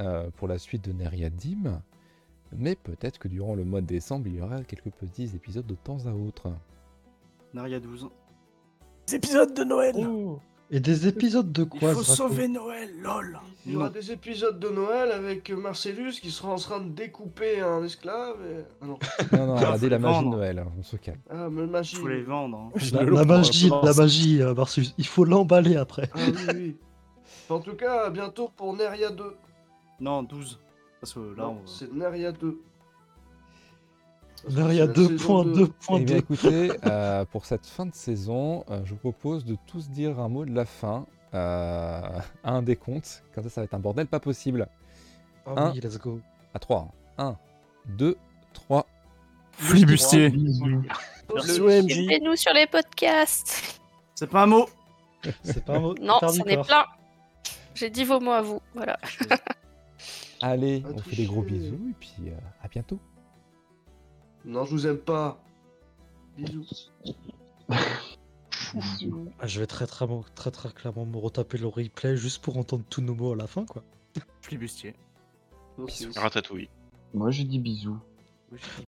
A: euh, pour la suite de Neriadim. Mais peut-être que durant le mois de décembre, il y aura quelques petits épisodes de temps à autre.
C: Naria 12.
B: Les épisodes de Noël
J: Et des épisodes de
C: Il
J: quoi
C: faut
J: Draco
C: sauver Noël, lol.
E: Il y aura
C: Non.
E: des épisodes de Noël avec Marcellus qui sera en train de découper un esclave. Et... Ah non,
A: Non, non,
C: Ah,
A: regardez
C: faut
A: la
C: les
A: magie de
C: vendre.
A: Noël, hein, on se calme.
E: ah, mais magie.
C: Je voulais les vendre. hein.
J: La, la magie, la magie, euh, Marcus. Il faut l'emballer après.
E: Ah oui, oui. En tout cas, à bientôt pour Neria 2.
C: Non, 12. Parce que là,
E: Non,
C: on...
E: c'est Neria 2. Parce que
J: Là, il y a
E: c'est la saison 2.
J: 2.2.2.
A: Eh bien, écoutez, euh, pour cette fin de saison, euh, je vous propose de tous dire un mot de la fin euh, à un décompte. Comme ça, ça va être un bordel pas possible.
J: Ah oui, let's go.
A: À 3. 1, 2, 3.
C: Flibustier.
G: Suivez-nous sur les podcasts.
C: C'est pas un mot.
F: C'est pas un
C: Oh,
F: mot.
G: Non,
F: Interdit
G: c'en est
F: par-
G: plein. J'ai dit vos mots à vous. Voilà.
A: Allez, on fait des gros bisous et puis euh, à bientôt.
E: Non, je vous aime pas. Bisous.
F: Ah, Je vais très très, mo- très très clairement me retaper le replay juste pour entendre tous nos mots à la fin, quoi.
C: Flibustier.
I: Ratatouille.
D: Moi, j'ai dit bisous.